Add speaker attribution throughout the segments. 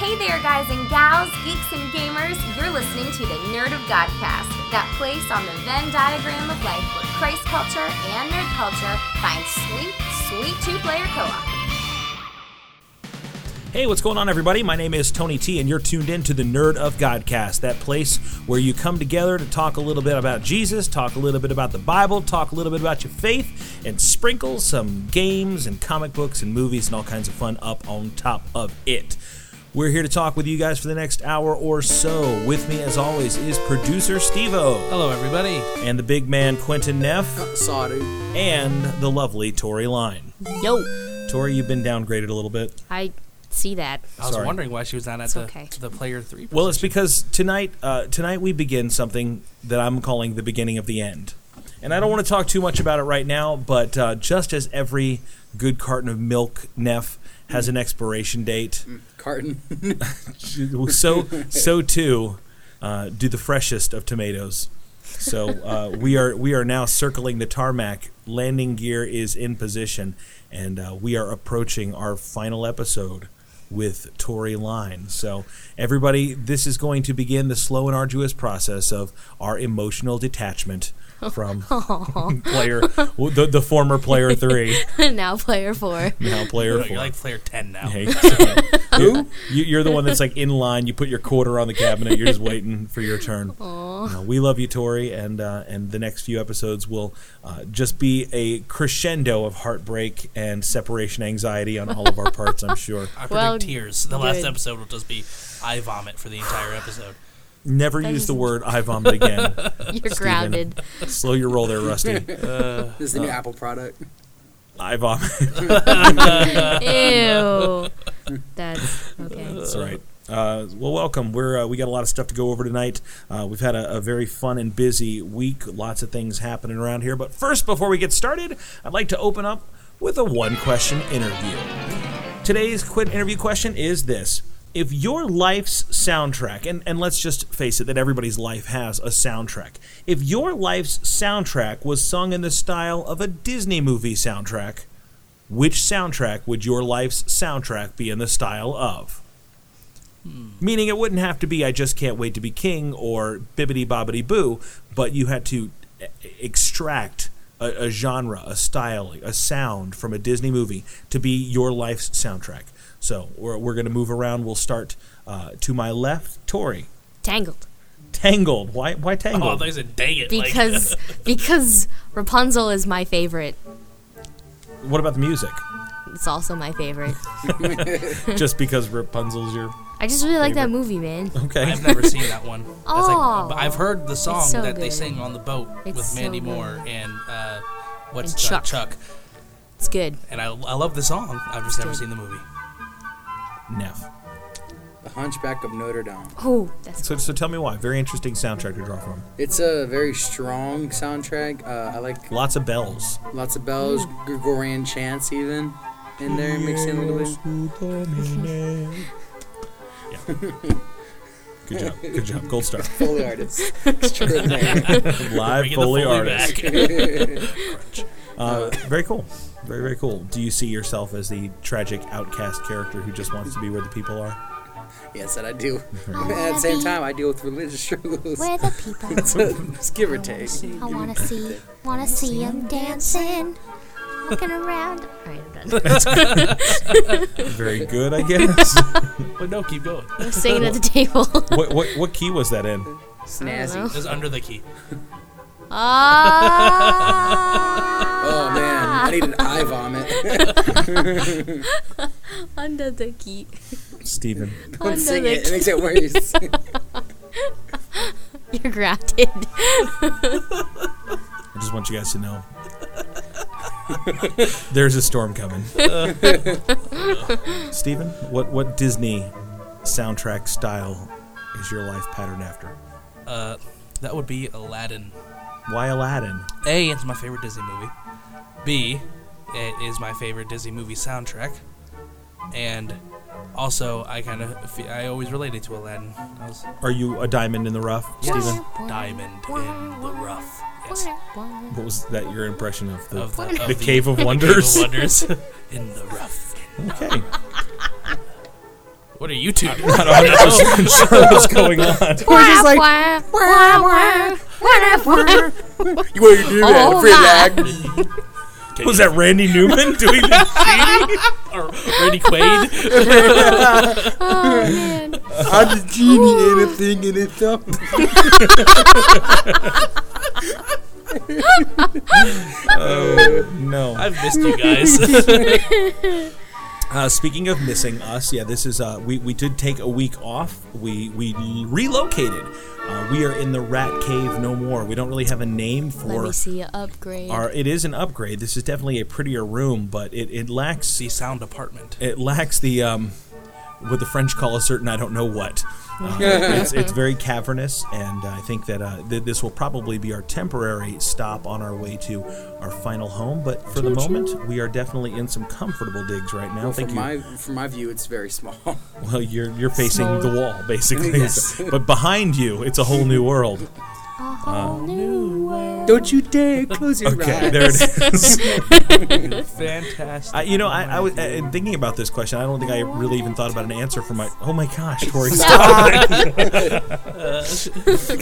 Speaker 1: Hey there, guys and gals, geeks and gamers. You're listening to the Nerd of Godcast, that place on the Venn diagram of life where Christ culture and nerd culture find sweet, sweet two player co op.
Speaker 2: Hey, what's going on, everybody? My name is Tony T, and you're tuned in to the Nerd of Godcast, that place where you come together to talk a little bit about Jesus, talk a little bit about the Bible, talk a little bit about your faith, and sprinkle some games and comic books and movies and all kinds of fun up on top of it. We're here to talk with you guys for the next hour or so. With me, as always, is producer Steve O,
Speaker 3: Hello, everybody.
Speaker 2: and the big man Quentin Neff,
Speaker 3: Saw dude.
Speaker 2: and the lovely Tori Line.
Speaker 4: Yo,
Speaker 2: Tori, you've been downgraded a little bit.
Speaker 4: I see that.
Speaker 3: I was
Speaker 2: Sorry.
Speaker 3: wondering why she was not at the,
Speaker 4: okay.
Speaker 3: the player three.
Speaker 2: Well, it's because tonight, uh, tonight we begin something that I'm calling the beginning of the end, and I don't want to talk too much about it right now. But uh, just as every good carton of milk, Neff has an expiration date,
Speaker 5: carton.
Speaker 2: so so too uh, do the freshest of tomatoes. So uh, we are we are now circling the tarmac. Landing gear is in position, and uh, we are approaching our final episode with Tory Line. So everybody, this is going to begin the slow and arduous process of our emotional detachment from player the, the former player three,
Speaker 4: now player four.
Speaker 2: now player
Speaker 3: you're,
Speaker 2: four.
Speaker 3: like player ten now.
Speaker 2: Hey, so- you, you- you're the one that's like in line. You put your quarter on the cabinet. You're just waiting for your turn. No, we love you, Tori, and uh, and the next few episodes will uh, just be a crescendo of heartbreak and separation anxiety on all of our parts. I'm sure.
Speaker 3: I predict
Speaker 4: Well,
Speaker 3: tears. The last
Speaker 4: good.
Speaker 3: episode will just be I vomit for the entire episode.
Speaker 2: Never use the word "I vomit" again.
Speaker 4: You're grounded.
Speaker 2: Slow your roll there, Rusty.
Speaker 5: This is the new Apple product.
Speaker 2: I vomit.
Speaker 4: Ew. That's okay.
Speaker 2: That's right. Uh, well, welcome. We're uh, we got a lot of stuff to go over tonight. Uh, we've had a, a very fun and busy week. Lots of things happening around here. But first, before we get started, I'd like to open up with a one question interview. Today's quit interview question is this. If your life's soundtrack, and, and let's just face it that everybody's life has a soundtrack, if your life's soundtrack was sung in the style of a Disney movie soundtrack, which soundtrack would your life's soundtrack be in the style of? Meaning it wouldn't have to be I Just Can't Wait to Be King or Bibbidi Bobbidi Boo, but you had to e- extract a, a genre, a style, a sound from a Disney movie to be your life's soundtrack. So we're, we're going to move around. We'll start uh, to my left, Tori.
Speaker 4: Tangled.
Speaker 2: Tangled. Why, why
Speaker 3: Oh,
Speaker 2: Tangled?
Speaker 3: they said dang it. like-
Speaker 4: Because because Rapunzel is my favorite.
Speaker 2: what about the music?
Speaker 4: It's also my favorite.
Speaker 2: Just because Rapunzel's your.
Speaker 4: I just really like that movie, man.
Speaker 2: Okay.
Speaker 3: I've never seen that one. That's
Speaker 4: Oh.
Speaker 3: but I've heard the song
Speaker 4: so
Speaker 3: that they
Speaker 4: good.
Speaker 3: sing on the boat
Speaker 4: It's
Speaker 3: with
Speaker 4: so
Speaker 3: Mandy
Speaker 4: good.
Speaker 3: Moore and uh, what's
Speaker 4: And
Speaker 3: uh,
Speaker 4: Chuck.
Speaker 3: Chuck.
Speaker 4: It's good.
Speaker 3: And I, I love the song. I've just never
Speaker 4: good.
Speaker 3: seen the movie.
Speaker 2: Neff.
Speaker 5: The Hunchback of Notre Dame.
Speaker 4: Oh, that's
Speaker 2: So, so tell me why. Very interesting soundtrack to draw from.
Speaker 5: It's a very strong soundtrack. Uh, I like
Speaker 2: Lots of bells.
Speaker 5: lots of bells, Gregorian chants even in there mixed in a little bit.
Speaker 2: Good job. Good job. Gold star.
Speaker 5: Foley artists. Extraordinary.
Speaker 2: Live
Speaker 3: Bringing the
Speaker 2: Foley
Speaker 3: Foley
Speaker 2: artist.
Speaker 3: back.
Speaker 2: Uh, very cool. Very, very cool. Do you see yourself as the tragic outcast character who just wants to be where the people are?
Speaker 5: yes, that I do. And at the same time, I deal with religious struggles.
Speaker 6: Where the people
Speaker 5: Just give or take.
Speaker 6: I wanna see, wanna see 'em dancing, looking around.
Speaker 4: alright, I'm done.
Speaker 2: Very good, I guess.
Speaker 3: but no, keep going. It
Speaker 4: I'm singing at the table.
Speaker 2: what, what, what key was that in?
Speaker 5: Snazzy.
Speaker 3: was under the key.
Speaker 4: Ah
Speaker 5: Oh man, I need an eye vomit.
Speaker 4: under the key.
Speaker 2: Stephen.
Speaker 5: Don't
Speaker 4: Under
Speaker 5: sing
Speaker 4: the
Speaker 5: it. It makes it worse.
Speaker 4: You're grounded.
Speaker 2: I just want you guys to know. There's a storm coming. Stephen, what, what Disney soundtrack style is your life pattern after?
Speaker 3: Uh, that would be Aladdin.
Speaker 2: Why Aladdin?
Speaker 3: A, it's my favorite Disney movie. B, it is my favorite Disney movie soundtrack. And also, I kind of I always related to Aladdin. I was
Speaker 2: Are you a diamond in the rough, Stephen?
Speaker 3: diamond in the rough. Yes.
Speaker 2: What was that your impression of the
Speaker 3: Of the, of
Speaker 2: The Cave of Wonders.
Speaker 3: Wonders in the rough.
Speaker 2: Okay.
Speaker 3: What are you two doing?
Speaker 2: Not 100% sure what's going on.
Speaker 5: We're just like, you want to do that?
Speaker 4: Oh,
Speaker 5: free
Speaker 4: my.
Speaker 5: lag.
Speaker 2: Was that Randy Newman doing that?
Speaker 3: or Randy Quaid?
Speaker 4: Oh,
Speaker 5: I'm the genie in a thing in a thumb.
Speaker 2: Oh, No.
Speaker 3: I've missed you guys.
Speaker 2: Uh, speaking of missing us, yeah, this is uh, we we did take a week off. We we relocated. Uh, we are in the Rat Cave no more. We don't really have a name
Speaker 4: Let
Speaker 2: for
Speaker 4: me see you upgrade.
Speaker 2: our. It is an upgrade. This is definitely a prettier room, but it it lacks
Speaker 3: the sound apartment.
Speaker 2: it lacks the um, what the French call a certain I don't know what. Uh, it's, it's very cavernous, and I think that uh, th- this will probably be our temporary stop on our way to our final home. But for the moment, we are definitely in some comfortable digs right now. Thank
Speaker 5: From
Speaker 2: you.
Speaker 5: my from my view, it's very small.
Speaker 2: Well, you're you're facing
Speaker 4: Smaller.
Speaker 2: the wall basically,
Speaker 5: Yes.
Speaker 2: So- but behind you, it's a whole new world.
Speaker 5: Don't you dare close your
Speaker 2: Okay,
Speaker 5: eyes.
Speaker 2: there it is.
Speaker 3: Fantastic.
Speaker 2: I, you know, I, I was uh, in thinking about this question. I don't think I really even thought about an answer for my. Oh my gosh, Tori!
Speaker 5: Get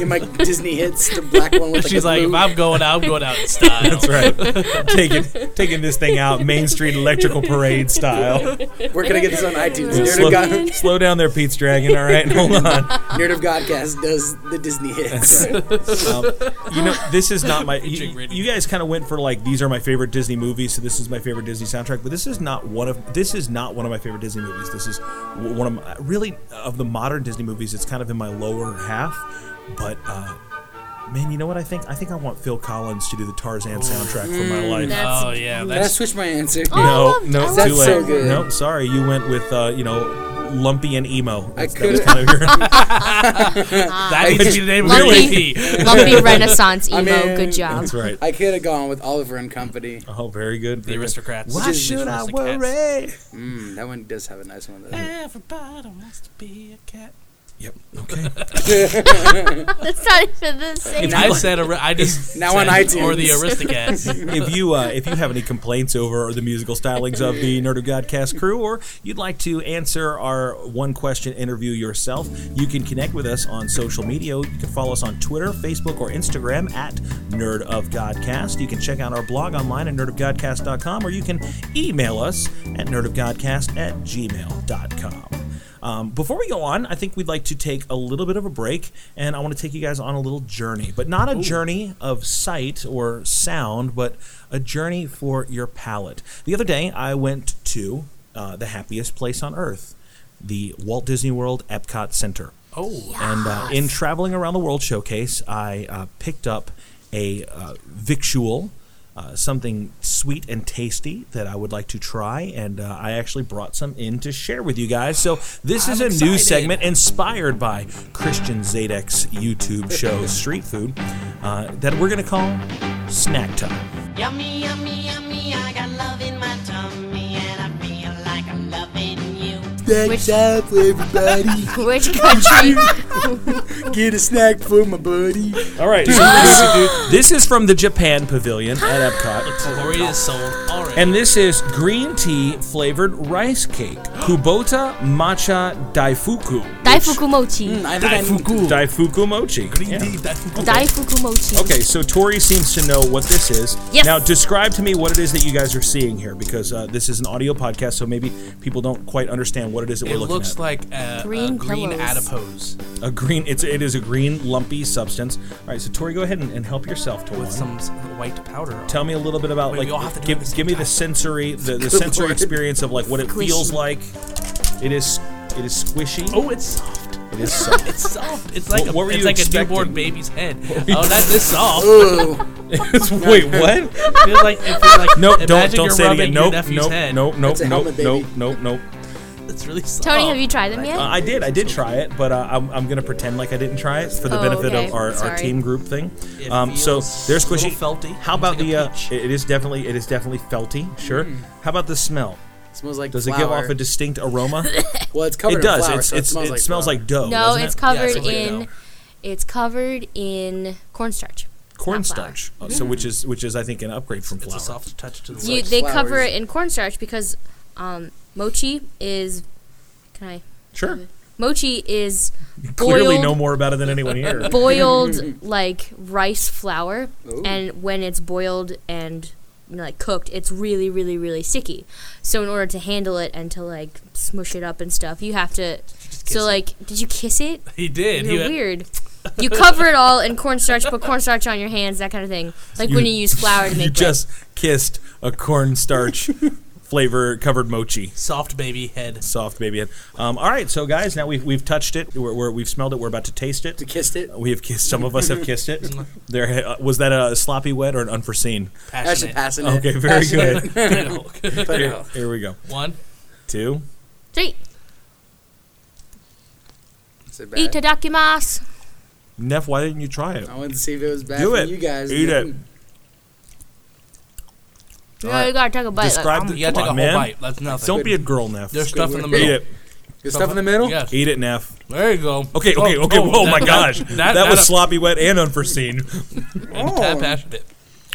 Speaker 5: my Disney hits to black one with
Speaker 3: She's
Speaker 5: a
Speaker 3: like, if
Speaker 5: blue.
Speaker 3: I'm going out, I'm going out in style.
Speaker 2: That's right. taking taking this thing out, Main Street Electrical Parade style.
Speaker 5: We're gonna get this on iTunes. Nerd
Speaker 2: slow,
Speaker 5: of God,
Speaker 2: slow down there, Pete's Dragon. All right, hold on.
Speaker 5: Nerd of Godcast does the Disney hits.
Speaker 2: Um, you know, this is not my.
Speaker 3: Featuring
Speaker 2: You,
Speaker 3: Randy.
Speaker 2: you guys kind of went for like these are my favorite Disney movies, so this is my favorite Disney soundtrack. But this is not one of this is not one of my favorite Disney movies. This is w- one of my, really of the modern Disney movies. It's kind of in my lower half, but. uh Man, you know what I think? I think I want Phil Collins to do the Tarzan soundtrack for my life.
Speaker 4: That's
Speaker 3: Oh yeah,
Speaker 5: Can I
Speaker 3: that's
Speaker 5: switch my answer?
Speaker 2: No,
Speaker 4: Oh, I loved- I
Speaker 2: no,
Speaker 4: loved
Speaker 2: too
Speaker 5: That's
Speaker 2: late.
Speaker 5: so good.
Speaker 2: No, sorry, you went with uh, you know lumpy and emo.
Speaker 5: I
Speaker 2: That's- that was kind
Speaker 5: could've-
Speaker 2: of your-
Speaker 3: that needs to be the name of your
Speaker 4: Lumpy.
Speaker 3: EP.
Speaker 4: Lumpy Renaissance emo.
Speaker 5: I mean-
Speaker 4: Good job.
Speaker 2: That's right.
Speaker 5: I could have gone with Oliver and Company.
Speaker 2: Oh, very good.
Speaker 3: The aristocrats.
Speaker 2: Why
Speaker 5: Just
Speaker 2: should I
Speaker 3: aristocrats.
Speaker 2: worry?
Speaker 5: Mm, that one does have a nice one. Though.
Speaker 3: Everybody wants to be a cat.
Speaker 2: Yep. Okay.
Speaker 4: That's not even the same.
Speaker 3: I said, a, I just
Speaker 5: Now
Speaker 3: said,
Speaker 5: on iTunes.
Speaker 3: or the Aristocats.
Speaker 2: if you uh, if you have any complaints over the musical stylings of the Nerd of Godcast crew, or you'd like to answer our one question interview yourself, you can connect with us on social media. You can follow us on Twitter, Facebook, or Instagram at Nerd of Godcast. You can check out our blog online at nerdofgodcast.com, or you can email us at nerdofgodcast at gmail.com. Um, before we go on, I think we'd like to take a little bit of a break, and I want to take you guys on a little journey, but not a journey of sight or sound, but a journey for your palate. The other day, I went to uh, the happiest place on earth, the Walt Disney World Epcot Center.
Speaker 3: Oh,
Speaker 2: And uh, in traveling around the world showcase, I uh, picked up a uh, victual, uh, something sweet and tasty that I would like to try, and uh, I actually brought some in to share with you guys. So this is a
Speaker 3: I'm
Speaker 2: new
Speaker 3: excited.
Speaker 2: segment inspired by Christian Zadek's YouTube show Street Food uh, that we're going to call Snack Time.
Speaker 7: Yummy, yummy, yummy, I got love in my tummy, and I feel like I'm loving you.
Speaker 5: That's up, everybody.
Speaker 4: Which country?
Speaker 5: Get a snack for my buddy.
Speaker 2: All right, so this, this is from the Japan Pavilion at Epcot.
Speaker 3: Glory is sold already.
Speaker 2: And this is green tea flavored rice cake, Kubota Matcha Daifuku.
Speaker 4: Daifuku mochi.
Speaker 5: I think I need to-
Speaker 2: Daifuku mochi. Yeah.
Speaker 4: Daifuku mochi.
Speaker 2: Okay, so Tori seems to know what this is.
Speaker 4: Yes.
Speaker 2: Now, describe to me what it is that you guys are seeing here, because uh, this is an audio podcast, so maybe people don't quite understand what it is that
Speaker 3: it
Speaker 2: we're looking
Speaker 3: looks
Speaker 2: at.
Speaker 3: like a green,
Speaker 4: Green
Speaker 3: a green
Speaker 4: pillows.
Speaker 3: adipose
Speaker 2: a green. It's it is a green lumpy substance. All right, so Tori, go ahead and, and help yourself to one.
Speaker 3: with some s- white powder. on
Speaker 2: Tell me a little bit about
Speaker 3: Wait, we all have
Speaker 2: like
Speaker 3: to do
Speaker 2: give,
Speaker 3: it at the same
Speaker 2: give me the
Speaker 3: time.
Speaker 2: sensory the, the sensory
Speaker 5: Lord.
Speaker 2: experience of like what it
Speaker 4: Squishy.
Speaker 2: feels like. It is it is squishy.
Speaker 3: it. Oh, it's soft.
Speaker 2: It is soft.
Speaker 3: It's soft. It's like
Speaker 2: What- what
Speaker 3: a,
Speaker 2: were
Speaker 3: it's
Speaker 2: you
Speaker 3: like
Speaker 2: expecting?
Speaker 3: a newborn baby's head.
Speaker 2: you-
Speaker 3: Oh, that is soft.
Speaker 5: Ooh,
Speaker 2: It's- wait, what?
Speaker 3: It feels like, it feels like
Speaker 2: Nope,
Speaker 3: imagine
Speaker 2: don't don't
Speaker 3: you're
Speaker 2: say it
Speaker 3: rubbing
Speaker 2: again.
Speaker 3: your
Speaker 2: Nope,
Speaker 3: nephew's
Speaker 2: nope,
Speaker 3: head.
Speaker 2: nope, nope,
Speaker 5: That's a
Speaker 2: nope,
Speaker 5: helmet,
Speaker 2: nope,
Speaker 5: baby.
Speaker 2: nope, nope.
Speaker 3: It's really soft.
Speaker 4: Tony, have you tried them yet?
Speaker 2: Uh, I did, I did try it, but uh, I'm, I'm gonna pretend like I didn't try it for the
Speaker 4: Oh,
Speaker 2: benefit
Speaker 4: okay.
Speaker 2: of our, our
Speaker 4: Sorry.
Speaker 2: team group thing.
Speaker 3: It
Speaker 2: Um, so
Speaker 3: feels
Speaker 2: there's squishy.
Speaker 3: a little felty.
Speaker 2: How about
Speaker 3: It's like
Speaker 2: the?
Speaker 3: a
Speaker 2: Uh,
Speaker 3: peach.
Speaker 2: it is definitely it is definitely felty. Sure. How about the smell?
Speaker 5: smells like
Speaker 2: Does
Speaker 5: flour.
Speaker 2: it give off a distinct aroma?
Speaker 5: Well, it's covered
Speaker 2: it does.
Speaker 5: in flour,
Speaker 2: it's,
Speaker 5: so
Speaker 2: it's,
Speaker 5: it smells,
Speaker 2: it
Speaker 5: like,
Speaker 2: smells
Speaker 5: flour.
Speaker 2: like dough.
Speaker 4: no,
Speaker 2: doesn't
Speaker 4: it's
Speaker 2: it?
Speaker 4: covered
Speaker 3: something like
Speaker 4: in.
Speaker 3: that.
Speaker 4: It's covered in cornstarch.
Speaker 2: cornstarch. Oh, So which is which is I think an upgrade from
Speaker 3: It's
Speaker 2: flour.
Speaker 3: a soft touch to the
Speaker 4: You,
Speaker 5: like
Speaker 4: they
Speaker 5: flour
Speaker 4: cover
Speaker 5: is-
Speaker 4: it in cornstarch because um, mochi is. Can I?
Speaker 2: Sure.
Speaker 4: Mochi is
Speaker 2: Clearly,
Speaker 4: boiled-
Speaker 2: know more about it than anyone here.
Speaker 4: boiled like rice flour
Speaker 5: Ooh.
Speaker 4: and when it's boiled and you know, like cooked it's really really really sticky so in order to handle it and to like smush it up and stuff you have to so like did you kiss it
Speaker 3: He did.
Speaker 4: you're
Speaker 3: He went-
Speaker 4: weird you cover it all in cornstarch put cornstarch on your hands that kind of thing like when you use flour to
Speaker 2: You
Speaker 4: make bread.
Speaker 2: just kissed a cornstarch flavor covered mochi.
Speaker 3: soft baby head.
Speaker 2: Soft baby head. Um, all right, so guys, now we've, we've touched it. We're, we're, we've smelled it. We're about to taste it.
Speaker 5: Kissed it.
Speaker 2: We have kissed. Some of us have kissed it. There uh, was that a sloppy wet or an unforeseen.
Speaker 3: Passionate.
Speaker 5: Actually, passing it.
Speaker 2: Okay, very
Speaker 5: Passionate.
Speaker 2: good.
Speaker 5: Put it
Speaker 2: Here,
Speaker 5: out.
Speaker 2: here we go.
Speaker 3: One.
Speaker 2: Two.
Speaker 4: Three,
Speaker 5: Is it bad?
Speaker 4: itadakimasu.
Speaker 2: Neff, why didn't you try it?
Speaker 5: I wanted to see if it was bad
Speaker 2: Do
Speaker 5: for
Speaker 2: it.
Speaker 5: you guys.
Speaker 2: Eat it.
Speaker 4: You,
Speaker 2: right.
Speaker 4: know, you gotta take a bite.
Speaker 2: Describe
Speaker 4: like,
Speaker 2: the-
Speaker 4: um,
Speaker 3: You gotta
Speaker 2: Come
Speaker 3: take a
Speaker 2: on,
Speaker 3: whole
Speaker 2: man.
Speaker 3: bite. That's nothing.
Speaker 2: Don't be a girl, Neff.
Speaker 3: There's
Speaker 5: Good
Speaker 3: stuff in the
Speaker 5: work.
Speaker 3: middle.
Speaker 2: Eat it.
Speaker 5: Good stuff in the middle?
Speaker 3: Yes.
Speaker 2: Eat it, Neff.
Speaker 3: There you go.
Speaker 2: Okay, okay,
Speaker 3: Oh,
Speaker 2: okay.
Speaker 3: oh,
Speaker 2: Whoa, my
Speaker 3: that-
Speaker 2: gosh.
Speaker 3: That,
Speaker 2: That, was sloppy wet and unforeseen.
Speaker 3: and
Speaker 5: Oh,
Speaker 3: that passionate.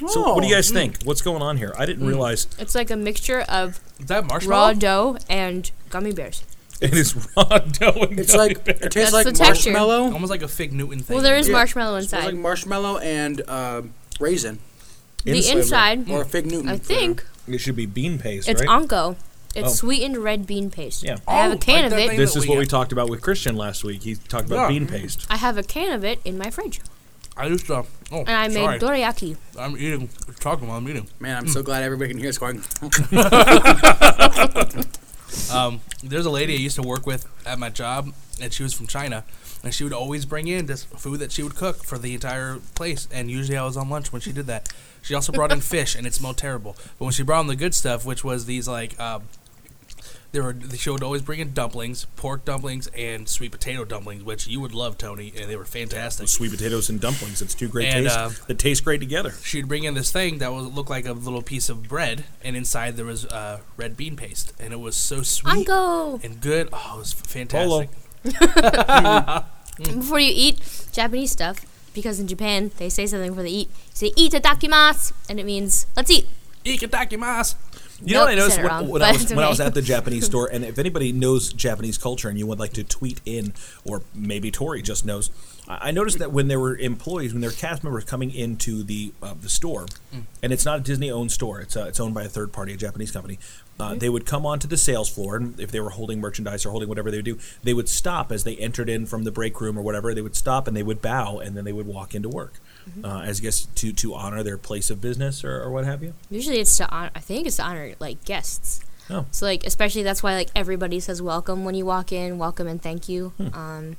Speaker 2: So, what
Speaker 3: Oh.
Speaker 2: do you guys think? What's going on here? I
Speaker 3: Mm.
Speaker 2: didn't realize
Speaker 4: it's like a mixture of
Speaker 3: Is that marshmallow?
Speaker 4: raw dough and gummy bears.
Speaker 2: it is raw dough and
Speaker 5: It's
Speaker 2: gummy
Speaker 5: like,
Speaker 2: bear.
Speaker 5: it
Speaker 4: That's
Speaker 5: tastes like
Speaker 4: the texture.
Speaker 5: marshmallow.
Speaker 3: Almost like a fig Newton thing.
Speaker 4: Well, there is
Speaker 5: Yeah.
Speaker 4: marshmallow
Speaker 5: It's
Speaker 4: inside.
Speaker 5: like marshmallow and uh, raisin.
Speaker 4: the inside,
Speaker 5: Or fig Newton.
Speaker 4: I
Speaker 5: flavor.
Speaker 4: think,
Speaker 2: It should be bean paste,
Speaker 4: it's
Speaker 2: right?
Speaker 4: onko. It's
Speaker 2: Oh.
Speaker 4: sweetened red bean paste.
Speaker 2: Yeah.
Speaker 4: I have
Speaker 3: Oh,
Speaker 4: a can
Speaker 3: like
Speaker 4: of
Speaker 3: that
Speaker 4: it.
Speaker 3: thing-
Speaker 2: this
Speaker 3: that
Speaker 2: is
Speaker 3: we
Speaker 2: what we
Speaker 3: got.
Speaker 2: talked about with Christian last week. He talked about
Speaker 3: Yeah.
Speaker 2: bean paste.
Speaker 4: I have a can of it in my fridge,
Speaker 3: I just uh, oh,
Speaker 4: and I
Speaker 3: sorry.
Speaker 4: made dorayaki.
Speaker 3: I'm eating. Talking while I'm eating.
Speaker 5: Man, I'm so glad everybody can hear us going. "Oh,
Speaker 3: Um, there's a lady I used to work with at my job, and she was from China, and she would always bring in this food that she would cook for the entire place. And usually I was on lunch when she did that. She also brought in fish, and it smelled terrible. But when she brought in the good stuff, which was these like, um, there were she would always bring in dumplings, pork dumplings, and sweet potato dumplings, which you would love, Tony, and they were fantastic.
Speaker 2: Sweet potatoes and dumplings. It's two great
Speaker 3: And,
Speaker 2: tastes
Speaker 3: uh,
Speaker 2: that taste great together.
Speaker 3: she'd bring in this thing that was looked like a little piece of bread, and inside there was uh, red bean paste, and it was so sweet
Speaker 4: Anko.
Speaker 3: and good. Oh, it was fantastic.
Speaker 2: Polo.
Speaker 4: Before you eat Japanese stuff, because in Japan they say something before they eat. You say itadakimasu, and it means let's eat.
Speaker 3: Ikatakimasu.
Speaker 2: You
Speaker 4: Nope,
Speaker 2: know what I noticed
Speaker 4: said it
Speaker 2: when,
Speaker 4: wrong,
Speaker 2: when I
Speaker 4: but
Speaker 2: was
Speaker 4: it's
Speaker 2: when I
Speaker 4: okay.
Speaker 2: was at the Japanese store, and if anybody knows Japanese culture and you would like to tweet in, or maybe Tori just knows, I I noticed that when there were employees, when there were cast members coming into the uh, the store, and it's not a Disney owned store; it's uh, it's owned by a third party, a Japanese company.
Speaker 4: Mm-hmm.
Speaker 2: Uh, they would come onto the sales floor, and if they were holding merchandise or holding whatever they would do, they would stop as they entered in from the break room or whatever. They would stop and they would bow, and then they would walk into work,
Speaker 4: Mm-hmm.
Speaker 2: uh, as I guess to to honor their place of business or, or what have you.
Speaker 4: Usually it's to honor. I think it's to honor like guests.
Speaker 2: Oh.
Speaker 4: So like especially that's why like everybody says welcome when you walk in, welcome and thank you.
Speaker 2: Hmm.
Speaker 4: Um,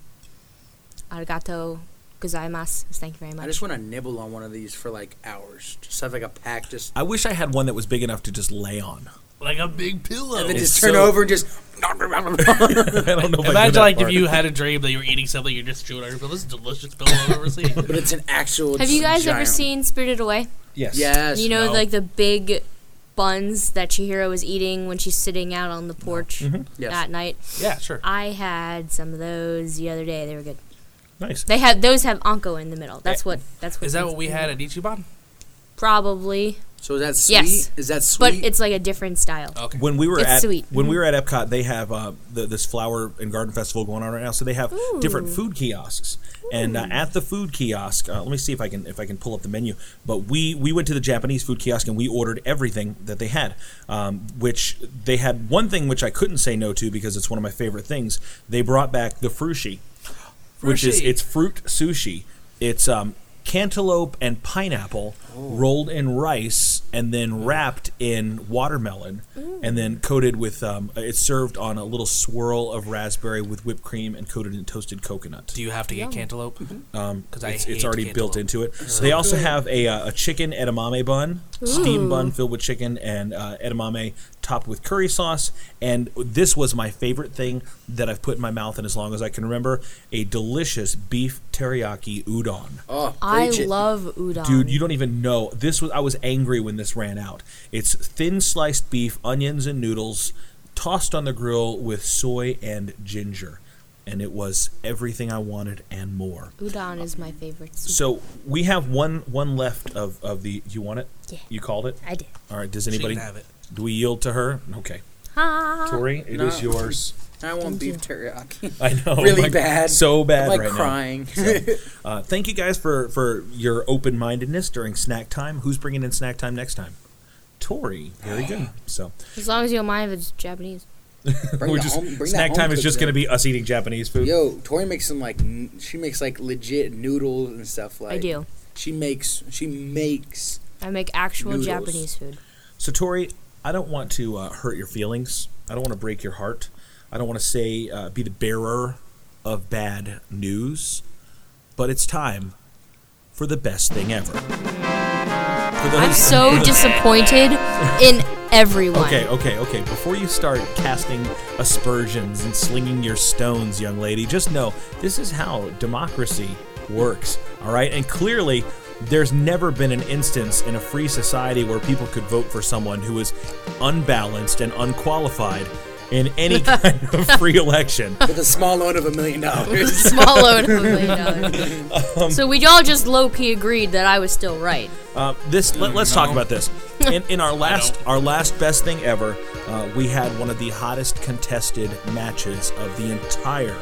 Speaker 4: arigato gozaimasu. is Thank you very much.
Speaker 5: I just want to nibble on one of these for like hours. Just have like a pack, just
Speaker 2: I wish I had one that was big enough to just lay on.
Speaker 3: Like a big pillow.
Speaker 5: and then
Speaker 2: Oh, It's
Speaker 5: just turn
Speaker 2: so-
Speaker 5: over and just. but
Speaker 2: I don't know. If I do
Speaker 3: Imagine
Speaker 2: that
Speaker 3: like
Speaker 2: part.
Speaker 3: if you had a dream that you were eating something, you're just chewing on your pillow. This is the delicious pillow I've ever seen.
Speaker 5: it's an actual.
Speaker 4: Have you guys ever
Speaker 5: giant-
Speaker 4: seen Spirited Away?
Speaker 2: Yes.
Speaker 5: Yes.
Speaker 4: you know,
Speaker 3: no.
Speaker 4: like the big buns that Chihiro is eating when she's sitting out on the porch
Speaker 5: Yes.
Speaker 4: at night.
Speaker 3: yeah, sure.
Speaker 4: I had some of those the other day. They were good.
Speaker 2: Nice.
Speaker 4: They had those have onko in the middle. That's what. That's what.
Speaker 3: Is that
Speaker 4: makes
Speaker 3: what we
Speaker 4: them
Speaker 3: had
Speaker 4: good.
Speaker 3: at Ichiban?
Speaker 4: Probably,
Speaker 5: So is that sweet?
Speaker 4: Yes.
Speaker 5: Is that sweet?
Speaker 4: but it's like a different style.
Speaker 3: Okay.
Speaker 2: When we were
Speaker 4: It's
Speaker 2: at
Speaker 4: sweet.
Speaker 2: when
Speaker 3: Mm-hmm.
Speaker 2: we were at Epcot, they have uh, the, this flower and garden festival going on right now. So they have different food kiosks, and uh, at the food kiosk, uh, let me see if I can if I can pull up the menu. But we we went to the Japanese food kiosk and we ordered everything that they had, um, which they had one thing which I couldn't say no to because it's one of my favorite things. They brought back the frushi, which is
Speaker 3: Frushi.
Speaker 2: it's fruit sushi. It's um, cantaloupe and pineapple rolled in rice and then wrapped in watermelon and then coated with um, it's served on a little swirl of raspberry with whipped cream and coated in toasted coconut.
Speaker 3: Do you have to get cantaloupe? Because I
Speaker 2: It's,
Speaker 3: hate
Speaker 2: it's already built
Speaker 3: cantaloupe.
Speaker 2: into it. they also have a, uh, a chicken edamame bun, steam bun filled with chicken and uh, edamame topped with curry sauce. And this was my favorite thing that I've put in my mouth in as long as I can remember: a delicious beef teriyaki udon.
Speaker 5: oh,
Speaker 4: I
Speaker 5: preach it.
Speaker 4: love udon.
Speaker 2: Dude, you don't even know. This was I was angry when this ran out. It's thin sliced beef, onions and noodles tossed on the grill with soy and ginger. And it was everything I wanted and more.
Speaker 4: udon is my favorite. soup.
Speaker 2: So we have one one left of, of the you want it?
Speaker 4: Yeah.
Speaker 2: You called it?
Speaker 4: I did.
Speaker 2: All right, does
Speaker 3: She can
Speaker 2: anybody
Speaker 3: have it.
Speaker 2: do we yield to her? Okay.
Speaker 4: Ah.
Speaker 2: Tori, it is
Speaker 5: No.
Speaker 2: yours.
Speaker 5: I want beef teriyaki.
Speaker 2: I know.
Speaker 5: really
Speaker 2: like,
Speaker 5: bad.
Speaker 2: So bad
Speaker 5: I'm like
Speaker 2: right now.
Speaker 5: crying.
Speaker 2: Uh, thank you guys for, for your open mindedness during snack time. Who's bringing in snack time next time? Tori.
Speaker 5: Oh,
Speaker 2: Very good. So
Speaker 4: As long as you don't mind if it's Japanese.
Speaker 5: Bring
Speaker 2: we're
Speaker 5: the
Speaker 2: just
Speaker 5: home- bring that
Speaker 2: snack
Speaker 5: home
Speaker 2: time is
Speaker 5: cooked
Speaker 2: just going to
Speaker 5: in.
Speaker 2: be us eating Japanese food.
Speaker 5: Yo, Tori makes some like n- she makes like legit noodles and stuff like.
Speaker 4: I do.
Speaker 5: She makes she makes
Speaker 4: I make actual
Speaker 5: Noodles.
Speaker 4: Japanese food.
Speaker 2: So Tori, I don't want to uh, hurt your feelings. I don't want to break your heart. I don't want to say uh, be the bearer of bad news. But it's time for the best thing ever. For those-
Speaker 4: I'm so disappointed in everyone.
Speaker 2: Okay, okay, okay. Before you start casting aspersions and slinging your stones, young lady, just know this is how democracy works, all right? And clearly, there's never been an instance in a free society where people could vote for someone who is unbalanced and unqualified in any kind of free election.
Speaker 5: with a small loan of a million dollars.
Speaker 4: Small load of $1
Speaker 3: Um,
Speaker 4: million. So we all just low key agreed that I was still right.
Speaker 2: Uh, this let, us talk about this. In, in our last
Speaker 3: don't.
Speaker 2: our last best thing ever, uh, we had one of the hottest contested matches of the entire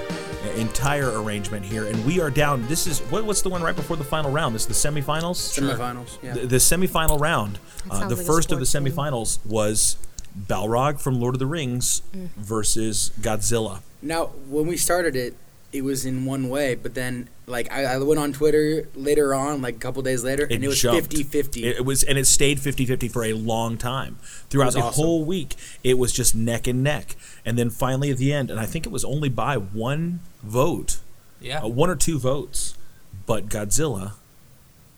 Speaker 2: entire arrangement here, and we are down. This is what, what's the one right before the final round? This is the semifinals.
Speaker 5: Semifinals. Yeah.
Speaker 2: The, the semifinal round, uh,
Speaker 4: sounds
Speaker 2: the
Speaker 4: like a
Speaker 2: first of the
Speaker 4: sports game.
Speaker 2: semifinals was Balrog from Lord of the Rings
Speaker 4: Mm.
Speaker 2: versus Godzilla.
Speaker 5: Now, when we started it, it was in one way, but then like I, I went on Twitter later on, like a couple days later, and it was
Speaker 2: jumped.
Speaker 5: 50 50.
Speaker 2: It, it was, and it stayed 50-50 for a long time throughout
Speaker 5: was
Speaker 2: the
Speaker 5: awesome.
Speaker 2: whole week. It was just neck and neck, and then finally at the end, and I think it was only by one vote,
Speaker 3: Yeah.
Speaker 2: uh, one or two votes, but Godzilla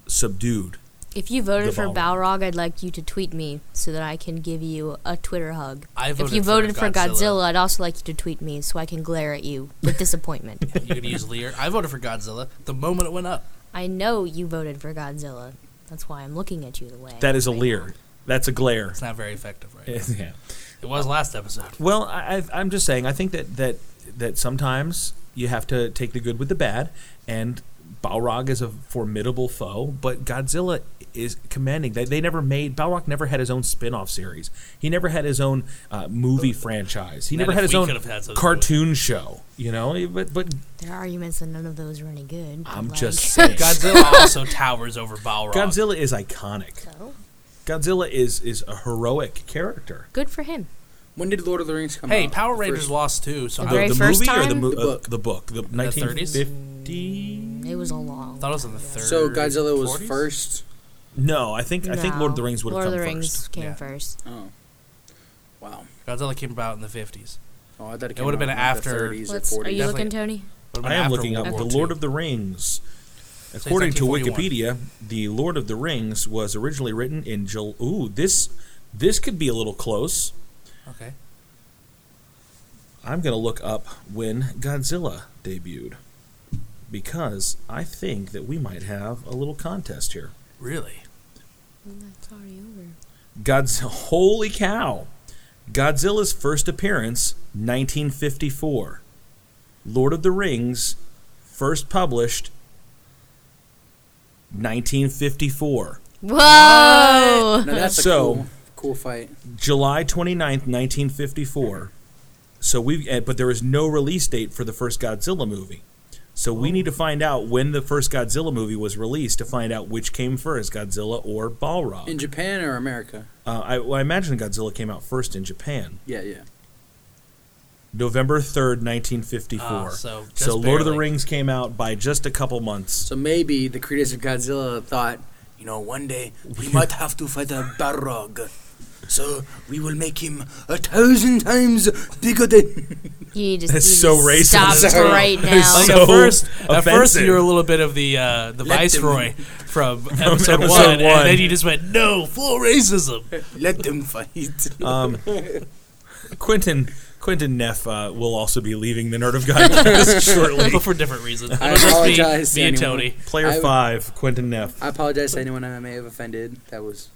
Speaker 2: subdued.
Speaker 4: If you voted
Speaker 2: The
Speaker 4: for
Speaker 2: Balrog.
Speaker 4: Balrog, I'd like you to tweet me so that I can give you a Twitter hug.
Speaker 3: I
Speaker 4: if
Speaker 3: voted
Speaker 4: you
Speaker 3: for
Speaker 4: voted for Godzilla.
Speaker 3: Godzilla.
Speaker 4: I'd also like you to tweet me so I can glare at you with disappointment.
Speaker 3: You could use Lear. I voted for Godzilla the moment it went up.
Speaker 4: I know you voted for Godzilla. That's why I'm looking at you the way.
Speaker 2: That is a
Speaker 4: I am.
Speaker 2: leer. That's a glare.
Speaker 3: It's not very effective, right?
Speaker 2: yeah.
Speaker 3: It was last episode.
Speaker 2: Well, I, I- I'm just saying. I think that that that sometimes you have to take the good with the bad, and Balrog is a formidable foe, but Godzilla is commanding. They, they never made Balrog never had his own spin-off series. He never had his own uh, movie franchise. He
Speaker 3: Man,
Speaker 2: never
Speaker 3: if
Speaker 2: had his
Speaker 3: we
Speaker 2: own
Speaker 3: could've had something.
Speaker 2: cartoon show. You know, but but
Speaker 4: There are arguments that none of those were any good. but,
Speaker 2: I'm
Speaker 4: like,
Speaker 2: just saying.
Speaker 3: Godzilla also towers over Balrog.
Speaker 2: Godzilla is iconic.
Speaker 4: So?
Speaker 2: Godzilla is is a heroic character.
Speaker 4: Good for him.
Speaker 5: when did Lord of the Rings come out?
Speaker 3: Hey, Power Rangers
Speaker 5: First-
Speaker 3: lost too, so
Speaker 4: The
Speaker 3: I
Speaker 4: very
Speaker 2: the
Speaker 4: first
Speaker 2: movie or the,
Speaker 4: time?
Speaker 2: mo-
Speaker 5: The
Speaker 2: uh,
Speaker 5: book.
Speaker 2: the book, the
Speaker 3: 30s?
Speaker 2: 1950.
Speaker 4: It was a long.
Speaker 3: thought it was in the third.
Speaker 5: So Godzilla was
Speaker 3: 40s?
Speaker 5: first.
Speaker 2: No, I think I think
Speaker 4: No.
Speaker 2: Lord of the Rings would have
Speaker 4: Lord
Speaker 2: come
Speaker 4: of the Rings
Speaker 2: first.
Speaker 4: came
Speaker 3: Yeah.
Speaker 4: first.
Speaker 5: Oh. Wow.
Speaker 3: Godzilla came about in the fifties.
Speaker 5: Oh, I thought it,
Speaker 3: It would've
Speaker 5: came
Speaker 3: been
Speaker 5: out in, like, the
Speaker 3: after-
Speaker 5: 30s or
Speaker 4: Let's, are
Speaker 5: 40s.
Speaker 4: you
Speaker 3: Definitely.
Speaker 4: looking, Tony?
Speaker 2: I am looking up the Lord of the Rings. According to
Speaker 3: 1941.
Speaker 2: Wikipedia, the Lord of the Rings was originally written in July. Ooh, this this could be a little close.
Speaker 3: Okay.
Speaker 2: I'm gonna look up when Godzilla debuted because I think that we might have a little contest here.
Speaker 3: Really?
Speaker 4: That's already over.
Speaker 2: God's holy cow! Godzilla's first appearance, 1954. Lord of the Rings, first published, 1954.
Speaker 4: Whoa!
Speaker 5: Now, that's
Speaker 2: So-
Speaker 5: a cool, cool fight.
Speaker 2: July 29th, 1954. So we, eh, but there is no release date for the first Godzilla movie. So we need to find out when the first Godzilla movie was released to find out which came first, Godzilla or Balrog.
Speaker 5: In Japan or America?
Speaker 2: uh, I, well, I imagine Godzilla came out first in Japan.
Speaker 5: Yeah, yeah.
Speaker 2: November 3rd, 1954.
Speaker 3: Ah, so just
Speaker 2: Lord of the
Speaker 3: barely.
Speaker 2: Rings came out by just a couple months.
Speaker 5: So maybe the creators of Godzilla thought, you know, one day we might have to fight a Barrog. So we will make him a thousand times bigger than.
Speaker 4: You need to,
Speaker 2: That's
Speaker 4: you need
Speaker 2: so
Speaker 4: to
Speaker 2: racist.
Speaker 4: stop
Speaker 5: Sorry.
Speaker 4: right
Speaker 2: That
Speaker 4: now.
Speaker 2: is
Speaker 3: Like
Speaker 2: So
Speaker 3: at first, at first
Speaker 2: offensive.
Speaker 3: you were a little bit of the uh, the
Speaker 5: Let them-
Speaker 3: viceroy from episode,
Speaker 2: episode
Speaker 3: one,
Speaker 2: one.
Speaker 3: and then you just went no full racism.
Speaker 5: Let them fight.
Speaker 2: Uh, Um, Quentin Quentin Neff uh, will also be leaving the Nerd of God shortly.
Speaker 3: but for different reasons.
Speaker 5: I
Speaker 3: It'll just be
Speaker 5: apologize to
Speaker 3: Me and
Speaker 5: anyone.
Speaker 3: Tony.
Speaker 2: Player
Speaker 5: I-
Speaker 2: 5, Quentin Neff.
Speaker 5: I apologize to anyone I may have offended. That was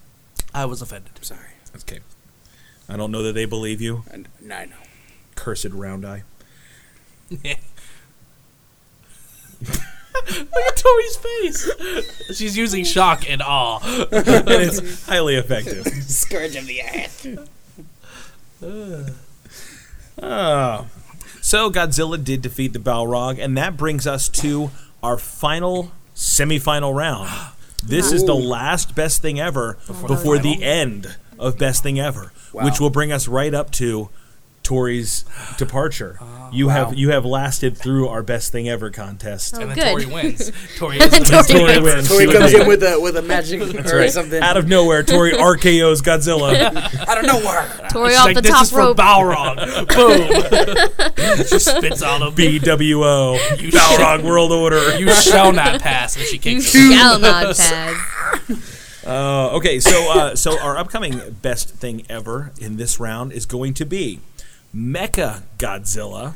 Speaker 3: I was offended.
Speaker 5: sorry.
Speaker 2: Okay. I don't know that they believe you.
Speaker 5: And no, I know.
Speaker 2: Cursed round eye.
Speaker 3: Look at Tori's face. She's using shock and awe.
Speaker 2: and it's highly effective.
Speaker 5: Scourge of the earth.
Speaker 2: Oh. So Godzilla did defeat the Balrog, and that brings us to our final semifinal round. This is the last best thing ever before, the, end of best thing ever, which will bring us right up to Tori's departure. you have you have lasted through our best thing ever contest.
Speaker 4: Oh,
Speaker 3: and then Tori
Speaker 4: good.
Speaker 3: wins. Tori is the
Speaker 4: Tori
Speaker 2: Tori wins.
Speaker 5: Tori comes in with a with a magic or something.
Speaker 2: Out of nowhere, Tori RKO's Godzilla.
Speaker 5: I don't know where.
Speaker 4: Tori
Speaker 3: She's
Speaker 4: off
Speaker 3: like,
Speaker 4: the
Speaker 3: this
Speaker 4: top
Speaker 3: is
Speaker 4: rope.
Speaker 3: for Balrog. Boom. she spits all over me.
Speaker 2: BWO.
Speaker 3: You shall,
Speaker 2: Balrog World Order.
Speaker 3: you shall not pass. And she
Speaker 4: you
Speaker 3: kicks him.
Speaker 4: shall not pass.
Speaker 2: Uh, okay, so uh, so our upcoming best thing ever in this round is going to be Mecha Godzilla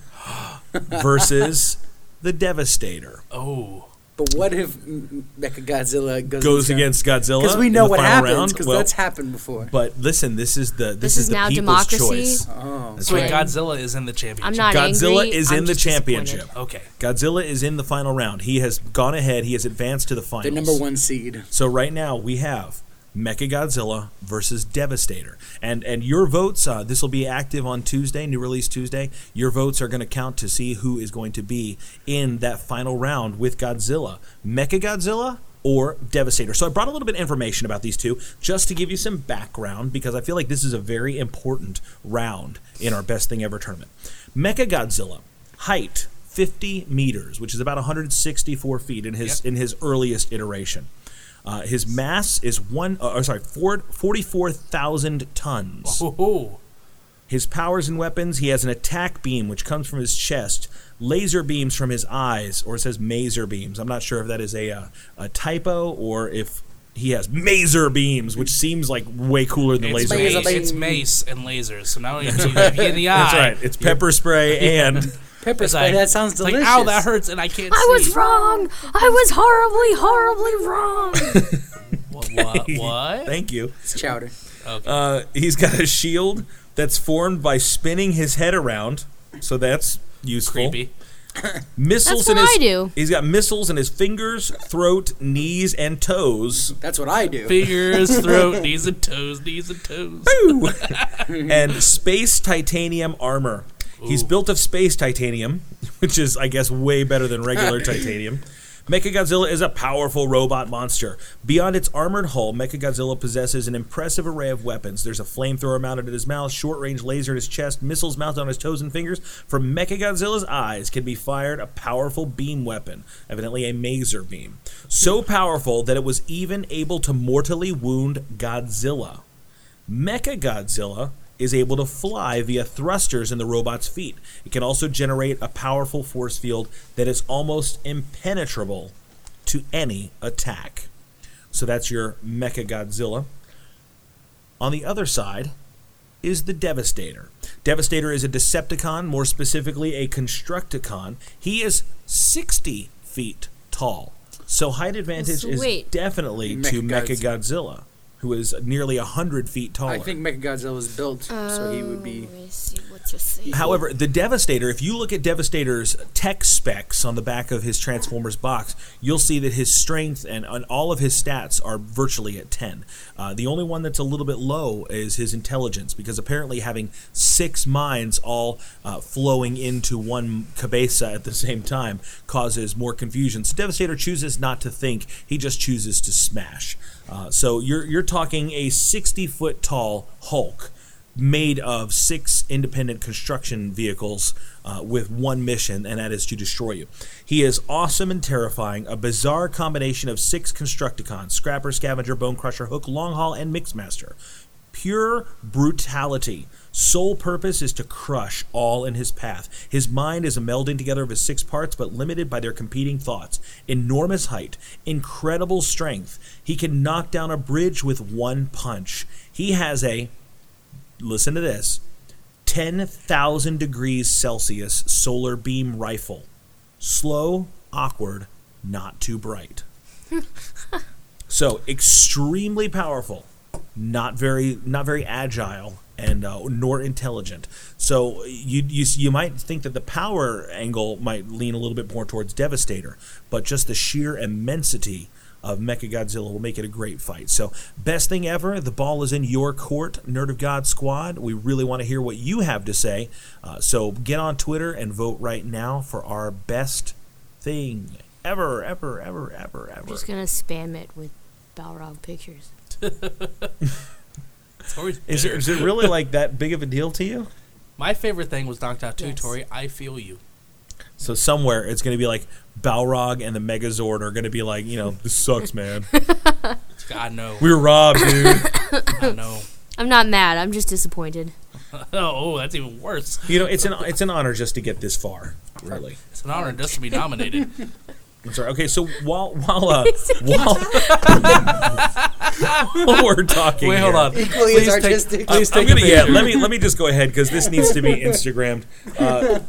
Speaker 2: versus the Devastator
Speaker 3: Oh.
Speaker 5: But what if Mecha Godzilla goes,
Speaker 2: goes against Godzilla
Speaker 5: Because we
Speaker 2: in
Speaker 5: know
Speaker 2: the
Speaker 5: what
Speaker 2: final
Speaker 5: happens.
Speaker 2: round.
Speaker 5: Because
Speaker 2: Well,
Speaker 5: that's happened before.
Speaker 2: But listen, this is the this,
Speaker 4: This is
Speaker 2: the
Speaker 4: now
Speaker 2: people's
Speaker 4: democracy.
Speaker 2: choice.
Speaker 5: Oh,
Speaker 2: That's
Speaker 3: So wait,
Speaker 2: right.
Speaker 3: Godzilla is in the championship.
Speaker 4: I'm not
Speaker 2: Godzilla
Speaker 4: angry.
Speaker 2: is
Speaker 4: I'm
Speaker 2: in the
Speaker 4: just disappointed.
Speaker 2: championship.
Speaker 3: Okay.
Speaker 2: Godzilla is in the final round. He has gone ahead. He has advanced to the finals.
Speaker 5: the number one seed.
Speaker 2: So right now we have Mecha Godzilla versus Devastator, and and your votes. Uh, this will be active on Tuesday, new release Tuesday. Your votes are going to count to see who is going to be in that final round with Godzilla, Mecha Godzilla. Or Devastator. So I brought a little bit of information about these two just to give you some background because I feel like this is a very important round in our Best Thing Ever tournament. Mecha Godzilla, height 50 meters, which is about 164 feet in his
Speaker 3: Yep.
Speaker 2: in his earliest iteration. Uh, his mass is one, uh, or sorry, four, 44,000 tons.
Speaker 3: Oh. Ooh.
Speaker 2: His powers and weapons, he has an attack beam which comes from his chest, laser beams from his eyes, or it says maser beams. I'm not sure if that is a, uh, a typo or if he has maser beams, which seems like way cooler than
Speaker 3: It's
Speaker 2: laser
Speaker 3: mace,
Speaker 2: beams.
Speaker 5: beams.
Speaker 3: it's mace and lasers. So now you have in the eye.
Speaker 2: That's right. It's pepper spray and
Speaker 5: Pepper
Speaker 3: It's
Speaker 5: spray.
Speaker 3: like-
Speaker 5: that sounds
Speaker 3: it's like,
Speaker 5: delicious.
Speaker 3: ow, that hurts, and I can't
Speaker 4: I was
Speaker 3: see.
Speaker 4: wrong. I was horribly, horribly wrong.
Speaker 3: What? What? what?
Speaker 2: thank you.
Speaker 5: It's chowder.
Speaker 2: Uh, he's got a shield that's formed by spinning his head around, so that's useful.
Speaker 3: Creepy.
Speaker 2: Missiles
Speaker 4: That's what
Speaker 2: in his,
Speaker 4: I do.
Speaker 2: He's got missiles in his fingers, throat, knees, and toes.
Speaker 5: That's what I do.
Speaker 3: Fingers, throat, knees and toes, knees and toes.
Speaker 2: and space titanium armor. He's built of space titanium, which is, I guess, way better than regular titanium. Mechagodzilla is a powerful robot monster. Beyond its armored hull, Mechagodzilla possesses an impressive array of weapons. There's a flamethrower mounted at his mouth, short-range laser at his chest, missiles mounted on his toes and fingers. From Mechagodzilla's eyes can be fired a powerful beam weapon, evidently a maser beam, so powerful that it was even able to mortally wound Godzilla. Mecha Godzilla is able to fly via thrusters in the robot's feet. It can also generate a powerful force field that is almost impenetrable to any attack. So that's your Mecha Godzilla. On the other side is the Devastator. Devastator is a Decepticon, more specifically a Constructicon. He is 60 feet tall. So height advantage is
Speaker 4: Sweet.
Speaker 2: definitely to Mecha Godzilla, who is nearly 100 feet taller.
Speaker 5: I think Mechagodzilla was built so he would be.
Speaker 2: However, the Devastator, if you look at Devastator's tech specs on the back of his Transformers box, you'll see that his strength and, and all of his stats are virtually at 10. Uh, the only one that's a little bit low is his intelligence, because apparently having six minds all uh, flowing into one cabeza at the same time causes more confusion. So Devastator chooses not to think, he just chooses to smash. Uh, so you're, you're talking a 60 foot tall Hulk made of six independent construction vehicles uh, with one mission, and that is to destroy you. He is awesome and terrifying, a bizarre combination of six Constructicons Scrapper, Scavenger, Bone Crusher, Hook, Long Haul, and Mixmaster. Pure brutality. Sole purpose is to crush all in his path. His mind is a melding together of his six parts, but limited by their competing thoughts. Enormous height, incredible strength. He can knock down a bridge with one punch. He has a listen to this 10,000 degrees Celsius solar beam rifle. Slow, awkward, not too bright. so, extremely powerful, not very not very agile and uh, nor intelligent. So, you, you you might think that the power angle might lean a little bit more towards devastator, but just the sheer immensity of Mechagodzilla will make it a great fight. So, best thing ever, the ball is in your court, Nerd of God squad. We really want to hear what you have to say. Uh, so, get on Twitter and vote right now for our best thing ever, ever, ever, ever, ever.
Speaker 4: I'm just gonna spam it with Balrog pictures.
Speaker 3: Tori's
Speaker 2: Is it,
Speaker 3: bitter.
Speaker 2: is it really like that big of a deal to you?
Speaker 3: My favorite thing was knocked out too,
Speaker 4: Yes.
Speaker 3: Tori. I feel you.
Speaker 2: So somewhere it's going to be like Balrog and the Megazord are going to be like, you know, this sucks, man.
Speaker 3: I know.
Speaker 2: We were robbed, dude.
Speaker 3: I know.
Speaker 4: I'm not mad. I'm just disappointed.
Speaker 3: Oh, that's even worse.
Speaker 2: You know, it's an it's an honor just to get this far. Really,
Speaker 3: It's an honor just to be nominated.
Speaker 2: I'm sorry. Okay, so while while uh, while, while we're talking,
Speaker 3: Wait, hold
Speaker 2: here-
Speaker 3: on.
Speaker 5: Equally
Speaker 3: Please
Speaker 5: as
Speaker 3: take-
Speaker 5: artistic.
Speaker 2: I'm,
Speaker 3: Please
Speaker 2: I'm
Speaker 3: take a
Speaker 2: gonna, yeah,
Speaker 3: picture.
Speaker 2: let me let me just go ahead because this needs to be Instagrammed. Uh,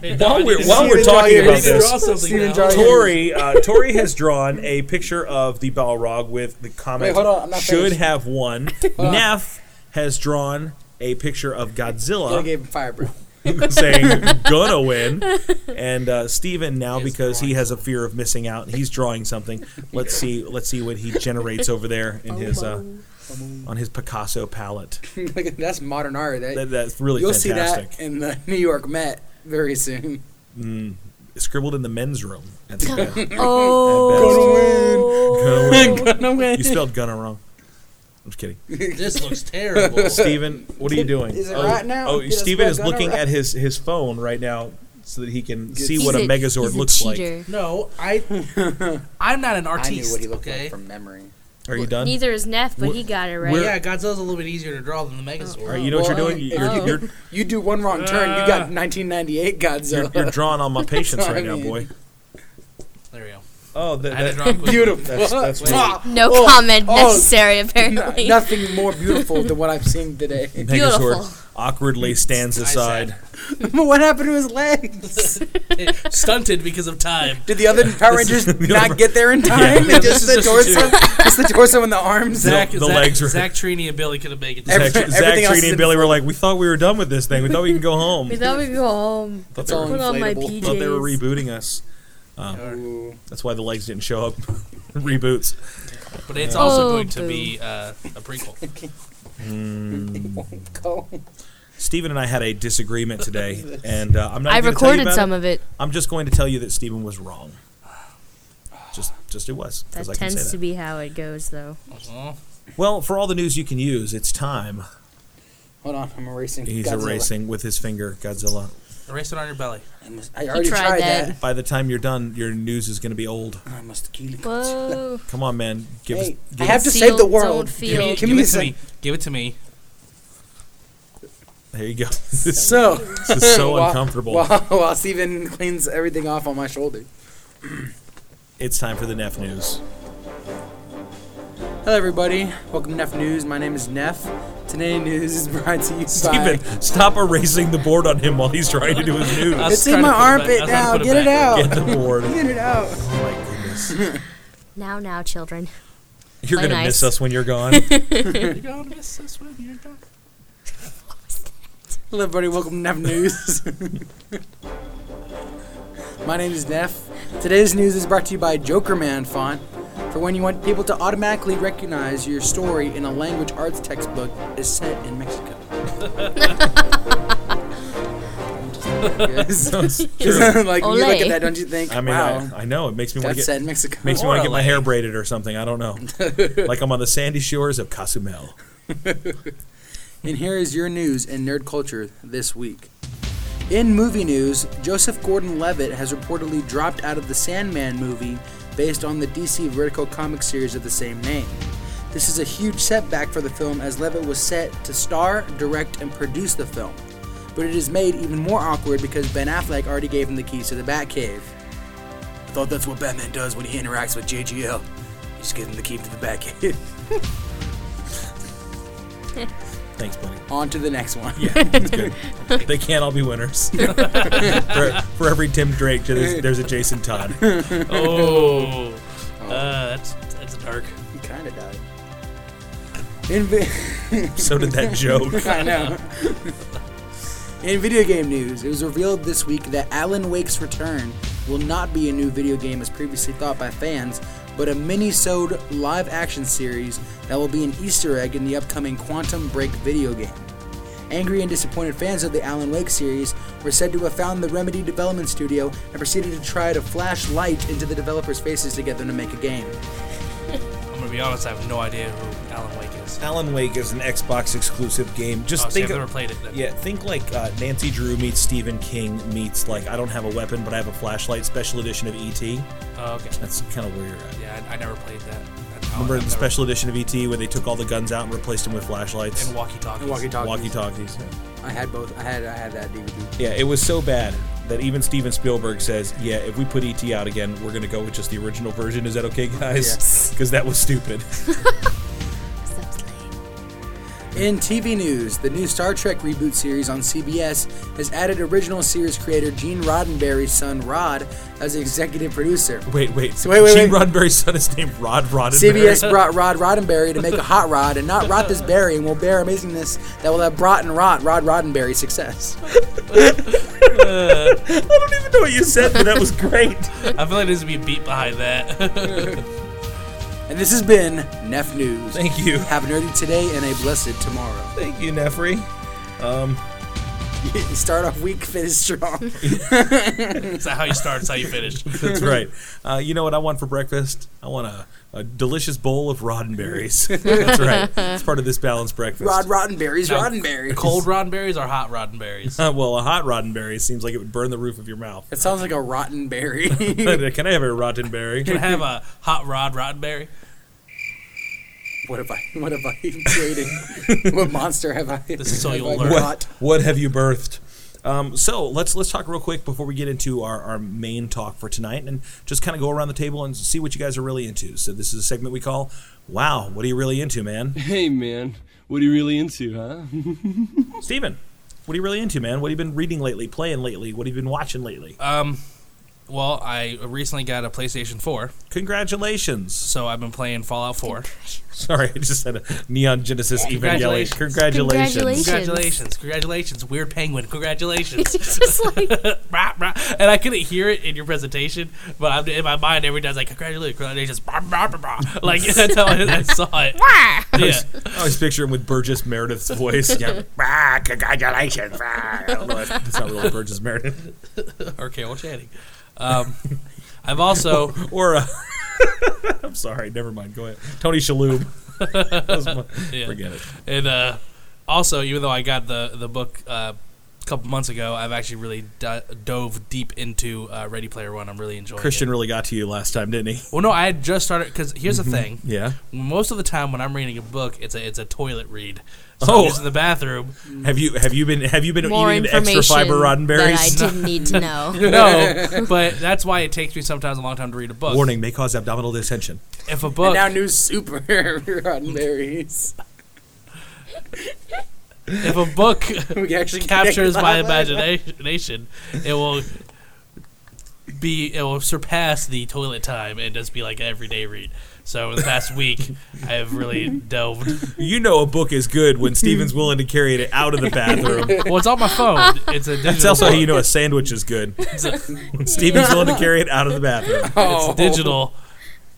Speaker 3: Hey, now
Speaker 2: while
Speaker 3: I need
Speaker 2: we're
Speaker 3: to
Speaker 2: while
Speaker 3: see-
Speaker 2: we're
Speaker 5: Steven
Speaker 2: talking
Speaker 5: Jair.
Speaker 3: I
Speaker 2: about
Speaker 3: need to
Speaker 2: this,
Speaker 3: draw something
Speaker 5: Steven
Speaker 3: now.
Speaker 5: Jair.
Speaker 2: Tori, uh, Tori has drawn a picture of the Balrog with the comment
Speaker 5: Wait, hold on, I'm not
Speaker 2: should
Speaker 5: finished.
Speaker 2: have won.
Speaker 5: on.
Speaker 2: Neff has drawn a picture of
Speaker 5: Gonna
Speaker 2: Godzilla
Speaker 5: give him fire, bro.
Speaker 2: saying gonna win. And uh Steven now
Speaker 3: He is
Speaker 2: because he
Speaker 3: drawing
Speaker 2: has a fear of missing out, he's drawing something. Let's see let's see what he generates over there in his uh on his Picasso palette.
Speaker 5: Look at- That's modern art. That,
Speaker 2: That, that's really
Speaker 5: you'll
Speaker 2: fantastic.
Speaker 5: see that in the New York Met very soon.
Speaker 2: Scribbled in the men's room. At the, at best.
Speaker 4: Oh,
Speaker 2: Gonna win.
Speaker 5: no way.
Speaker 2: You spelled gunna wrong. I'm just kidding.
Speaker 3: This looks terrible.
Speaker 2: Steven, what are you doing?
Speaker 5: Is it right now?
Speaker 2: Oh,
Speaker 5: Did I
Speaker 2: Steven
Speaker 5: spell
Speaker 2: is
Speaker 5: gunner
Speaker 2: looking
Speaker 5: right?
Speaker 2: at his, his phone right now so that he can see
Speaker 4: He's
Speaker 2: what a, Megazord
Speaker 4: he's
Speaker 2: looks like.
Speaker 4: cheater.
Speaker 3: No, I. I'm not an
Speaker 5: I
Speaker 3: artiste.
Speaker 5: knew what he looked
Speaker 3: okay.
Speaker 5: like from memory.
Speaker 2: Are you done?
Speaker 4: Neither is Neff, but he got it right.
Speaker 3: yeah, Godzilla's a little bit easier to draw than the
Speaker 5: Oh.
Speaker 3: Megazord.
Speaker 2: All right, you know what you're
Speaker 5: Well,
Speaker 2: doing?
Speaker 5: if
Speaker 2: You're,
Speaker 4: you-
Speaker 2: you're,
Speaker 5: You do one wrong turn, you got 1998
Speaker 2: you're,
Speaker 5: Godzilla.
Speaker 2: you're drawing on my patience
Speaker 5: That's what
Speaker 2: right
Speaker 5: I
Speaker 2: now,
Speaker 5: mean.
Speaker 2: boy.
Speaker 3: There we go.
Speaker 2: Oh, that,
Speaker 3: I had to
Speaker 2: that-
Speaker 3: draw quick.
Speaker 5: beautiful.
Speaker 2: That's- that's
Speaker 5: Mwah!
Speaker 2: right.
Speaker 4: No
Speaker 5: Oh,
Speaker 4: comment
Speaker 5: oh,
Speaker 4: necessary,
Speaker 5: n-
Speaker 4: apparently.
Speaker 5: nothing more beautiful than what I've seen today.
Speaker 4: Beautiful.
Speaker 2: Megazord awkwardly stands
Speaker 3: I said.
Speaker 2: aside.
Speaker 5: what happened to his legs?
Speaker 3: Stunted because of time.
Speaker 5: Did the other Power Rangers not get there in time?
Speaker 2: Yeah.
Speaker 5: And just the
Speaker 2: Just
Speaker 5: torso, just the torso and the arms.
Speaker 2: No.
Speaker 3: Zach,
Speaker 5: out?
Speaker 2: the
Speaker 3: Zach,
Speaker 2: legs were-
Speaker 3: Zach Trini and Billy could have made it.
Speaker 5: Every-
Speaker 2: Zach, Zach
Speaker 5: everything else is
Speaker 2: Trini, and
Speaker 5: in
Speaker 2: Billy were like, we thought we were done with this thing. We thought we could go home.
Speaker 4: We thought we'd go home.
Speaker 2: thought,
Speaker 5: It's
Speaker 2: they
Speaker 5: all
Speaker 2: were,
Speaker 4: Put on my
Speaker 5: inflatable.
Speaker 4: PJs.
Speaker 2: thought they were rebooting us.
Speaker 5: Ooh.
Speaker 2: That's why the legs didn't show up. Reboots.
Speaker 3: But it's also
Speaker 4: Oh,
Speaker 3: going to
Speaker 4: boo.
Speaker 3: be uh, a prequel.
Speaker 5: Go.
Speaker 2: Steven and I had a disagreement today, and uh, I'm not.
Speaker 4: I
Speaker 2: gonna tell you
Speaker 4: recorded
Speaker 2: about
Speaker 4: some
Speaker 2: it.
Speaker 4: of it.
Speaker 2: I'm just going to tell you that Steven was wrong. Just, just it was. 'cause
Speaker 4: That
Speaker 2: I can say
Speaker 4: tends to
Speaker 2: that.
Speaker 4: be how it goes, though.
Speaker 3: Uh-huh.
Speaker 2: Well, for all the news you can use, it's time.
Speaker 5: Hold on, I'm erasing.
Speaker 2: He's
Speaker 5: Godzilla.
Speaker 2: erasing with his finger Godzilla.
Speaker 3: Erase it on your belly.
Speaker 5: I, must, I already
Speaker 4: tried
Speaker 5: tried,
Speaker 4: that.
Speaker 5: that.
Speaker 2: By the time you're done, your news is going to be old.
Speaker 5: I must kill it.
Speaker 4: Whoa.
Speaker 2: Come on, man. Give
Speaker 5: Hey,
Speaker 2: us.
Speaker 5: I
Speaker 2: Give
Speaker 5: have
Speaker 2: us-
Speaker 5: to save the
Speaker 4: Sealed,
Speaker 5: world.
Speaker 4: don't
Speaker 5: Give me,
Speaker 4: feel.
Speaker 5: give
Speaker 3: Give
Speaker 5: me
Speaker 3: it to
Speaker 5: some-
Speaker 3: me. Give it to me.
Speaker 2: there you go. This is,
Speaker 5: So,
Speaker 2: this is so
Speaker 5: while-
Speaker 2: uncomfortable.
Speaker 5: While, while Steven cleans everything off on my shoulder.
Speaker 2: It's time for the Neff news.
Speaker 5: Hello, everybody. Welcome to Neff News. My name is Neff. Today news is brought to you by.
Speaker 2: Steven, stop erasing the board on him while he's trying to do his
Speaker 3: I
Speaker 2: news.
Speaker 3: was
Speaker 5: It's in
Speaker 3: trying to
Speaker 5: my
Speaker 3: put it back-
Speaker 5: armpit
Speaker 3: I was trying to
Speaker 5: now.
Speaker 3: put it
Speaker 5: Get
Speaker 3: back.
Speaker 5: it
Speaker 2: Get
Speaker 5: out.
Speaker 2: the board.
Speaker 5: Get it out.
Speaker 2: Oh my goodness.
Speaker 4: Now, now, children.
Speaker 2: You're
Speaker 4: Play
Speaker 2: going to miss
Speaker 4: nice.
Speaker 2: us when you're gone.
Speaker 3: You gotta miss this one. You're done.
Speaker 5: Hello, everybody. Welcome to Neff News. My name is Neff. Today's news is brought to you by Joker Man font. For when you want people to automatically recognize your story in a language arts textbook is set in Mexico. Yes.
Speaker 2: Sounds true.
Speaker 5: like you look
Speaker 4: Olé.
Speaker 5: at that, don't you think?
Speaker 2: I mean,
Speaker 5: wow,
Speaker 2: I, I know it makes me want
Speaker 5: that's
Speaker 2: to
Speaker 5: set
Speaker 2: get
Speaker 5: in Mexico.
Speaker 2: makes me want to get my
Speaker 3: Orale.
Speaker 2: hair braided or something. I don't know. like I'm on the sandy shores of Cozumel.
Speaker 5: And here is your news in nerd culture this week. In movie news, Joseph Gordon Levitt has reportedly dropped out of the Sandman movie based on the DC Vertigo comic series of the same name. This is a huge setback for the film as Levitt was set to star, direct, and produce the film. But it is made even more awkward because Ben Affleck already gave him the keys to the Batcave. I thought that's what Batman does when he interacts with JGL. He just gives him the key to the Batcave.
Speaker 2: Thanks, buddy.
Speaker 5: on to the next one.
Speaker 2: Yeah, that's good. they can't all be winners. for, for every Tim Drake, there's, there's a Jason Todd.
Speaker 3: Oh, uh, that's that's dark.
Speaker 5: He kind of died. In vi-
Speaker 2: So did that joke.
Speaker 5: I know. In video game news, it was revealed this week that Alan Wake's return will not be a new video game as previously thought by fans, but a mini-sode live action series that will be an Easter egg in the upcoming Quantum Break video game. Angry and disappointed fans of the Alan Wake series were said to have found the Remedy development studio and proceeded to try to flash light into the developers' faces to get them to make a game.
Speaker 3: I'm gonna be honest. I have no idea who Alan Wake is.
Speaker 2: Alan Wake is an Xbox exclusive game. Just
Speaker 3: Oh, see,
Speaker 2: think
Speaker 3: I've
Speaker 2: of-
Speaker 3: never played it. Then.
Speaker 2: Yeah, think like uh, Nancy Drew meets Stephen King meets like I don't have a weapon but I have a flashlight special edition of ET.
Speaker 3: Oh, okay.
Speaker 2: That's kind of weird.
Speaker 3: Yeah, I, I never played that. I-
Speaker 2: Remember
Speaker 3: I've
Speaker 2: the
Speaker 3: never-
Speaker 2: special edition of ET where they took all the guns out and replaced them with flashlights,
Speaker 3: and walkie talkies.
Speaker 5: And walkie-talkies.
Speaker 2: walkie talkies. Yeah.
Speaker 5: I had both. I had I had that DVD.
Speaker 2: Yeah, it was so bad that even Steven Spielberg says, "Yeah, if we put ET out again, we're gonna go with just the original version. Is that okay, guys? Because that was stupid."
Speaker 5: In TV news, the new Star Trek reboot series on CBS has added original series creator Gene Roddenberry's son Rod as executive producer.
Speaker 2: Wait, wait,
Speaker 5: So wait, wait,
Speaker 2: Gene
Speaker 5: wait.
Speaker 2: Roddenberry's son is named Rod Roddenberry.
Speaker 5: CBS brought Rod Roddenberry to make a hot rod and not rot this berry and will bear amazingness that will have brought and rot Rod Roddenberry's success.
Speaker 2: I don't even know what you said, but that was great.
Speaker 3: I feel like there's gonna be a beat behind that.
Speaker 5: And this has been Neff News.
Speaker 2: Thank you,
Speaker 5: Have a nerdy today and a blessed tomorrow.
Speaker 2: thank you, Nefri.
Speaker 5: Start off weak, finish strong.
Speaker 3: it's not how you start, it's how you finish.
Speaker 2: That's right. Uh, you know what I want for breakfast? I want a, a delicious bowl of Roddenberries. That's right. It's part of this balanced breakfast.
Speaker 5: Rod Roddenberry's
Speaker 3: Now,
Speaker 5: Roddenberry.
Speaker 3: Cold Roddenberries or hot Roddenberries?
Speaker 2: Uh, well, a hot Roddenberry seems like it would burn the roof of your mouth.
Speaker 5: That sounds like a rotten berry.
Speaker 2: Can I have a Roddenberry?
Speaker 3: Can I have a hot rod Roddenberry?
Speaker 5: what have I? What have I created? what monster have I?
Speaker 3: This is so
Speaker 5: have
Speaker 3: you'll
Speaker 5: I
Speaker 3: learn.
Speaker 2: what,
Speaker 5: brought?
Speaker 2: what have you birthed? Um, so let's let's talk real quick before we get into our, our main talk for tonight, and just kind of go around the table and see what you guys are really into. So this is a segment we call "Wow, what are you really into, man?"
Speaker 8: Hey man, what are you really into, huh?
Speaker 2: Steven, what are you really into, man? What have you been reading lately, playing lately? What have you been watching lately?
Speaker 3: Um, well, I recently got a PlayStation 4,
Speaker 2: Congratulations!
Speaker 3: so I've been playing Fallout 4.
Speaker 2: Sorry, I just said a Neon Genesis Evangelion.
Speaker 3: Congratulations.
Speaker 2: Congratulations!
Speaker 4: Congratulations.
Speaker 3: Congratulations, congratulations, Weird Penguin, congratulations.
Speaker 4: It's just like
Speaker 3: Rah, rah. and I couldn't hear it in your presentation, but I'm, in my mind every time it's like, congratulations, congratulations, brah, brah, brah, brah. Like, that's how I, I saw it.
Speaker 2: I
Speaker 3: Yeah.
Speaker 2: always, I always picture him with Burgess Meredith's voice. Yeah, ah, congratulations! Ah. I don't know if- That's not really Burgess Meredith.
Speaker 3: Or Carol Channing. Um, I've also,
Speaker 2: or i I'm sorry, never mind. Go ahead, Tony Shalhoub. That was my-
Speaker 3: Yeah.
Speaker 2: Forget it.
Speaker 3: and uh, also, even though I got the, the book uh, a couple months ago, I've actually really do- dove deep into uh, Ready Player One. I'm really enjoying it.
Speaker 2: Christian really got to you last time, didn't he?
Speaker 3: Well, no, I had just started because here's the thing.
Speaker 2: Mm-hmm. Yeah.
Speaker 3: Most of the time when I'm reading a book, it's a it's a toilet read. So
Speaker 2: Oh.
Speaker 3: I'm just in the bathroom.
Speaker 2: Have you have you been have you been
Speaker 4: more
Speaker 2: eating extra
Speaker 4: information
Speaker 2: fiber
Speaker 4: that I
Speaker 2: Roddenberries?
Speaker 4: didn't need to know.
Speaker 3: No, but that's why it takes me sometimes a long time to read a book.
Speaker 2: Warning may cause abdominal distension.
Speaker 3: If a
Speaker 5: And
Speaker 3: book,
Speaker 5: now new super Roddenberries.
Speaker 3: if a book
Speaker 5: We actually
Speaker 3: captures my
Speaker 5: imagination.
Speaker 3: imagination, it will be it will surpass the toilet time and just be like an everyday read. So in the past week, I have really delved.
Speaker 2: You know a book is good when Steven's willing to carry it out of the bathroom.
Speaker 3: Well, it's on my phone. It's a digital.
Speaker 2: That's also how
Speaker 3: book.
Speaker 2: you know a sandwich is good. When Steven's willing to carry it out of the bathroom.
Speaker 3: it's a digital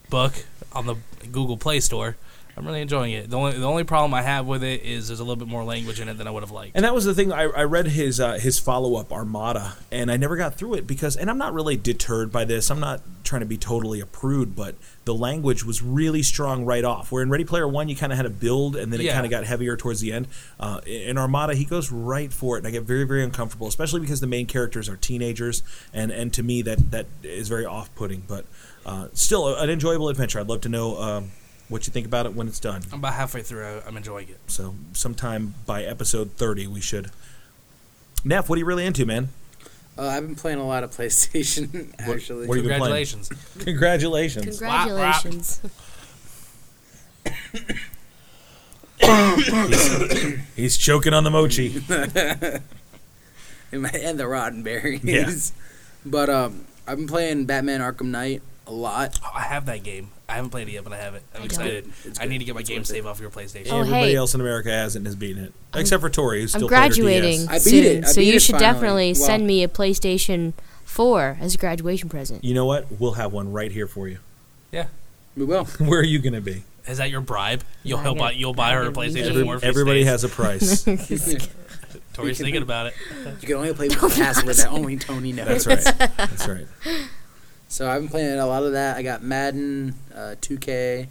Speaker 3: book on the Google Play Store. I'm really enjoying it. The only the only problem I have with it is there's a little bit more language in it than I would have liked.
Speaker 2: And that was the thing. I, I read his uh, his follow up Armada, and I never got through it because. And I'm not really deterred by this. I'm not trying to be totally a prude, but the language was really strong right off. Where in Ready Player One, you kind of had a build, and then it
Speaker 3: Yeah.
Speaker 2: kind of got heavier towards the end. Uh, in in Armada, he goes right for it, and I get very very uncomfortable, especially because the main characters are teenagers, and and to me that that is very off putting. But uh, still, a- an enjoyable adventure. I'd love to know. Um, what you think about it when it's done?
Speaker 3: I'm about halfway through. I- I'm enjoying it.
Speaker 2: So sometime by episode 30, we should. Neff, what are you really into, man?
Speaker 5: Uh, I've been playing a lot of PlayStation actually.
Speaker 2: what are you- been playing?
Speaker 3: Congratulations.
Speaker 2: Congratulations.
Speaker 4: Congratulations.
Speaker 2: He's choking on the mochi.
Speaker 5: and my- and the Roddenberries.
Speaker 2: Yeah.
Speaker 5: But um, I've been playing Batman Arkham Knight a lot.
Speaker 3: Oh, I have that game. I haven't played it yet, but I have it. I'm
Speaker 4: I don't.
Speaker 3: excited.
Speaker 5: It's
Speaker 3: I
Speaker 5: good.
Speaker 3: need to get my
Speaker 5: It's
Speaker 3: game
Speaker 5: worth it.
Speaker 3: save off your PlayStation.
Speaker 4: Oh,
Speaker 2: Everybody
Speaker 4: hey.
Speaker 2: else in America hasn't has beaten it, except for Tori, who's
Speaker 4: I'm
Speaker 2: still played her
Speaker 4: graduating
Speaker 2: DS.
Speaker 5: I beat
Speaker 4: soon,
Speaker 5: it. I
Speaker 4: so
Speaker 5: beat
Speaker 4: you
Speaker 5: it
Speaker 4: should
Speaker 5: finally.
Speaker 4: definitely
Speaker 5: Well-
Speaker 4: send me a PlayStation 4 as a graduation present.
Speaker 2: You know what? We'll have one right here for you.
Speaker 3: Yeah.
Speaker 5: We will.
Speaker 2: Where are you going to be?
Speaker 3: Is that your bribe? You'll
Speaker 4: Not
Speaker 3: help
Speaker 4: gonna-
Speaker 3: out. You'll buy
Speaker 4: not
Speaker 3: her a
Speaker 4: gonna be
Speaker 3: PlayStation
Speaker 4: Every-
Speaker 3: Four. if she
Speaker 2: Everybody has
Speaker 3: stays.
Speaker 2: a price.
Speaker 5: you
Speaker 3: Tori's thinking about it.
Speaker 5: can only play with password that only Tony knows.
Speaker 2: That's right. That's right.
Speaker 5: So I've been playing a lot of that. I got Madden, uh, 2K.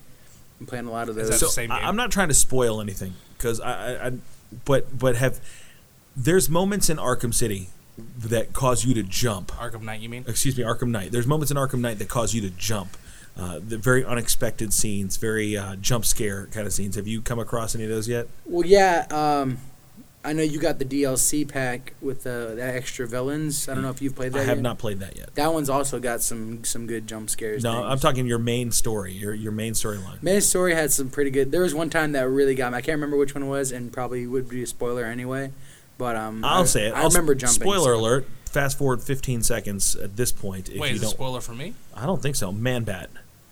Speaker 5: I'm playing a lot of
Speaker 3: Is that
Speaker 5: those.
Speaker 2: So
Speaker 3: the same
Speaker 2: I,
Speaker 3: game?
Speaker 2: I'm not trying to spoil anything because I, I, I, but but have there's moments in Arkham City that cause you to jump.
Speaker 3: Arkham Knight, you mean?
Speaker 2: Excuse me, Arkham Knight. There's moments in Arkham Knight that cause you to jump. Uh, the very unexpected scenes, very uh, jump scare kind of scenes. Have you come across any of those yet?
Speaker 5: well, yeah. Um, I know you got the DLC pack with uh, that extra villains. I don't know if you've played that.
Speaker 2: I have
Speaker 5: yet.
Speaker 2: not played that yet.
Speaker 5: That one's also got some some good jump scares.
Speaker 2: No,
Speaker 5: things.
Speaker 2: I'm talking your main story, your your main storyline.
Speaker 5: Main story had some pretty good. There was one time that really got me. I can't remember which one it was, and probably would be a spoiler anyway. But um,
Speaker 2: I'll
Speaker 5: I,
Speaker 2: say it.
Speaker 5: I
Speaker 2: I'll s-
Speaker 5: remember jumping.
Speaker 2: Spoiler
Speaker 5: so-
Speaker 2: alert. Fast forward 15 seconds at this point. If
Speaker 3: Wait,
Speaker 2: you
Speaker 3: is it a
Speaker 2: don't,
Speaker 3: spoiler for me?
Speaker 2: I don't think so. Man Bat.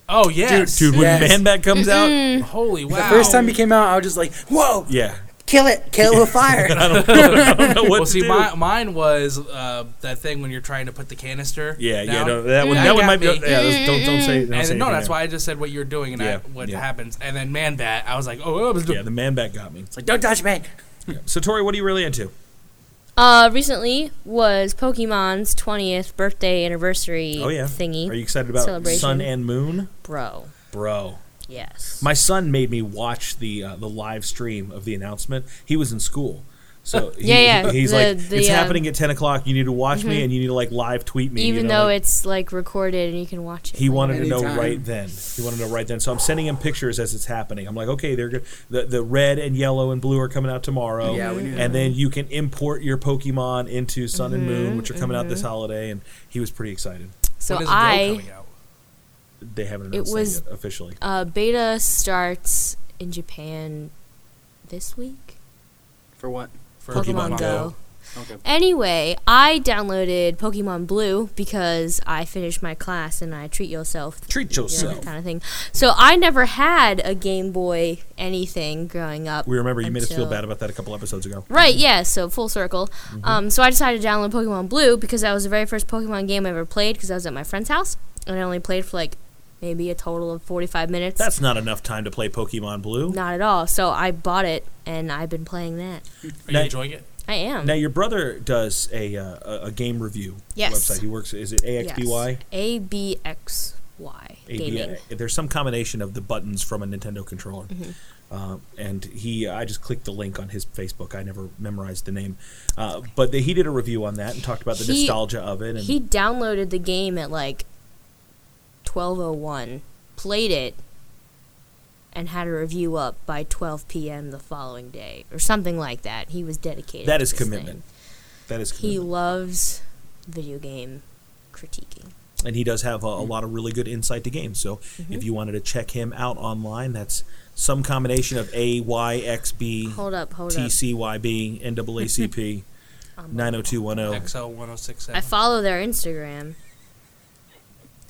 Speaker 3: Oh yes,
Speaker 2: Dude, when
Speaker 5: Yes.
Speaker 2: Man Bat comes out,
Speaker 3: Holy wow!
Speaker 5: The first time he came out, I was just like, "Whoa,
Speaker 2: yeah.
Speaker 5: kill it, kill it with fire!"
Speaker 2: I don't know what
Speaker 3: well,
Speaker 2: to
Speaker 3: see,
Speaker 2: do.
Speaker 3: my, mine was uh, that thing when you're trying to put the canister.
Speaker 2: Yeah, yeah,
Speaker 3: down.
Speaker 2: no, that one,
Speaker 3: That
Speaker 2: that, one
Speaker 3: got
Speaker 2: might be.
Speaker 3: me.
Speaker 2: Yeah, that's- don't don't say. Don't
Speaker 3: And
Speaker 2: say
Speaker 3: no,
Speaker 2: anything
Speaker 3: that's
Speaker 2: there.
Speaker 3: why I just said what you're doing and I,
Speaker 2: Yeah,
Speaker 3: what
Speaker 2: yeah.
Speaker 3: happens. And then Man Bat, I was like, oh, it was
Speaker 2: Yeah, the Man Bat got me.
Speaker 5: it's like, "Don't touch me."
Speaker 2: So Tori, what are you really into?
Speaker 4: Uh, recently was Pokemon's 20th birthday anniversary
Speaker 2: Oh yeah,
Speaker 4: thingy.
Speaker 2: Are you excited about
Speaker 4: Celebration.
Speaker 2: Sun and Moon,
Speaker 4: Bro,
Speaker 2: bro?
Speaker 4: yes.
Speaker 2: My son made me watch the uh, the live stream of the announcement. He was in school, so he,
Speaker 4: Yeah, yeah,
Speaker 2: he's
Speaker 4: the-
Speaker 2: like,
Speaker 4: the,
Speaker 2: it's
Speaker 4: um, Mm-hmm.
Speaker 2: happening at ten o'clock. You need to watch me, and you need to like live tweet me.
Speaker 4: Even
Speaker 2: you know,
Speaker 4: though
Speaker 2: like-
Speaker 4: it's like recorded and you can watch it.
Speaker 2: He
Speaker 4: later.
Speaker 2: wanted to know
Speaker 5: Anytime.
Speaker 2: right then. He wanted to know right then. So I'm sending him pictures as it's happening. I'm like, okay, they're good. The, the red and yellow and blue are coming out tomorrow.
Speaker 5: Yeah, we knew that.
Speaker 2: And then you can import your Pokemon into Sun and
Speaker 4: Mm-hmm,
Speaker 2: Moon, which are coming out this holiday. And he was pretty excited.
Speaker 4: So
Speaker 3: When is Go
Speaker 4: I
Speaker 3: coming out?
Speaker 2: They haven't
Speaker 4: It
Speaker 2: announced it
Speaker 4: was-
Speaker 2: yet officially.
Speaker 4: uh, beta starts in Japan this week.
Speaker 5: For what?
Speaker 3: For
Speaker 2: Pokemon Go.
Speaker 5: Okay.
Speaker 4: Anyway, I downloaded Pokemon Blue because I finished my class and I treat yourself
Speaker 2: Treat
Speaker 4: you know,
Speaker 2: yourself.
Speaker 4: kind of thing. So I never had a Game Boy anything growing up.
Speaker 2: We remember you made us feel
Speaker 4: until-
Speaker 2: bad about that a couple episodes ago.
Speaker 4: Right, yeah, so full circle.
Speaker 2: Mm-hmm.
Speaker 4: Um, so I decided to download Pokemon Blue because that was the very first Pokemon game I ever played because I was at my friend's house and I only played for like maybe a total of 45 minutes.
Speaker 2: That's not enough time to play Pokemon Blue.
Speaker 4: Not at all. So I bought it and I've been playing that.
Speaker 3: Are you
Speaker 2: Now-
Speaker 3: enjoying it?
Speaker 4: I am.
Speaker 2: Now your brother does a uh, a, a game review
Speaker 4: Yes.
Speaker 2: website. He works. Is it AXBY?
Speaker 4: A B X Y. Gaming.
Speaker 2: ABA. There's some combination of the buttons from a Nintendo controller.
Speaker 4: Mm-hmm.
Speaker 2: Uh, and he, I just clicked the link on his Facebook. I never memorized the name, uh, but the, he did a review on that and talked about the
Speaker 4: He-
Speaker 2: nostalgia of it. And
Speaker 4: He downloaded the game at like 12:01, played it, and had a review up by 12 p.m. the following day, or something like that. He was dedicated.
Speaker 2: that
Speaker 4: to
Speaker 2: is
Speaker 4: this
Speaker 2: commitment. That is
Speaker 4: thing. He
Speaker 2: commitment.
Speaker 4: loves video game critiquing.
Speaker 2: and he does have a,
Speaker 4: Mm-hmm.
Speaker 2: a lot of really good insight to games. So if you wanted to check him out online, that's some combination of A Y X B
Speaker 4: Hold up, hold
Speaker 2: T
Speaker 4: up.
Speaker 2: C Y B N double A C P nine zero two one zero.
Speaker 3: XL one oh six
Speaker 4: I
Speaker 3: seven.
Speaker 4: follow their Instagram.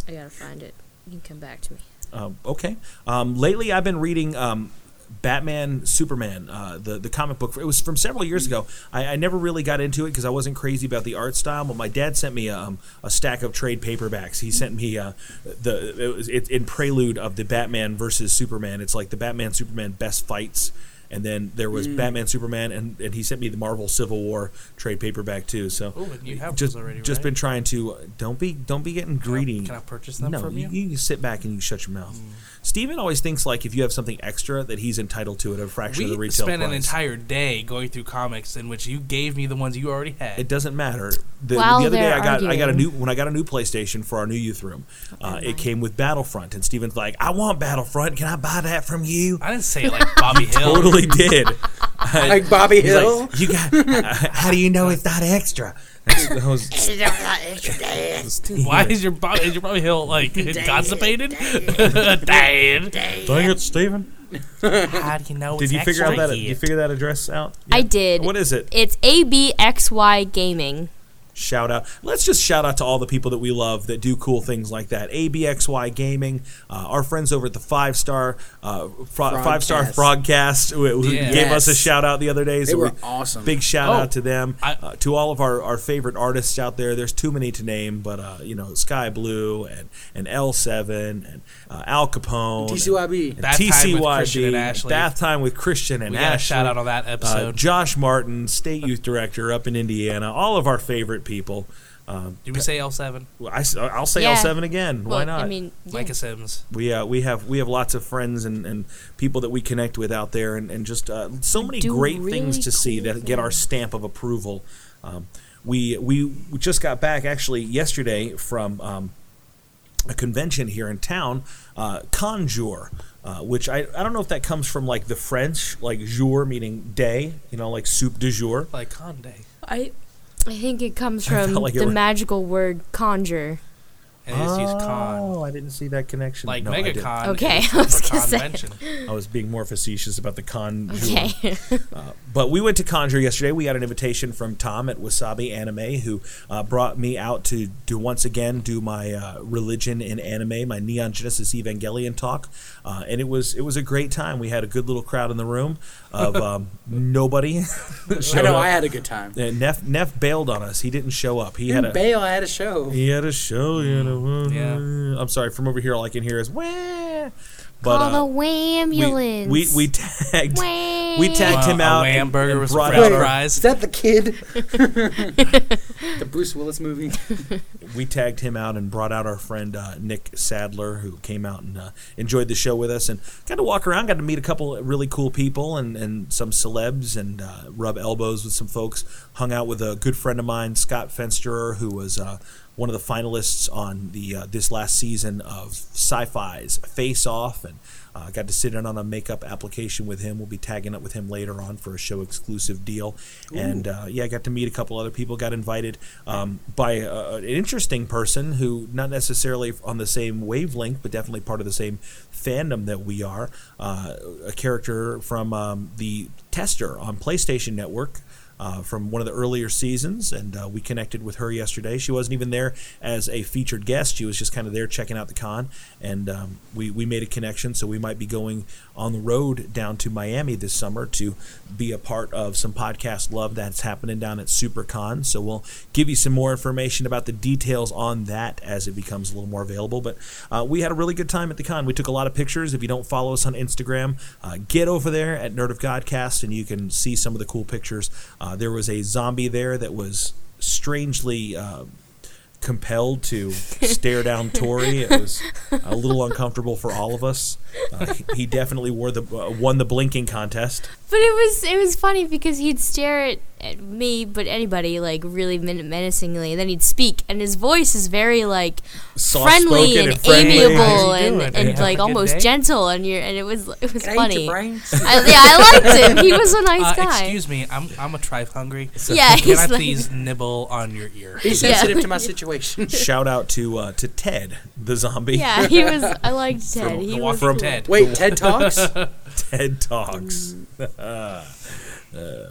Speaker 4: I gotta find it. You can come back to me.
Speaker 2: Um, okay. Um, lately, I've been reading um, Batman, Superman, uh, the the comic book. It was from several years ago. I, I never really got into it because I wasn't crazy about the art style. But my dad sent me um, a stack of trade paperbacks. He sent me uh, the it was it, in prelude of the Batman versus Superman. It's like the Batman Superman best fights. And then there
Speaker 3: Mm.
Speaker 2: was Batman, Superman, and, and he sent me the Marvel Civil War trade paperback too. So
Speaker 3: Ooh, and you have
Speaker 2: just
Speaker 3: those already,
Speaker 2: just
Speaker 3: right?
Speaker 2: been trying to uh, don't be don't be getting
Speaker 3: I-
Speaker 2: greedy.
Speaker 3: can I purchase them
Speaker 2: no,
Speaker 3: from you?
Speaker 2: You can sit back and you shut your mouth. Steven always thinks like if you have something extra that he's entitled to at a fraction of the
Speaker 3: We
Speaker 2: retail
Speaker 3: spent an
Speaker 2: price.
Speaker 3: entire day going through comics in which you gave me the ones you already had.
Speaker 2: it doesn't matter. The,
Speaker 4: While
Speaker 2: the other day
Speaker 4: they're
Speaker 2: I got I got a
Speaker 4: arguing-
Speaker 2: new when I got a new PlayStation for our new youth room. Uh, it came with Battlefront, and Steven's like, "I want Battlefront. Can I buy that from you?"
Speaker 3: I didn't say it like Bobby Hill.
Speaker 2: totally did.
Speaker 5: Like Bobby
Speaker 2: He's
Speaker 5: Hill.
Speaker 2: like, you got. how do you know it's not extra? That's- that was-
Speaker 3: Why is your Bobby, is your Bobby Hill like constipated? Dang.
Speaker 2: Dang it, Steven.
Speaker 3: How do you know?
Speaker 2: Did
Speaker 3: it's
Speaker 2: you figure out
Speaker 3: extra
Speaker 2: that? Did you
Speaker 3: here?
Speaker 2: figure that address out?
Speaker 4: I
Speaker 2: Yeah.
Speaker 4: did.
Speaker 2: What is it?
Speaker 4: It's A B X Y Gaming.
Speaker 2: shout out. Let's just shout out to all the people that we love that do cool things like that. ABXY Gaming, uh, our friends over at the Five Star uh, fro- Five Star Frogcast, who, who
Speaker 3: Yeah.
Speaker 2: gave us a
Speaker 5: Yes.
Speaker 2: shout out the other day.
Speaker 5: They were
Speaker 2: we-
Speaker 5: awesome.
Speaker 2: Big shout
Speaker 3: Oh,
Speaker 2: out to them.
Speaker 3: I-
Speaker 2: uh, to all of our, our favorite artists out there. There's too many to name, but uh, you know Sky Blue and and L7 and uh, Al Capone,
Speaker 5: TCYB.
Speaker 2: and, and
Speaker 3: Bath Time with
Speaker 2: TCYB,
Speaker 3: Christian and Ashley.
Speaker 2: Bath Time with Christian and
Speaker 3: We got a
Speaker 2: Ashley.
Speaker 3: shout out on that
Speaker 2: Uh,
Speaker 3: episode.
Speaker 2: Josh Martin, state youth director up in Indiana. All of our favorite people. Um,
Speaker 3: Did we say L seven?
Speaker 2: I, will say
Speaker 4: Yeah.
Speaker 2: L7 again. Why
Speaker 4: Well,
Speaker 2: not?
Speaker 4: I mean, yeah.
Speaker 3: Micah Sims.
Speaker 2: we uh, we have we have lots of friends and, and people that we connect with out there, and and just uh, so many
Speaker 4: Do
Speaker 2: great
Speaker 4: really
Speaker 2: things to see
Speaker 4: cool
Speaker 2: that get our stamp of approval. Um, we we we just got back actually yesterday from. Um, a convention here in town, uh, Conjure, uh, which I, I don't know if that comes from like the French, like jour meaning day, you know, like soup du jour.
Speaker 3: Like Conde.
Speaker 4: I I think it comes from
Speaker 2: like it
Speaker 4: the
Speaker 2: were-
Speaker 4: magical word conjure.
Speaker 3: And they just use con.
Speaker 2: Oh, I didn't see that connection.
Speaker 3: Like
Speaker 2: No, I didn't.
Speaker 3: MegaCon.
Speaker 4: Okay,
Speaker 3: is
Speaker 4: I was
Speaker 3: for
Speaker 4: gonna say.
Speaker 3: convention.
Speaker 2: I was being more facetious about the Conjure.
Speaker 4: Okay.
Speaker 2: But we went to Conjure yesterday. We got an invitation from Tom at Wasabi Anime, who uh, brought me out to do once again do my uh, religion in anime, my Neon Genesis Evangelion talk, uh, and it was it was a great time. We had a good little crowd in the room of um, nobody.
Speaker 5: I
Speaker 2: showed
Speaker 5: know
Speaker 2: up.
Speaker 5: I had a good time.
Speaker 2: Uh, Neff Neff bailed on us. He didn't show up. He had
Speaker 5: In
Speaker 2: a
Speaker 5: Bale, I had a show.
Speaker 2: he had a show. You know.
Speaker 3: Mm. Yeah.
Speaker 2: I'm sorry. From over here, all I can hear is wah. But
Speaker 6: Call
Speaker 2: uh,
Speaker 6: the wambulance.
Speaker 2: we, we we tagged
Speaker 6: Wham.
Speaker 2: we tagged him
Speaker 3: Well, a
Speaker 2: out.
Speaker 3: wham
Speaker 2: and-
Speaker 3: burger
Speaker 2: and
Speaker 3: with some
Speaker 2: brought
Speaker 3: french
Speaker 2: out-
Speaker 3: fries.
Speaker 5: Is that the kid? the Bruce Willis movie.
Speaker 2: we tagged him out and brought out our friend uh, Nick Sadler, who came out and uh, enjoyed the show with us and got to walk around, got to meet a couple of really cool people and, and some celebs and uh, rub elbows with some folks. Hung out with a good friend of mine, Scott Fensterer, who was uh, one of the finalists on the uh, this last season of Sci-Fi's Face Off and. Uh, got to sit in on a makeup application with him. We'll be tagging up with him later on for a show exclusive deal. And uh, yeah, I got to meet a couple other people. Got invited um, by uh, an interesting person who, not necessarily on the same wavelength, but definitely part of the same fandom that we are. Uh, a character from um, the Tester on PlayStation Network uh, from one of the earlier seasons, and uh, we connected with her yesterday. She wasn't even there as a featured guest; she was just kind of there checking out the con, and um, we we made a connection. So we might be going on the road down to Miami this summer to be a part of some podcast love that's happening down at SuperCon. So we'll give you some more information about the details on that as it becomes a little more available. But uh, we had a really good time at the con. We took a lot of pictures. If you don't follow us on Instagram, uh, get over there at Nerd of Godcast and you can see some of the cool pictures. Uh, there was a zombie there that was strangely. Uh, compelled to stare down Tori. It was a little uncomfortable for all of us. Uh, he- he definitely wore the uh, won the blinking contest.
Speaker 4: But it was it was funny because he'd stare at, at me, but anybody like really men- menacingly, and then he'd speak, and his voice is very like
Speaker 2: Soft-spoken
Speaker 4: friendly and,
Speaker 2: and friendly.
Speaker 4: amiable
Speaker 3: How you
Speaker 4: and,
Speaker 3: doing?
Speaker 4: and,
Speaker 3: Having a
Speaker 4: like
Speaker 3: good
Speaker 4: almost
Speaker 3: day?
Speaker 4: gentle, and you're and it was it was
Speaker 5: Can I eat
Speaker 4: funny.
Speaker 5: your
Speaker 4: I,
Speaker 5: brains?
Speaker 4: yeah, I liked him. He was a nice
Speaker 3: Uh,
Speaker 4: guy.
Speaker 3: excuse me, I'm I'm a trife hungry.
Speaker 4: Yeah,
Speaker 3: Can
Speaker 4: he's
Speaker 3: I
Speaker 4: like-
Speaker 3: please nibble on your ear?
Speaker 5: Be sensitive to my situation.
Speaker 2: Shout out to uh, to Ted the zombie.
Speaker 4: Yeah, he was. I liked Ted.
Speaker 3: The
Speaker 4: he
Speaker 3: walk
Speaker 4: was
Speaker 3: from
Speaker 4: cool.
Speaker 3: Ted.
Speaker 5: Wait, TED Talks?
Speaker 2: Ted Talks.
Speaker 4: Mm.
Speaker 2: Uh,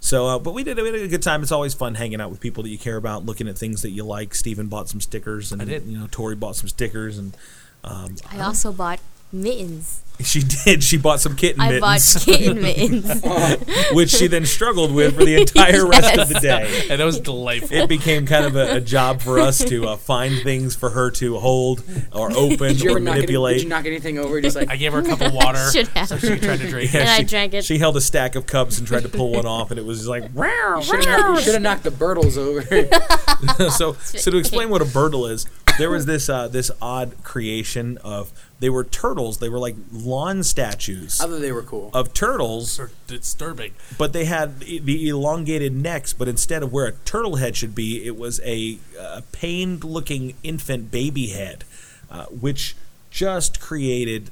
Speaker 2: so, uh, but we did, we had a good time. It's always fun hanging out with people that you care about, looking at things that you like. Steven bought some stickers, and
Speaker 3: I did.
Speaker 2: you know, Tori bought some stickers, and um,
Speaker 4: I also bought mittens.
Speaker 2: she did. She bought some kitten
Speaker 4: I
Speaker 2: mittens,
Speaker 4: bought kitten mittens.
Speaker 2: which she then struggled with for the entire rest of the day.
Speaker 3: And it was delightful.
Speaker 2: It became kind of a, a job for us to uh, find things for her to hold or open
Speaker 5: Did you
Speaker 2: or
Speaker 5: ever knock, any, did
Speaker 2: manipulate.
Speaker 5: you knock anything over? Just like,
Speaker 3: I gave her a cup of water,
Speaker 4: Should have.
Speaker 3: so she tried to drink.
Speaker 2: Yeah,
Speaker 4: And I
Speaker 2: she-
Speaker 4: drank it.
Speaker 2: She held a stack of cups and tried to pull one off, and it was like, wow,
Speaker 5: should have knocked the Birtles over.
Speaker 2: so so to explain what a birdle is, there was this uh, this odd creation of they were turtles. They were like lawn statues
Speaker 5: I thought they were cool.
Speaker 2: of turtles,
Speaker 3: It's Disturbing.
Speaker 2: but they had the- the elongated necks. But instead of where a turtle head should be, it was a, uh pained looking infant baby head, uh, which just created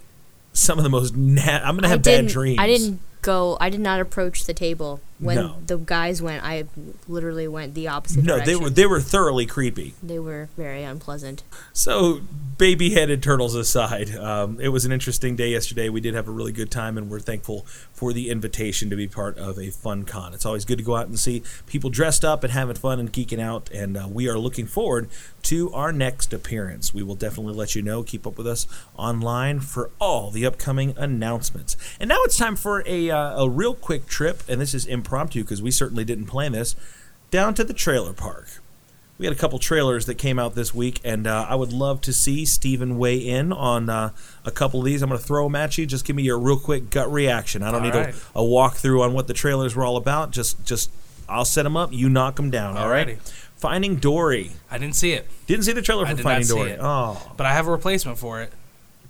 Speaker 2: some of the most. Na- I'm gonna
Speaker 4: I
Speaker 2: have bad
Speaker 4: didn't.
Speaker 2: dreams.
Speaker 4: I didn't go. I did not approach the table. when
Speaker 2: No.
Speaker 4: the guys went, I literally went the opposite
Speaker 2: No, they
Speaker 4: direction.
Speaker 2: were they were thoroughly creepy.
Speaker 4: They were very unpleasant.
Speaker 2: So, baby headed turtles aside, um, it was an interesting day yesterday. We did have a really good time, and we're thankful for the invitation to be part of a fun con. It's always good to go out and see people dressed up and having fun and geeking out, and uh, we are looking forward to our next appearance. We will definitely let you know. Keep up with us online for all the upcoming announcements. And now it's time for a, uh, a real quick trip, and this is impromptu because we certainly didn't plan this, down to the trailer park. We had a couple trailers that came out this week, and uh, I would love to see Steven weigh in on uh, a couple of these. I'm going to throw them at you. Just give me your real quick gut reaction. I don't
Speaker 3: All
Speaker 2: need
Speaker 3: right.
Speaker 2: a, a walkthrough on what the trailers were all about. Just, just I'll set them up. You knock them down. All right.
Speaker 3: Alrighty.
Speaker 2: Finding Dory.
Speaker 3: I didn't see it,
Speaker 2: Didn't see the trailer
Speaker 3: I
Speaker 2: for
Speaker 3: did not
Speaker 2: Finding
Speaker 3: see
Speaker 2: Dory.
Speaker 3: it.
Speaker 2: Oh,
Speaker 3: but I have a replacement for it.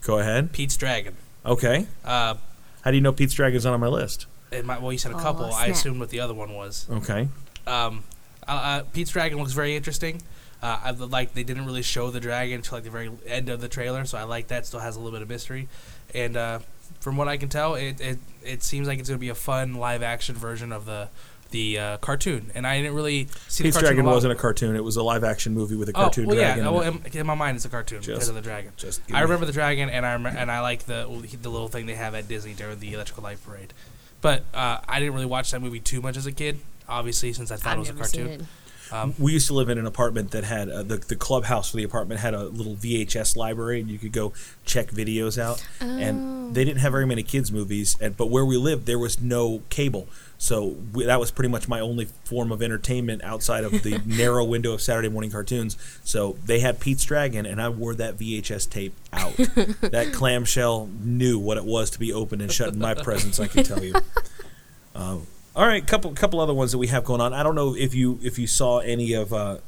Speaker 2: go ahead.
Speaker 3: Pete's Dragon.
Speaker 2: Okay.
Speaker 3: Uh,
Speaker 2: How do you know Pete's Dragon's not on my list?
Speaker 3: it might, well, you said a
Speaker 4: Oh,
Speaker 3: couple. I
Speaker 4: snap.
Speaker 3: assumed what the other one was.
Speaker 2: Okay.
Speaker 3: Um, uh, uh, Pete's Dragon looks very interesting. Uh, I would like they didn't really show the dragon until like the very end of the trailer, so I like that. Still has a little bit of mystery, and uh, from what I can tell, it, it it seems like it's gonna be a fun live action version of the the uh, cartoon. And I didn't really see
Speaker 2: Pete's
Speaker 3: the cartoon
Speaker 2: Dragon
Speaker 3: a lot.
Speaker 2: wasn't a cartoon. It was a live action movie with a
Speaker 3: Oh
Speaker 2: cartoon
Speaker 3: well,
Speaker 2: dragon.
Speaker 3: yeah.
Speaker 2: in
Speaker 3: Well,
Speaker 2: it.
Speaker 3: in, in my mind, it's a cartoon
Speaker 2: Just-
Speaker 3: because of the dragon.
Speaker 2: just give
Speaker 3: I
Speaker 2: me-
Speaker 3: remember the dragon, and I rem- and I like the the little thing they have at Disney during the Electrical Light Parade. But uh, I didn't really watch that movie too much as a kid, obviously, since I thought it
Speaker 4: I've
Speaker 3: was a
Speaker 4: never
Speaker 3: cartoon.
Speaker 4: seen it.
Speaker 2: we used to live in an apartment that had uh, the the clubhouse for the apartment had a little VHS library, and you could go check videos out. And they didn't have very many kids movies, and but where we lived there was no cable, so we, that was pretty much my only form of entertainment outside of the narrow window of Saturday morning cartoons. So they had Pete's Dragon, and I wore that VHS tape out. that clamshell knew what it was to be opened and shut in my presence. I can tell you. All right, couple couple other ones that we have going on. I don't know if you if you saw any of uh,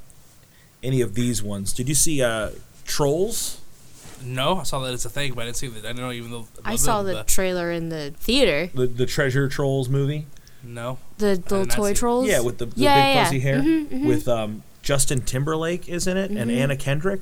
Speaker 2: any of these ones. Did you see uh, Trolls?
Speaker 3: No, I saw that it's a thing, but I didn't see that. I don't know even though
Speaker 4: I saw the trailer in the theater.
Speaker 2: The the Treasure Trolls movie?
Speaker 3: no.
Speaker 4: The little
Speaker 3: not see
Speaker 4: toy
Speaker 3: it.
Speaker 4: trolls.
Speaker 2: Yeah, with the, the
Speaker 4: Yeah,
Speaker 2: big
Speaker 4: yeah, Mm-hmm,
Speaker 2: fuzzy
Speaker 4: yeah.
Speaker 2: hair with um, Justin Timberlake, isn't it?
Speaker 4: Mm-hmm.
Speaker 2: And Anna Kendrick.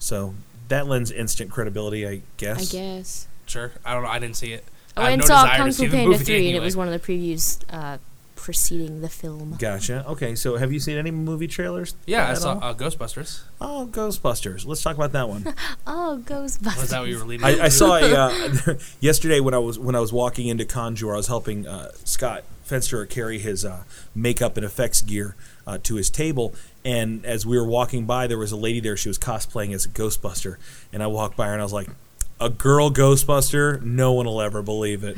Speaker 2: So that lends instant credibility, I
Speaker 4: I
Speaker 2: guess.
Speaker 4: guess.
Speaker 3: Sure, I don't know. I didn't see it.
Speaker 4: Oh,
Speaker 3: I have
Speaker 4: and
Speaker 3: no
Speaker 4: saw
Speaker 3: desire to
Speaker 4: Kung
Speaker 3: see
Speaker 4: Fu
Speaker 3: the
Speaker 4: Panda
Speaker 3: movie
Speaker 4: three, and it
Speaker 3: anyway.
Speaker 4: was one of the previews uh, preceding the film.
Speaker 2: Gotcha. Okay, so have you seen any movie trailers?
Speaker 3: Yeah, I
Speaker 2: at
Speaker 3: saw
Speaker 2: all?
Speaker 3: uh, Ghostbusters.
Speaker 2: Oh, Ghostbusters. Let's talk about that one.
Speaker 4: Oh, Ghostbusters!
Speaker 3: Was that what you were leading?
Speaker 2: I, I
Speaker 3: to?
Speaker 2: saw a, uh, yesterday when I was when I was walking into Conjure, I was helping uh, Scott Fenster carry his uh, makeup and effects gear uh, to his table. And as we were walking by, there was a lady there. She was cosplaying as a Ghostbuster, and I walked by her and I was like, "A girl Ghostbuster? No one will ever believe it."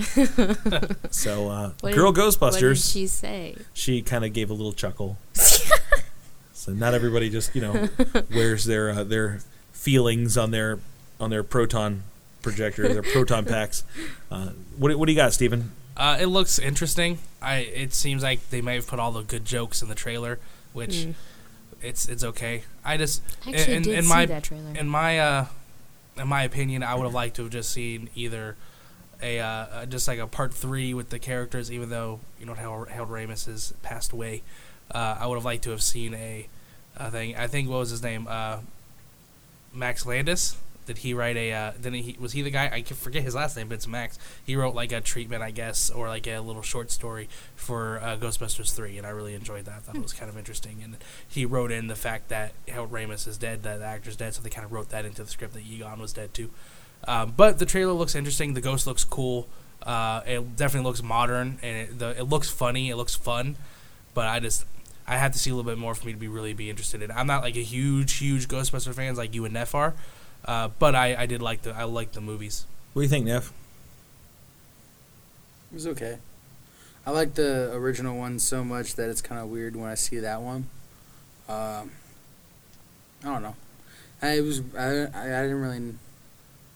Speaker 2: so, uh,
Speaker 4: What did-
Speaker 2: girl
Speaker 4: What did
Speaker 2: Ghostbusters.
Speaker 4: she say?
Speaker 2: she kind of gave a little chuckle. so not everybody just you know wears their uh, their feelings on their on their proton projector, their proton packs. Uh, what, do- what do you got, Steven?
Speaker 3: Uh, it looks interesting. I it seems like they might have put all the good jokes in the trailer, which it's it's okay. I just
Speaker 4: I actually
Speaker 3: in,
Speaker 4: did
Speaker 3: in
Speaker 4: see
Speaker 3: my
Speaker 4: that trailer.
Speaker 3: in my uh, in my opinion, I would have liked to have just seen either a uh, uh, just like a part three with the characters, even though you know Harold, Harold Ramis has passed away. Uh, I would have liked to have seen a, a thing. I think what was his name? Uh, Max Landis. Did he write a? Uh, didn't he? Was he the guy? I can forget his last name, but it's Max. He wrote like a treatment, I guess, or like a little short story for uh, Ghostbusters three, and I really enjoyed that. I thought it was kind of interesting. And he wrote in the fact that Harold Ramis is dead, that the actor's dead, so they kind of wrote that into the script that Egon was dead too. Um, but the trailer looks interesting. The ghost looks cool. Uh, it definitely looks modern, and it, the, it looks funny. It looks fun. But I just I have to see a little bit more for me to be really be interested in. I'm not like a huge huge Ghostbuster fans like you and Neff are, uh, but I, I did like the I like the movies.
Speaker 2: What do you think, Neff?
Speaker 5: It was okay. I like the original one so much that it's kind of weird when I see that one. Um, I don't know. I was I, I I didn't really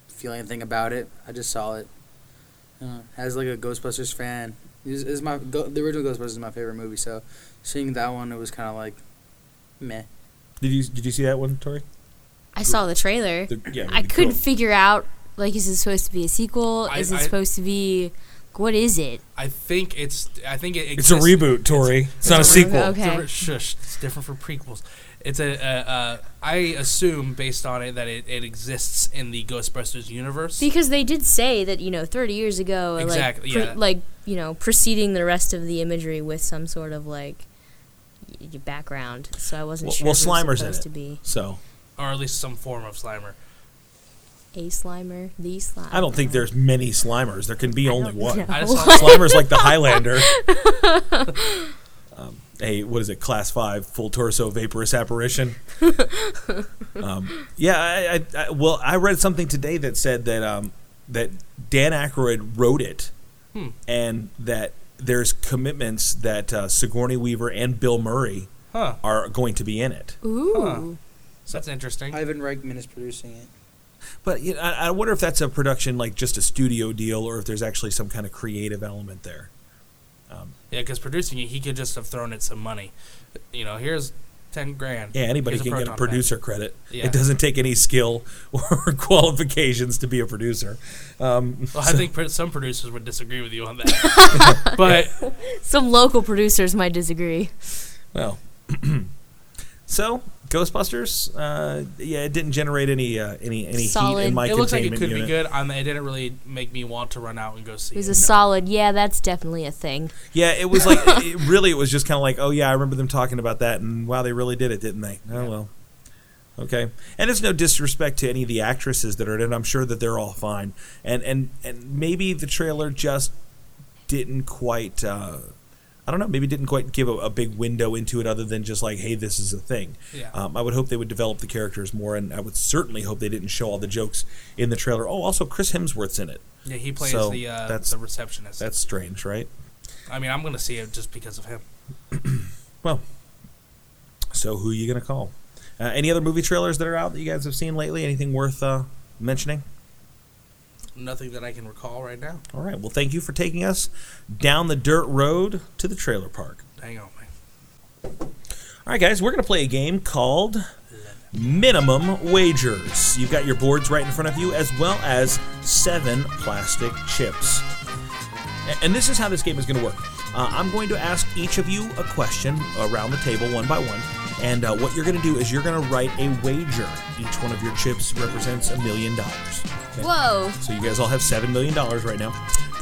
Speaker 5: feel anything about it. I just saw it. Uh, as like a Ghostbusters fan, is is my go, the original Ghostbusters is my favorite movie. So seeing that one, it was kind of like meh.
Speaker 2: Did you did you see that one, Tori?
Speaker 4: I saw the trailer.
Speaker 2: The- yeah,
Speaker 4: I
Speaker 2: the
Speaker 4: couldn't
Speaker 2: girl-
Speaker 4: figure out like is it supposed to be a sequel?
Speaker 3: I-
Speaker 4: is it
Speaker 3: I-
Speaker 4: supposed to be what is it?
Speaker 3: I think it's I think it
Speaker 2: It's a
Speaker 3: exists-
Speaker 2: reboot, Tori. It's, not a
Speaker 4: it's a
Speaker 2: sequel.
Speaker 4: reboot, okay.
Speaker 3: It's a re- shush, it's different for prequels. It's a, a, a I assume based on it that it, it exists in the Ghostbusters universe.
Speaker 4: Because they did say that you know 30 years ago,
Speaker 3: Exactly,
Speaker 4: like, pre-
Speaker 3: yeah.
Speaker 4: like you know, preceding the rest of the imagery with some sort of like y- y- background. So I wasn't
Speaker 2: Well,
Speaker 4: sure.
Speaker 2: well,
Speaker 4: if it was
Speaker 2: Slimer's in
Speaker 4: supposed
Speaker 2: it.
Speaker 4: to be
Speaker 2: So
Speaker 3: or at least some form of Slimer.
Speaker 4: a Slimer, the Slimer.
Speaker 2: I don't think there's many Slimers. There can be only one.
Speaker 4: know.
Speaker 3: I just saw
Speaker 2: Slimer's like the Highlander. um, a what is it? Class five full torso vaporous apparition. um, yeah, I, I, I, well, I read something today that said that um, that Dan Aykroyd wrote it, and that there's commitments that uh, Sigourney Weaver and Bill Murray
Speaker 3: Huh.
Speaker 2: are going to be in it.
Speaker 4: Ooh,
Speaker 3: That's interesting.
Speaker 5: Ivan Reitman is producing it.
Speaker 2: But you know, I, I wonder if that's a production like just a studio deal, or if there's actually some kind of creative element there.
Speaker 3: Yeah, because producing it, he could just have thrown it some money. You know, here's ten grand.
Speaker 2: Yeah, anybody
Speaker 3: Here's
Speaker 2: can get a
Speaker 3: proton
Speaker 2: producer credit.
Speaker 3: Yeah.
Speaker 2: It doesn't take any skill or qualifications to be a producer. Um,
Speaker 3: pack. Well, I think pro- some producers would disagree with you on that. but
Speaker 4: some local producers might disagree.
Speaker 2: well, so Ghostbusters, uh, yeah, it didn't generate any uh, any any heat
Speaker 4: Solid.
Speaker 2: in my
Speaker 3: it looks like it
Speaker 2: containment
Speaker 3: could be
Speaker 2: unit.
Speaker 3: good. Um, it didn't really make me want to run out and go see
Speaker 4: It was
Speaker 3: it.
Speaker 4: a solid. Yeah, that's definitely a thing.
Speaker 2: Yeah, it was like it, really, it was just kind of like, oh yeah, I remember them talking about that, and wow, they really did it, didn't they? Oh well, okay. And it's no disrespect to any of the actresses that are in it. I'm sure that they're all fine, and and and maybe the trailer just didn't quite. Uh, I don't know. Maybe didn't quite give a, a big window into it, other than just like, "Hey, this is a thing."
Speaker 3: Yeah.
Speaker 2: Um, I would hope they would develop the characters more, and I would certainly hope they didn't show all the jokes in the trailer. Oh, also, Chris Hemsworth's in it.
Speaker 3: Yeah, he plays
Speaker 2: So,
Speaker 3: the uh,
Speaker 2: that's-
Speaker 3: the receptionist.
Speaker 2: That's strange, right?
Speaker 3: I mean, I'm gonna see it just because of him.
Speaker 2: Well, so who are you going to call? Uh, any other movie trailers that are out that you guys have seen lately? Anything worth uh, mentioning?
Speaker 3: Nothing that I can recall right now.
Speaker 2: All right. Well, thank you for taking us down the dirt road to the trailer park.
Speaker 3: Hang on, oh, man.
Speaker 2: All right, guys, we're going to play a game called Minimum Wagers. You've got your boards right in front of you, as well as seven plastic chips. A- And this is how this game is going to work. Uh, I'm going to ask each of you a question around the table, one by one. And uh, what you're going to do is you're going to write a wager. Each one of your chips represents a million dollars. Okay?
Speaker 4: Whoa.
Speaker 2: So you guys all have seven million dollars right now.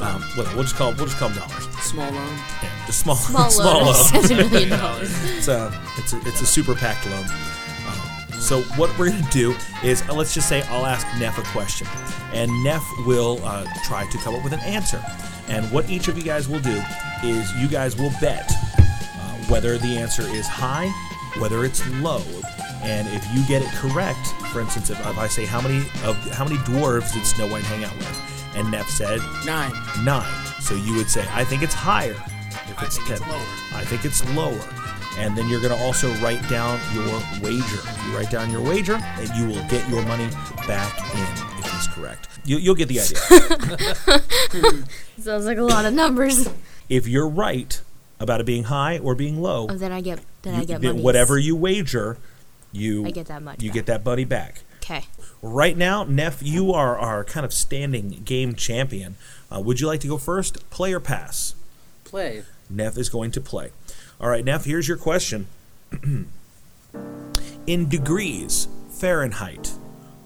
Speaker 2: Um, well, we'll just call we'll just call them dollars.
Speaker 5: Small loan.
Speaker 2: Yeah, just small,
Speaker 4: Small loan
Speaker 2: small
Speaker 4: of
Speaker 2: loan.
Speaker 4: seven million dollars.
Speaker 2: It's a it's a, it's a super packed loan. Um, So what we're gonna do is uh, let's just say I'll ask Neff a question, and Neff will uh, try to come up with an answer. And what each of you guys will do is you guys will bet uh, whether the answer is high, whether it's low, and if you get it correct, for instance, if, if I say how many of how many dwarves did Snow White hang out with, and Neff said
Speaker 5: Nine.
Speaker 2: nine. So you would say, I think it's higher. If
Speaker 3: I
Speaker 2: it's
Speaker 3: think
Speaker 2: ten,
Speaker 3: it's lower.
Speaker 2: I think it's lower. And then you're going to also write down your wager. You write down your wager, and you will get your money back in if it's correct. You, you'll get the idea.
Speaker 4: Sounds like a lot of numbers.
Speaker 2: if you're right about it being high or being low,
Speaker 4: Oh, then I get then I
Speaker 2: you-
Speaker 4: get
Speaker 2: then
Speaker 4: money.
Speaker 2: whatever you wager, you
Speaker 4: I get that much
Speaker 2: You
Speaker 4: back.
Speaker 2: get that money back.
Speaker 4: Okay.
Speaker 2: Right now, Neff, you are our kind of standing game champion. Uh, would you like to go first, play or pass?
Speaker 5: Play.
Speaker 2: Neff is going to play. All right, Neff, here's your question. In degrees Fahrenheit,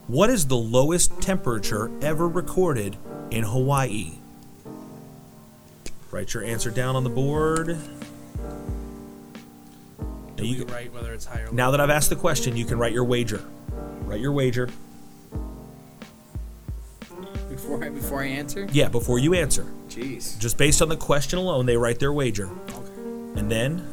Speaker 2: what is the lowest temperature ever recorded in Hawaii? Write your answer down on the board. Now,
Speaker 3: Do
Speaker 2: you
Speaker 3: we
Speaker 2: can-
Speaker 3: write whether it's high or low?
Speaker 2: now that I've asked the question, you can write your wager. Write your wager.
Speaker 5: Before I, before I answer?
Speaker 2: Yeah, before you answer.
Speaker 5: Jeez.
Speaker 2: Just based on the question alone, they write their wager.
Speaker 5: Okay.
Speaker 2: And then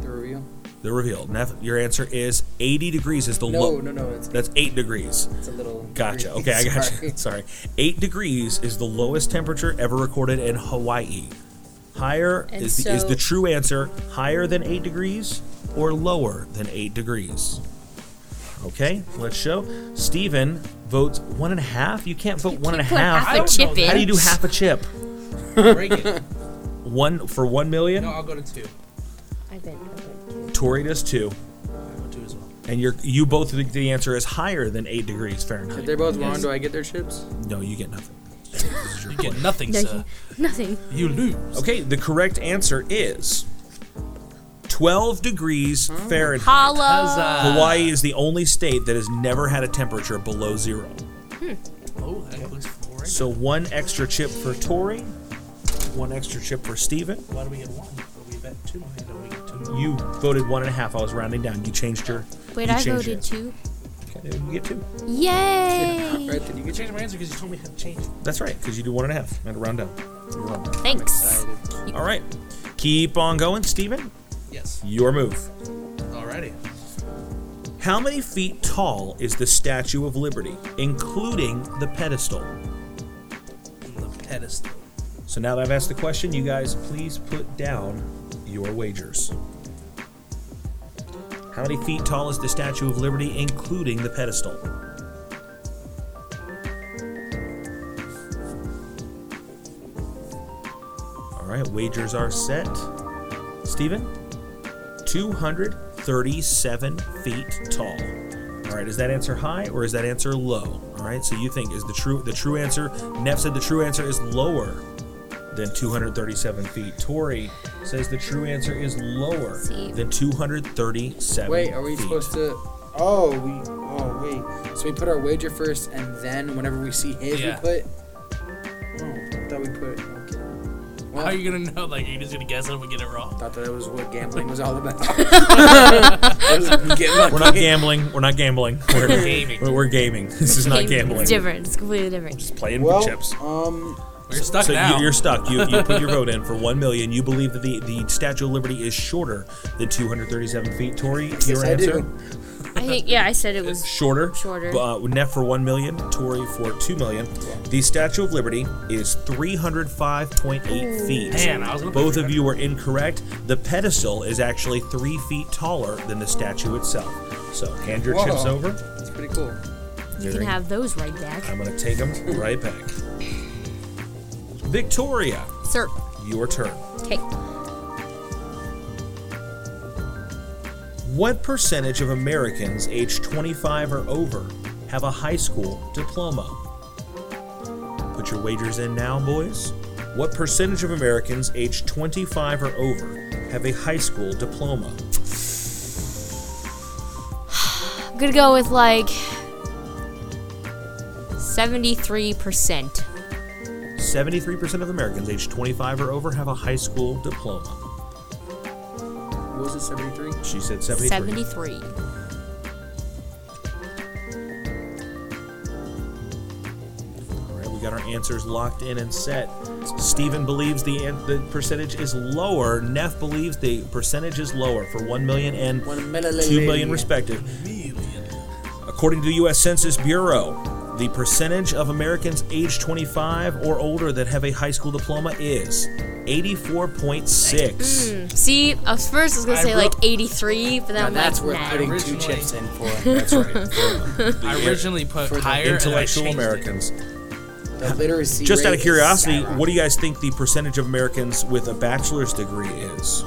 Speaker 5: The reveal?
Speaker 2: the reveal. Neff, your answer is 80 degrees is the
Speaker 5: No,
Speaker 2: low.
Speaker 5: no, no. It's,
Speaker 2: That's eight degrees.
Speaker 5: it's a little.
Speaker 2: Gotcha. Okay, I got you. Sorry. Eight degrees is the lowest temperature ever recorded in Hawaii. Higher
Speaker 4: And
Speaker 2: is the, is
Speaker 4: so-
Speaker 2: the true answer. Higher than eight degrees or lower than eight degrees. Okay, let's show. Steven votes one and a half. You can't vote one and a
Speaker 4: Put
Speaker 2: half.
Speaker 4: half a
Speaker 3: don't know
Speaker 4: chip in.
Speaker 2: How do you do half a chip?
Speaker 3: Break it.
Speaker 2: One for one million.
Speaker 3: No, I'll go to two.
Speaker 4: I bet. I bet.
Speaker 2: Tori does two,
Speaker 3: I go two as well.
Speaker 2: and you're you both think the answer is higher than eight degrees Fahrenheit.
Speaker 5: If they're both wrong, do I get their chips?
Speaker 2: No, you get nothing.
Speaker 3: You get nothing, sir.
Speaker 4: Nothing.
Speaker 3: You lose.
Speaker 2: Okay, the correct answer is 12 degrees
Speaker 4: Hmm.
Speaker 2: Fahrenheit. uh,
Speaker 4: Holla.
Speaker 2: Hawaii is the only state that has never had a temperature below zero.
Speaker 4: Hmm.
Speaker 3: Oh, that includes Florida.
Speaker 2: So one extra chip for Tori, one extra chip for Steven.
Speaker 3: Why do we get one? But we bet two. Why don't we get two?
Speaker 2: You voted one and a half. I was rounding down. You changed your.
Speaker 4: Wait,
Speaker 2: you
Speaker 4: I
Speaker 2: changed your-
Speaker 4: voted too.
Speaker 2: Okay, you get two.
Speaker 4: Yay!
Speaker 5: Right? Did you get
Speaker 3: Change my answer because you told me how to change it.
Speaker 2: That's right, because you do one and a half. I had to round down. You're wrong.
Speaker 4: Thanks.
Speaker 2: All right. Keep on going, Steven.
Speaker 3: Yes.
Speaker 2: Your move.
Speaker 3: Alrighty.
Speaker 2: How many feet tall is the Statue of Liberty, including the pedestal?
Speaker 3: The pedestal.
Speaker 2: So now that I've asked the question, you guys please put down your wagers. How many feet tall is the Statue of Liberty, including the pedestal? All right, wagers are set. Steven, 237 feet tall. All right, is that answer high or is that answer low? All right, so you think is the true the true answer? Neff said the true answer is lower than 237 feet. Tori says the true answer is lower
Speaker 4: See.
Speaker 2: than 237.
Speaker 5: Wait, are we
Speaker 2: feet.
Speaker 5: supposed to? Oh, we. Oh, wait. So we put our wager first, and then whenever we see his,
Speaker 3: Yeah.
Speaker 5: we put. Oh, I thought we put. Okay. Well,
Speaker 3: How are you gonna know? Like, are you just gonna guess it if we get it wrong?
Speaker 5: thought that was what gambling was all about. Get lucky.
Speaker 2: We're not gambling. We're not gambling. We're
Speaker 3: Gaming.
Speaker 2: We're, we're gaming. This is not
Speaker 4: Okay,
Speaker 2: gambling.
Speaker 4: It's different. It's completely different.
Speaker 2: Just playing
Speaker 5: Well,
Speaker 2: with chips.
Speaker 5: um,
Speaker 3: We're stuck
Speaker 2: so
Speaker 3: now.
Speaker 2: You, you're stuck. You, you put your vote in for one million. You believe that the, the Statue of Liberty is shorter than 237 feet. Tori, your
Speaker 5: yes, I
Speaker 2: answer?
Speaker 5: do.
Speaker 4: I think yeah, I said it was
Speaker 2: Shorter.
Speaker 4: Shorter.
Speaker 2: Uh, Neff for one million. Tori for two million. The Statue of Liberty is 305.8 feet.
Speaker 3: Man, I was gonna put
Speaker 2: Both of you were incorrect. The pedestal is actually three feet taller than the statue itself. So hand your
Speaker 5: Whoa.
Speaker 2: chips over.
Speaker 5: That's pretty cool.
Speaker 4: you can have those right back.
Speaker 2: I'm gonna take them right back. Victoria,
Speaker 4: Sir.
Speaker 2: your turn.
Speaker 4: Okay.
Speaker 2: What percentage of Americans aged 25 or over have a high school diploma? Put your wagers in now, boys. What percentage of Americans aged 25 or over have a high school diploma?
Speaker 4: I'm gonna go with like seventy-three percent.
Speaker 2: 73% of Americans aged 25 or over have a high school diploma.
Speaker 5: What was it, 73?
Speaker 2: She said 73.
Speaker 4: Seventy-three.
Speaker 2: All right, we got our answers locked in and set. Steven believes the an- the percentage is lower. Neff believes the percentage is lower for 1 million and
Speaker 5: One million.
Speaker 2: 2 million respective. According to the U.S. Census Bureau, the percentage of Americans aged 25 or older that have a high school diploma is 84.6.
Speaker 4: See, I was first I was gonna
Speaker 3: I
Speaker 4: say
Speaker 3: wrote-
Speaker 4: like eighty-three, but then
Speaker 5: Now
Speaker 4: I'm
Speaker 5: that's
Speaker 4: like,
Speaker 5: worth
Speaker 4: nah.
Speaker 5: putting two
Speaker 3: Originally-
Speaker 5: chips in for.
Speaker 2: That's right. For
Speaker 3: I originally put
Speaker 5: for the
Speaker 3: higher and I
Speaker 2: intellectual
Speaker 3: uh, changed it.
Speaker 2: Americans.
Speaker 5: The literacy.
Speaker 2: Just out
Speaker 5: rate
Speaker 2: of
Speaker 5: is
Speaker 2: curiosity,
Speaker 5: skyrocketing.
Speaker 2: what do you guys think the percentage of Americans with a bachelor's degree is?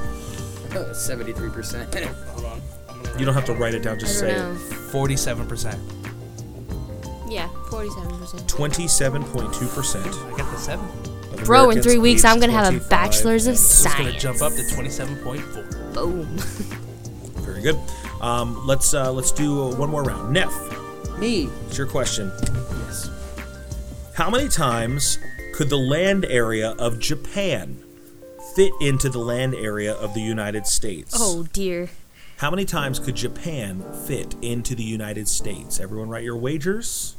Speaker 5: Oh, 73%.
Speaker 3: Hold on. I'm gonna
Speaker 2: You don't have to write it down, just
Speaker 4: I
Speaker 2: say
Speaker 4: don't
Speaker 2: it.
Speaker 3: write-
Speaker 4: know.
Speaker 3: 47%.
Speaker 4: Yeah, forty-seven percent.
Speaker 2: 27.2%.
Speaker 3: I got the 7.
Speaker 2: of
Speaker 4: Bro, in
Speaker 2: Americans
Speaker 4: three weeks
Speaker 2: aged
Speaker 4: I'm gonna have a
Speaker 2: 25
Speaker 4: bachelor's of
Speaker 2: and
Speaker 3: It's
Speaker 4: science.
Speaker 3: going to jump up to 27.4.
Speaker 4: Boom.
Speaker 2: Very good. Um, let's uh, let's do uh, one more round. Neff,
Speaker 5: Me.
Speaker 2: it's your question.
Speaker 5: Yes.
Speaker 2: How many times could the land area of Japan fit into the land area of the United States?
Speaker 4: Oh dear.
Speaker 2: How many times could Japan fit into the United States? Everyone write your wagers.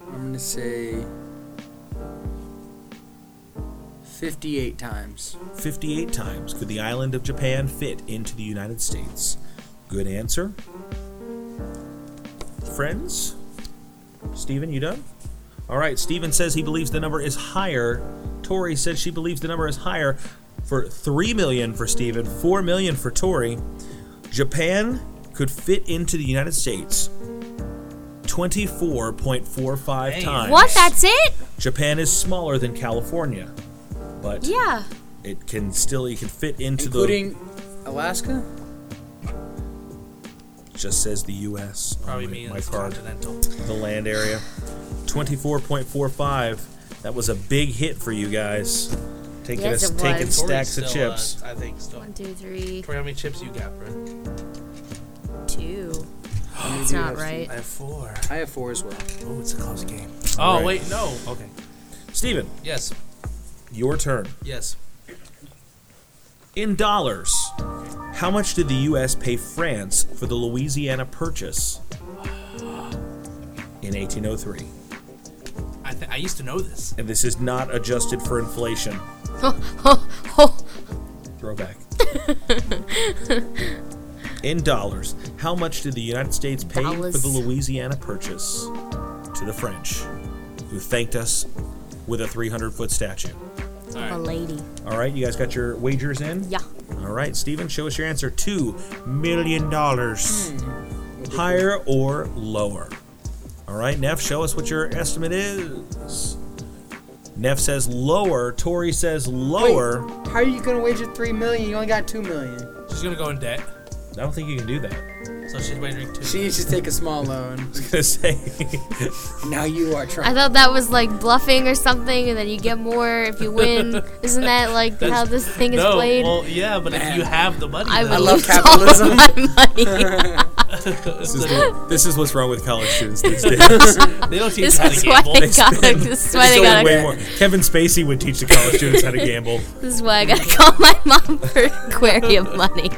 Speaker 5: I'm gonna say 58 times.
Speaker 2: 58 times could the island of Japan fit into the United States? Good answer. Friends? Steven, you done? All right, Steven says he believes the number is higher. Tori says she believes the number is higher for 3 million for Steven, 4 million for Tori. Japan could fit into the United States 24.45
Speaker 3: Dang.
Speaker 2: times.
Speaker 4: What? That's it?
Speaker 2: Japan is smaller than California, but
Speaker 4: Yeah.
Speaker 2: it can still it can fit into
Speaker 5: Including Alaska?
Speaker 2: the just says the U.S. on
Speaker 3: Probably
Speaker 2: my-
Speaker 3: means
Speaker 2: my card,
Speaker 3: continental.
Speaker 2: the land area, twenty four point four five. That was a big hit for you guys. Taking
Speaker 4: Yes,
Speaker 2: us
Speaker 4: it
Speaker 2: taking
Speaker 4: was.
Speaker 2: stacks of
Speaker 3: Still, uh,
Speaker 2: chips.
Speaker 3: I think still.
Speaker 4: One, two, three,
Speaker 3: Tori, how many chips you got, bro?
Speaker 4: two. That's not right.
Speaker 3: I have four.
Speaker 5: I have four as well.
Speaker 3: Oh, it's a close game.
Speaker 2: All
Speaker 3: oh
Speaker 2: right.
Speaker 3: wait, no. Okay.
Speaker 2: Steven,
Speaker 3: Yes.
Speaker 2: your turn.
Speaker 3: Yes.
Speaker 2: In dollars, how much did the U.S. pay France for the Louisiana Purchase in 1803?
Speaker 3: I, th- I used to know this.
Speaker 2: And this is not adjusted for inflation.
Speaker 4: Oh,
Speaker 2: Throwback. In dollars, how much did the United States pay for
Speaker 4: Dollars.
Speaker 2: the Louisiana Purchase to the French, who thanked us with a 300 foot statue?
Speaker 4: a Oh, lady.
Speaker 2: All right, you guys got your wagers in?
Speaker 4: Yeah.
Speaker 2: All right, Steven, show us your answer. Two million dollars. Higher or lower? All right, Neff, show us what your estimate is. Neff says lower. Tori says lower.
Speaker 5: How are you gonna wager three million? You only got two million.
Speaker 3: She's gonna go in debt,
Speaker 2: I don't think you can do that.
Speaker 3: so she's wagering two.
Speaker 5: She needs to take a small loan.
Speaker 2: Gonna say
Speaker 5: now you are
Speaker 4: I
Speaker 5: trying.
Speaker 4: thought that was like bluffing or something, and then you get more if you win. Isn't that like how this thing is
Speaker 3: no,
Speaker 4: played?
Speaker 3: well, yeah, but if you have the money,
Speaker 4: I
Speaker 3: then-
Speaker 4: would
Speaker 5: love
Speaker 4: lose all
Speaker 5: capitalism.
Speaker 4: my money.
Speaker 2: this is, what, this is what's wrong with college students these days.
Speaker 3: they don't teach
Speaker 4: this
Speaker 3: you how to
Speaker 4: is why
Speaker 3: gamble.
Speaker 4: I got. This is why they
Speaker 2: Someone
Speaker 4: got.
Speaker 2: way more. Kevin Spacey would teach the college students how to gamble.
Speaker 4: This is why I gotta call my mom for aquarium money.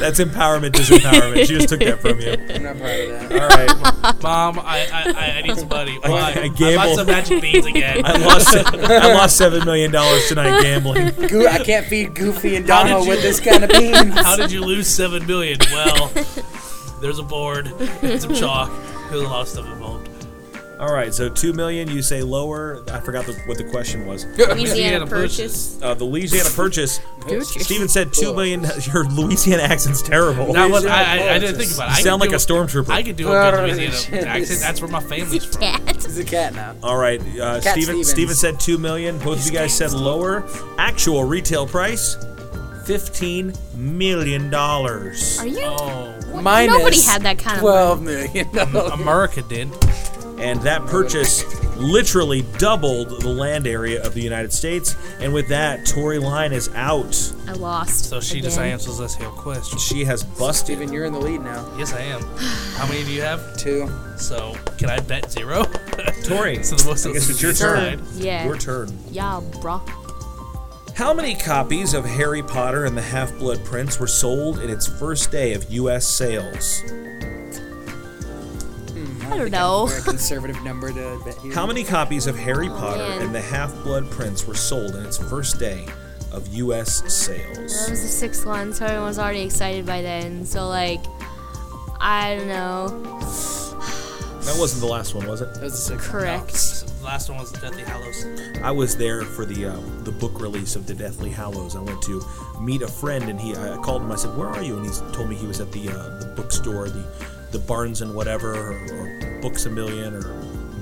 Speaker 2: That's empowerment, disempowerment. She just took that from you.
Speaker 5: I'm not proud of that.
Speaker 2: All right,
Speaker 3: Mom, I, I- I I need some money. Why?
Speaker 2: I
Speaker 3: bought
Speaker 2: gamble.
Speaker 3: some magic beans again.
Speaker 2: I lost. I lost seven million dollars tonight gambling.
Speaker 5: Goo- I can't feed Goofy and
Speaker 3: How did
Speaker 5: Donald with
Speaker 3: you-
Speaker 5: this kind of beans.
Speaker 3: How did you lose seven million? Well, there's a board, and some chalk. There's a lot of stuff involved.
Speaker 2: All right, so two million. You say lower. I forgot the, what the question was.
Speaker 4: Louisiana
Speaker 3: Louisiana
Speaker 4: purchase.
Speaker 2: Uh, the Louisiana Purchase.
Speaker 4: Purchase.
Speaker 2: Steven said two million. Your Louisiana accent's terrible.
Speaker 3: That was
Speaker 5: Louisiana
Speaker 3: I, I, I didn't
Speaker 5: politics.
Speaker 3: think about it.
Speaker 2: you
Speaker 3: I
Speaker 2: sound
Speaker 3: could
Speaker 2: like a
Speaker 3: do
Speaker 2: stormtrooper.
Speaker 3: I could do a good
Speaker 5: Oh,
Speaker 3: Louisiana
Speaker 5: shit.
Speaker 3: accent. That's where my family's from.
Speaker 4: Cat.
Speaker 5: He's a cat now.
Speaker 2: All right, uh, Steven.
Speaker 5: Stevens.
Speaker 2: Steven said two million. Both of you guys said lower. Actual retail price. Fifteen million dollars.
Speaker 4: Are you?
Speaker 3: Oh,
Speaker 5: Minus
Speaker 4: Nobody had that kind of.
Speaker 5: Twelve million.
Speaker 3: America did.
Speaker 2: and that purchase literally doubled the land area of the United States. And with that, Tory Line is out.
Speaker 4: money. I lost.
Speaker 3: So she
Speaker 4: again.
Speaker 3: just answers this here question.
Speaker 2: She has busted.
Speaker 5: Steven, you're in the lead now.
Speaker 3: Yes, I am. How many do you have?
Speaker 5: Two.
Speaker 3: So can I bet zero?
Speaker 2: Tori,
Speaker 3: so the most
Speaker 2: I guess it's your turn.
Speaker 4: Yeah.
Speaker 2: Your turn.
Speaker 4: Yeah, bro.
Speaker 2: How many copies of Harry Potter and the Half Blood Prince were sold in its first day of U.S. sales?
Speaker 4: I don't know.
Speaker 5: Very conservative number to bet here.
Speaker 2: How many copies of Harry Potter
Speaker 4: man.
Speaker 2: and the Half Blood Prince were sold in its first day of U.S.
Speaker 4: That
Speaker 2: sales?
Speaker 4: was the sixth one, so everyone's already excited by then. So like, I don't know.
Speaker 2: That wasn't the last one, was it?
Speaker 5: That was a six.
Speaker 4: Correct.
Speaker 3: Last one was Deathly Hallows.
Speaker 2: I was there for the uh, the book release of the Deathly Hallows. I went to meet a friend, and he I called him. I said, "Where are you?" And he s- told me he was at the uh, the bookstore, the the Barnes and whatever, or, or Books a Million, or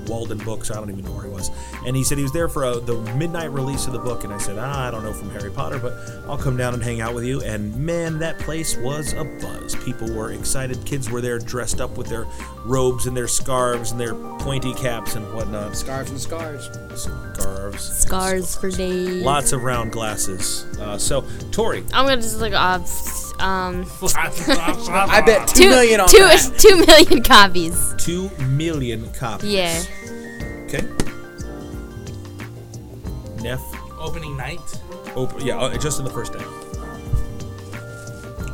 Speaker 2: Walden Books. I don't even know where he was. And he said he was there for uh the midnight release of the book. And I said, "Ah, I don't know from Harry Potter, but I'll come down and hang out with you." And man, that place was a buzz. People were excited. Kids were there, dressed up with their robes and their scarves and their pointy caps and whatnot.
Speaker 5: Scarves and scars.
Speaker 2: Scarves.
Speaker 4: Scars for days.
Speaker 2: Lots of round glasses. Uh, so, Tori,
Speaker 4: I'm gonna just look up. Um,
Speaker 5: I bet two
Speaker 4: two
Speaker 5: million on
Speaker 4: two-
Speaker 5: that.
Speaker 4: two million copies.
Speaker 2: two million copies.
Speaker 4: Yeah.
Speaker 2: Okay. Neff,
Speaker 3: Opening night,
Speaker 2: op- yeah, uh, just in the first day.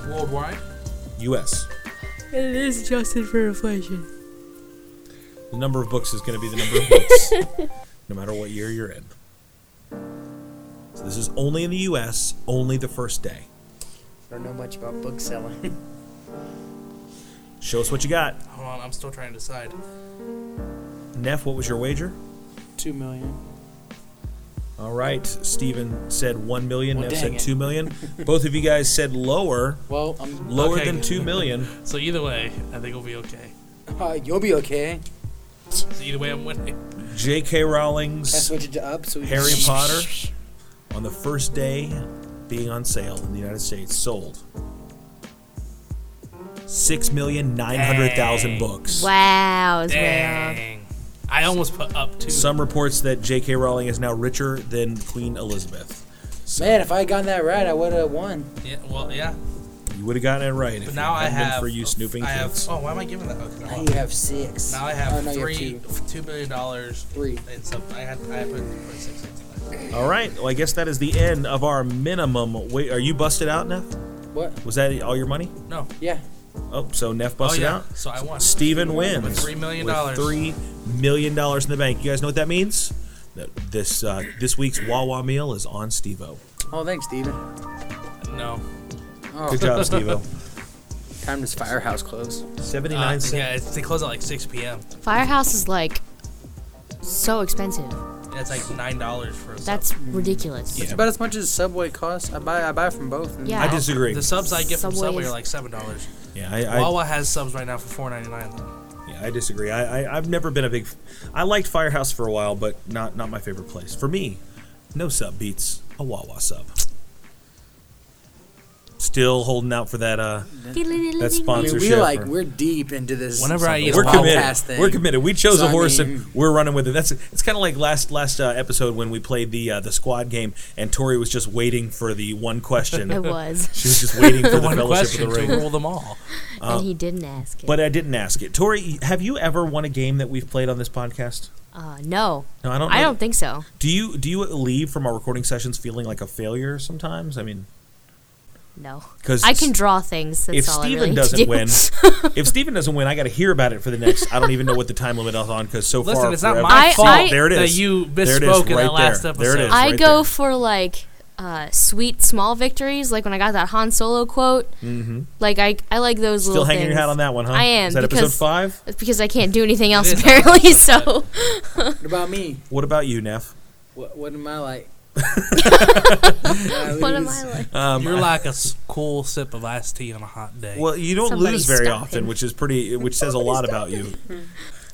Speaker 3: worldwide.
Speaker 2: U.S.
Speaker 4: It is adjusted for inflation.
Speaker 2: The number of books is going to be the number of books, no matter what year you're in. So this is only in the U.S. Only the first day.
Speaker 5: I don't know much about book selling.
Speaker 2: Show us what you got,
Speaker 3: Hold on, I'm still trying to decide.
Speaker 2: Neff. What was your wager?
Speaker 5: two million.
Speaker 2: All right, Steven said one million.
Speaker 5: Well,
Speaker 2: Neff
Speaker 5: dang
Speaker 2: said
Speaker 5: it.
Speaker 2: two million. Both of you guys said lower,
Speaker 5: Well, I'm,
Speaker 2: lower
Speaker 3: Okay.
Speaker 2: than two million.
Speaker 3: So either way, I think we'll be okay.
Speaker 5: uh, you'll be okay.
Speaker 3: So either way, I'm winning.
Speaker 2: J.K. Rowling's
Speaker 5: I switch it to up. So we
Speaker 2: Harry Potter on the first day being on sale in the United States sold six million nine hundred thousand
Speaker 3: Dang.
Speaker 2: books.
Speaker 4: Wow. Is way off.
Speaker 3: Dang. I almost put up to.
Speaker 2: Some reports that J.K. Rowling is now richer than Queen Elizabeth.
Speaker 5: Man, if I had gotten that right, I would have won.
Speaker 3: Yeah, well, yeah.
Speaker 2: You would have gotten it right.
Speaker 3: But now I have
Speaker 2: for you snooping
Speaker 3: I have.
Speaker 2: kids.
Speaker 3: Oh, why am I giving that? Okay,
Speaker 5: Now
Speaker 3: well,
Speaker 5: you have six.
Speaker 3: now I
Speaker 5: Oh,
Speaker 3: have
Speaker 5: no, you
Speaker 3: three,
Speaker 5: two.
Speaker 3: two million dollars.
Speaker 5: Three.
Speaker 3: And some. I had. I had put three point six six.
Speaker 2: All right. Well, I guess that is the end of our minimum. Wait, are you busted out, Neff?
Speaker 5: What?
Speaker 2: Was that all your money?
Speaker 3: No.
Speaker 5: Yeah.
Speaker 2: Oh, so Neff busted
Speaker 3: oh yeah.
Speaker 2: out.
Speaker 3: So I won.
Speaker 2: Steven wins
Speaker 3: With $3 million.
Speaker 2: with Three million dollars in the bank. You guys know what that means? That This uh, this week's Wawa meal is on Stevo.
Speaker 5: Oh, thanks, Steven.
Speaker 3: No. Uh,
Speaker 5: Oh,
Speaker 2: Good job, Stevo.
Speaker 5: time does Firehouse close?
Speaker 2: Seventy
Speaker 3: Uh,
Speaker 2: nine
Speaker 3: yeah,
Speaker 2: cents.
Speaker 3: it's, they close at like six p.m.
Speaker 4: Firehouse is like so expensive.
Speaker 3: That's like nine dollars for. A sub.
Speaker 4: That's ridiculous.
Speaker 2: Yeah.
Speaker 5: It's about as much as Subway costs. I buy I buy from both. and-
Speaker 4: Yeah.
Speaker 2: I disagree.
Speaker 3: The subs I get from
Speaker 4: Subway
Speaker 3: Subway
Speaker 4: is-
Speaker 3: are like seven dollars.
Speaker 2: Yeah, I, I,
Speaker 3: Wawa has subs right now for four ninety nine.
Speaker 2: yeah, I disagree. I, I I've never been a big. I liked Firehouse for a while, but not not my favorite place. For me, no sub beats a Wawa sub. Still holding out for that uh that
Speaker 5: I mean,
Speaker 2: sponsorship.
Speaker 5: we like
Speaker 2: or-
Speaker 5: we're deep into this.
Speaker 3: Whenever I eat a
Speaker 2: we're
Speaker 3: Wawa-
Speaker 2: committed.
Speaker 5: thing.
Speaker 2: We're committed. We chose
Speaker 5: So,
Speaker 2: a
Speaker 5: I
Speaker 2: horse
Speaker 5: mean-
Speaker 2: and we're running with it. That's it's kind of like last last uh, episode when we played the uh, the squad game and Tori was just waiting for the one question.
Speaker 4: It was,
Speaker 2: she was just waiting for the,
Speaker 3: One
Speaker 2: fellowship
Speaker 3: question
Speaker 2: of the
Speaker 3: to
Speaker 2: ring.
Speaker 3: rule them all.
Speaker 4: and he didn't ask it.
Speaker 2: But I didn't ask it. Tori, have you ever won a game that we've played on this podcast?
Speaker 4: uh, no,
Speaker 2: No, I don't.
Speaker 4: I
Speaker 2: know-
Speaker 4: don't think so.
Speaker 2: Do you do you leave from our recording sessions feeling like a failure sometimes? I mean,
Speaker 4: No,
Speaker 2: 'Cause
Speaker 4: I can draw things. That's
Speaker 2: if
Speaker 4: all
Speaker 2: Steven
Speaker 4: I really
Speaker 2: doesn't
Speaker 4: do.
Speaker 2: win, if Steven doesn't win, I got to hear about it for the next. I don't even know what the time limit is on because so
Speaker 3: Listen,
Speaker 2: far
Speaker 3: it's not
Speaker 2: forever-
Speaker 3: my
Speaker 4: I-
Speaker 3: fault
Speaker 4: I-
Speaker 2: there it is.
Speaker 3: that you
Speaker 2: There it is,
Speaker 3: misspoke in
Speaker 2: right
Speaker 3: that last
Speaker 2: there.
Speaker 3: episode.
Speaker 2: There it is.
Speaker 4: I
Speaker 2: right
Speaker 4: go
Speaker 2: there.
Speaker 4: for like uh, sweet small victories, like when I got that Han Solo quote. Mm-hmm. Like I, I like those
Speaker 2: Still
Speaker 4: little
Speaker 2: hanging
Speaker 4: things.
Speaker 2: your hat on that one, huh?
Speaker 4: I am
Speaker 2: Is that episode
Speaker 4: because-
Speaker 2: five?
Speaker 4: It's because I can't do anything else
Speaker 3: is
Speaker 4: apparently.
Speaker 3: on
Speaker 4: So
Speaker 5: What about me?
Speaker 2: What about you, Neff?
Speaker 5: What, what am I like?
Speaker 4: what am I like?
Speaker 3: You're like a s- cool sip of iced tea on a hot day.
Speaker 2: Well, you don't
Speaker 4: Somebody
Speaker 2: lose very
Speaker 4: stop
Speaker 2: often,
Speaker 4: him.
Speaker 2: which is pretty, which says a lot about you.
Speaker 4: Hmm.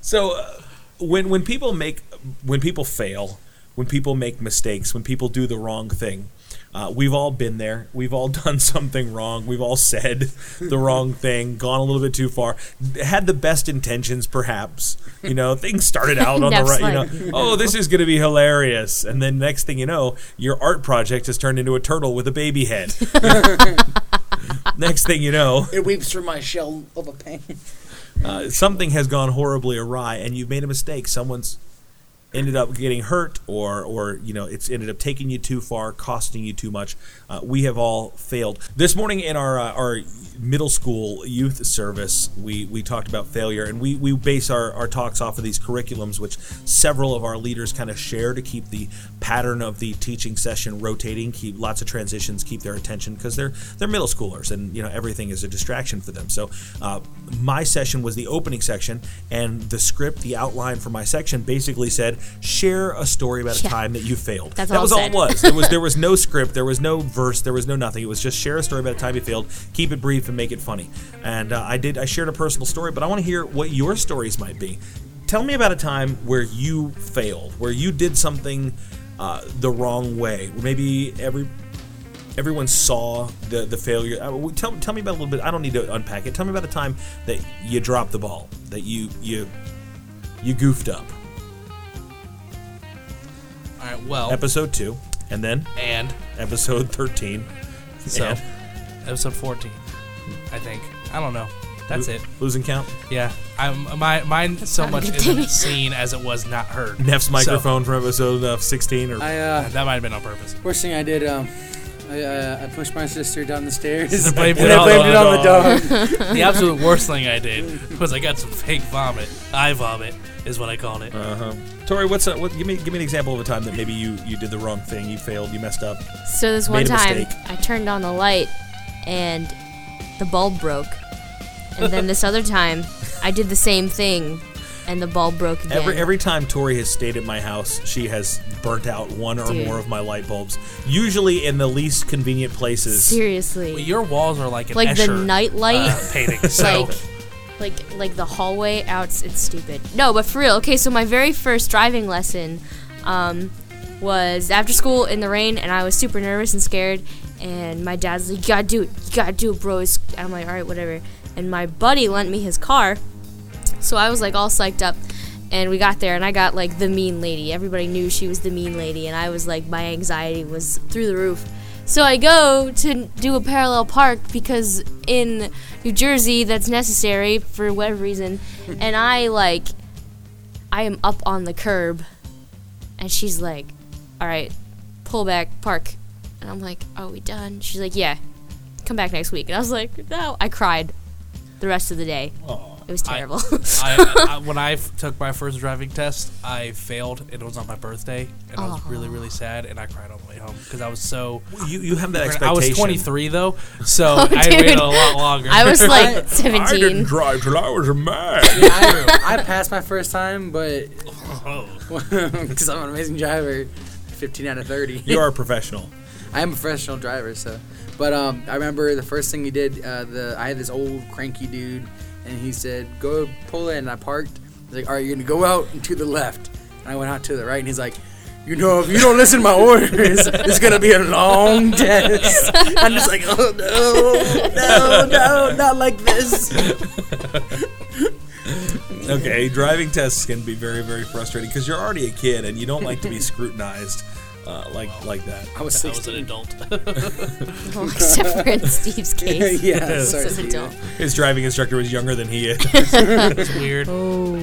Speaker 2: So, uh, when when people make, when people fail, when people make mistakes, when people do the wrong thing, uh, we've all been there. We've all done something wrong. We've all said the wrong thing, gone a little bit too far, had the best intentions, perhaps. You know, things started out on the
Speaker 4: Neff's
Speaker 2: right. You know,
Speaker 4: like,
Speaker 2: oh, this is going to be hilarious, and then next thing you know, your art project has turned into a turtle with a baby head. next thing you know.
Speaker 5: It weeps through my shell of a pain.
Speaker 2: Uh, something has gone horribly awry and you've made a mistake someone's ended up getting hurt or or you know it's ended up taking you too far costing you too much uh, we have all failed this morning in our uh, our middle school youth service we we talked about failure and we we base our, our talks off of these curriculums which several of our leaders kind of share to keep the pattern of the teaching session rotating keep lots of transitions keep their attention because they're they're middle schoolers and you know everything is a distraction for them so uh, my session was the opening section and the script the outline for my section basically said share a story about a
Speaker 4: Yeah.
Speaker 2: time that you failed
Speaker 4: That's
Speaker 2: that
Speaker 4: all
Speaker 2: was
Speaker 4: it
Speaker 2: all it was there
Speaker 4: said.
Speaker 2: was there was no script there was no verse there was no nothing it was just share a story about a time you failed keep it brief and make it funny and uh, i did i shared a personal story but i want to hear what your stories might be tell me about a time where you failed where you did something uh, the wrong way maybe every everyone saw the the failure. Uh, w- tell, tell me about a little bit. I don't need to unpack it. Tell me about a time that you dropped the ball, that you you you goofed up.
Speaker 3: all right. Well,
Speaker 2: Episode two, and then
Speaker 3: and
Speaker 2: episode thirteen.
Speaker 3: so
Speaker 2: and-
Speaker 3: episode fourteen, I think. I don't know. That's it.
Speaker 2: Losing count.
Speaker 3: Yeah. I'm my mine so
Speaker 4: not a
Speaker 3: much
Speaker 4: good
Speaker 3: isn't
Speaker 4: thing.
Speaker 3: seen as it was not heard.
Speaker 2: Neff's
Speaker 3: So,
Speaker 2: microphone from episode uh, sixteen. Or
Speaker 5: I uh,
Speaker 3: that might have been on purpose.
Speaker 5: worst thing I did. Um, I uh, I pushed my sister down the stairs.
Speaker 3: I blamed
Speaker 5: and
Speaker 3: it
Speaker 5: I
Speaker 3: on
Speaker 5: blamed
Speaker 3: the
Speaker 5: it on the dog.
Speaker 3: The absolute worst thing I did was I got some fake vomit. I vomit is what I called it.
Speaker 2: Tori, what's a, what? Give me give me an example of a time that maybe you you did the wrong thing. You failed. You messed up.
Speaker 4: So this one
Speaker 2: Made a
Speaker 4: time,
Speaker 2: mistake.
Speaker 4: I turned on the light, and the bulb broke. And then this other time, I did the same thing, and the bulb broke again.
Speaker 2: Every every time Tori has stayed at my house, she has burnt out one or
Speaker 4: Dude.
Speaker 2: more of my light bulbs. Usually in the least convenient places.
Speaker 4: Seriously,
Speaker 3: Well, your walls are like an
Speaker 4: like the
Speaker 3: Escher,
Speaker 4: night light.
Speaker 3: uh, painting. So
Speaker 4: like like like the hallway out it's stupid no but for real okay so my very first driving lesson um, was after school in the rain and i was super nervous and scared and my dad's like you gotta do it you gotta do it bro It's-" i'm like all right whatever and my buddy lent me his car so i was like all psyched up And we got there, and I got like the mean lady. Everybody knew she was the mean lady, and I was like, my anxiety was through the roof. So I go to do a parallel park because in New Jersey that's necessary for whatever reason, and I like, I am up on the curb, and she's like, all right, pull back, park. And I'm like, are we done? She's like, yeah, come back next week. And I was like, no. I cried the rest of the day. It was
Speaker 3: I-
Speaker 4: terrible.
Speaker 3: I, I, when I f- took my first driving test, I failed, and it was on my birthday, and I was really, really sad, and I cried all the way home because I was so.
Speaker 2: You, you have that
Speaker 3: I
Speaker 2: expectation.
Speaker 3: was 23 though, so
Speaker 4: Oh,
Speaker 3: I waited
Speaker 4: dude.
Speaker 3: a lot longer.
Speaker 4: I was like
Speaker 2: I didn't
Speaker 4: 17.
Speaker 2: drive till I was a man.
Speaker 5: I, I passed my first time, but
Speaker 3: Oh.
Speaker 5: because I'm an amazing driver, 15 out of 30.
Speaker 2: you are a professional.
Speaker 5: I am a professional driver, so. But um, I remember the first thing he did. Uh, the I had this old cranky dude, and he said, "Go pull in." And I parked. He's like, "All right, you're gonna go out and to the left." And I went out to the right, and he's like, "You know, if you don't listen to my orders, it's gonna be a long test." I'm just like, "Oh no, no, no, not like this."
Speaker 2: Okay, driving tests can be very, very frustrating because you're already a kid and you don't like to be scrutinized uh, like like that.
Speaker 5: I was
Speaker 3: I was an
Speaker 5: 16.
Speaker 3: adult.
Speaker 4: Except for in Steve's case.
Speaker 5: yeah, sorry.
Speaker 4: It's an
Speaker 5: Steve.
Speaker 4: adult.
Speaker 2: His driving instructor was younger than he is.
Speaker 3: It's weird.
Speaker 4: Oh.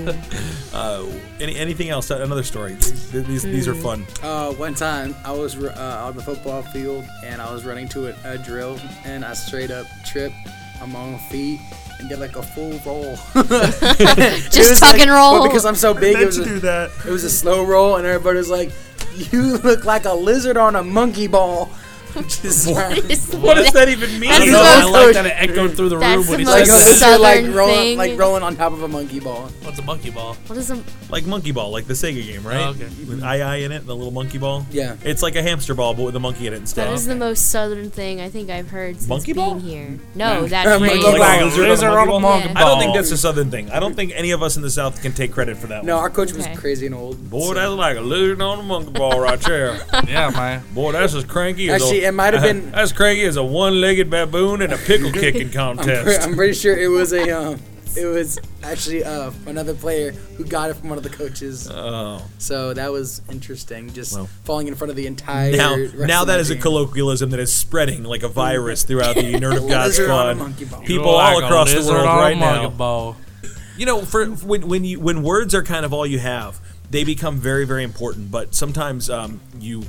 Speaker 2: Uh, any, anything else? Another story. These, these, these are fun.
Speaker 5: Uh, one time I was ru- uh, on the football field and I was running to a, a drill and I straight up tripped on my own feet and did like a full roll.
Speaker 4: Just tuck and roll.
Speaker 5: Well, because I'm so big, it was, a,
Speaker 2: that.
Speaker 5: it was a slow roll and everybody was like, "You look like a lizard on a monkey ball." Just like,
Speaker 2: What does that even mean?
Speaker 3: I don't
Speaker 4: That's
Speaker 3: know. I
Speaker 5: the
Speaker 3: like
Speaker 5: most-
Speaker 3: that it echoed through the
Speaker 4: That's
Speaker 3: room when he
Speaker 4: the most-
Speaker 5: like,
Speaker 3: said,
Speaker 5: as if you're, like
Speaker 4: Southern
Speaker 5: rolling,
Speaker 4: thing.
Speaker 5: like rolling on top of a monkey ball.
Speaker 3: "What's a monkey ball?"
Speaker 4: What is a
Speaker 2: Like monkey ball, like the Sega game, right?
Speaker 3: Oh, okay.
Speaker 2: With I I in it, the little monkey ball.
Speaker 5: Yeah.
Speaker 2: It's like a hamster ball, but with a monkey in it instead.
Speaker 4: That is the most southern thing I think I've heard since
Speaker 2: Monkey
Speaker 4: being
Speaker 2: ball?
Speaker 4: here. No, that
Speaker 5: I mean,
Speaker 4: phrase.
Speaker 5: look
Speaker 2: Like
Speaker 5: like
Speaker 2: a
Speaker 5: a
Speaker 2: lizard on a monkey
Speaker 4: monkey
Speaker 2: ball. I don't think
Speaker 3: ball.
Speaker 2: that's a southern thing. I don't think any of us in the South can take credit for that
Speaker 5: No,
Speaker 2: one.
Speaker 5: our coach was
Speaker 4: Okay.
Speaker 5: crazy and old.
Speaker 2: Boy, that's like a lizard on a monkey ball right there.
Speaker 3: yeah, my
Speaker 2: Boy, that's as cranky as
Speaker 5: Actually,
Speaker 2: a,
Speaker 5: it might have been.
Speaker 2: that's cranky as a one-legged baboon in a pickle kicking
Speaker 5: Pre-
Speaker 2: contest.
Speaker 5: I'm pretty sure it was a um, it was actually uh, another player who got it from one of the coaches.
Speaker 2: Oh,
Speaker 5: So that was interesting. Just
Speaker 2: Well.
Speaker 5: falling in front of the entire.
Speaker 2: now,
Speaker 5: rest
Speaker 2: now
Speaker 5: of
Speaker 2: that
Speaker 5: my
Speaker 2: is a
Speaker 5: team.
Speaker 2: colloquialism that is spreading like a virus throughout the Nerd of God
Speaker 5: Lizard on a
Speaker 2: squad.
Speaker 5: monkey ball.
Speaker 2: People all across the world right now.
Speaker 3: Ball.
Speaker 2: You know, for when when you when words are kind of all you have, they become very very important. But sometimes um, you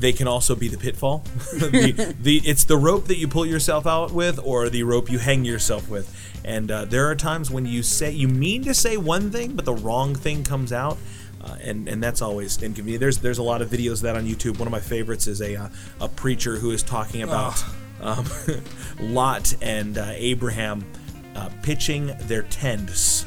Speaker 2: they can also be the pitfall. the, the it's the rope that you pull yourself out with, or the rope you hang yourself with. And uh, there are times when you say you mean to say one thing, but the wrong thing comes out. Uh, and, and that's always inconvenient. There's there's a lot of videos of that on YouTube. One of my favorites is a uh, a preacher who is talking about um, Lot and uh, Abraham uh, pitching their tents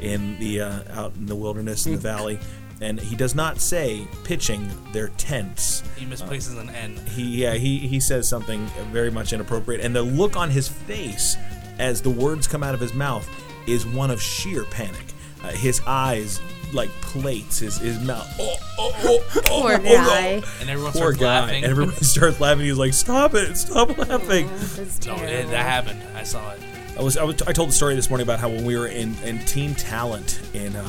Speaker 2: in the uh, out in the wilderness in the valley, and he does not say pitching their tents.
Speaker 3: He misplaces an N.
Speaker 2: He yeah he he says something very much inappropriate, and the look on his face as the words come out of his mouth is one of sheer panic. Uh, his eyes like plates his his mouth. Oh, oh, oh, oh,
Speaker 4: Poor
Speaker 2: oh, no.
Speaker 4: guy.
Speaker 3: And everyone
Speaker 2: Poor
Speaker 3: starts
Speaker 2: guy.
Speaker 3: laughing.
Speaker 2: And everybody starts laughing. He's like, "Stop it! Stop laughing!"
Speaker 4: That's
Speaker 3: no,
Speaker 4: terrible.
Speaker 3: it, that happened. I saw it.
Speaker 2: I was, I was I told the story this morning about how when we were in, in Teen Talent in uh,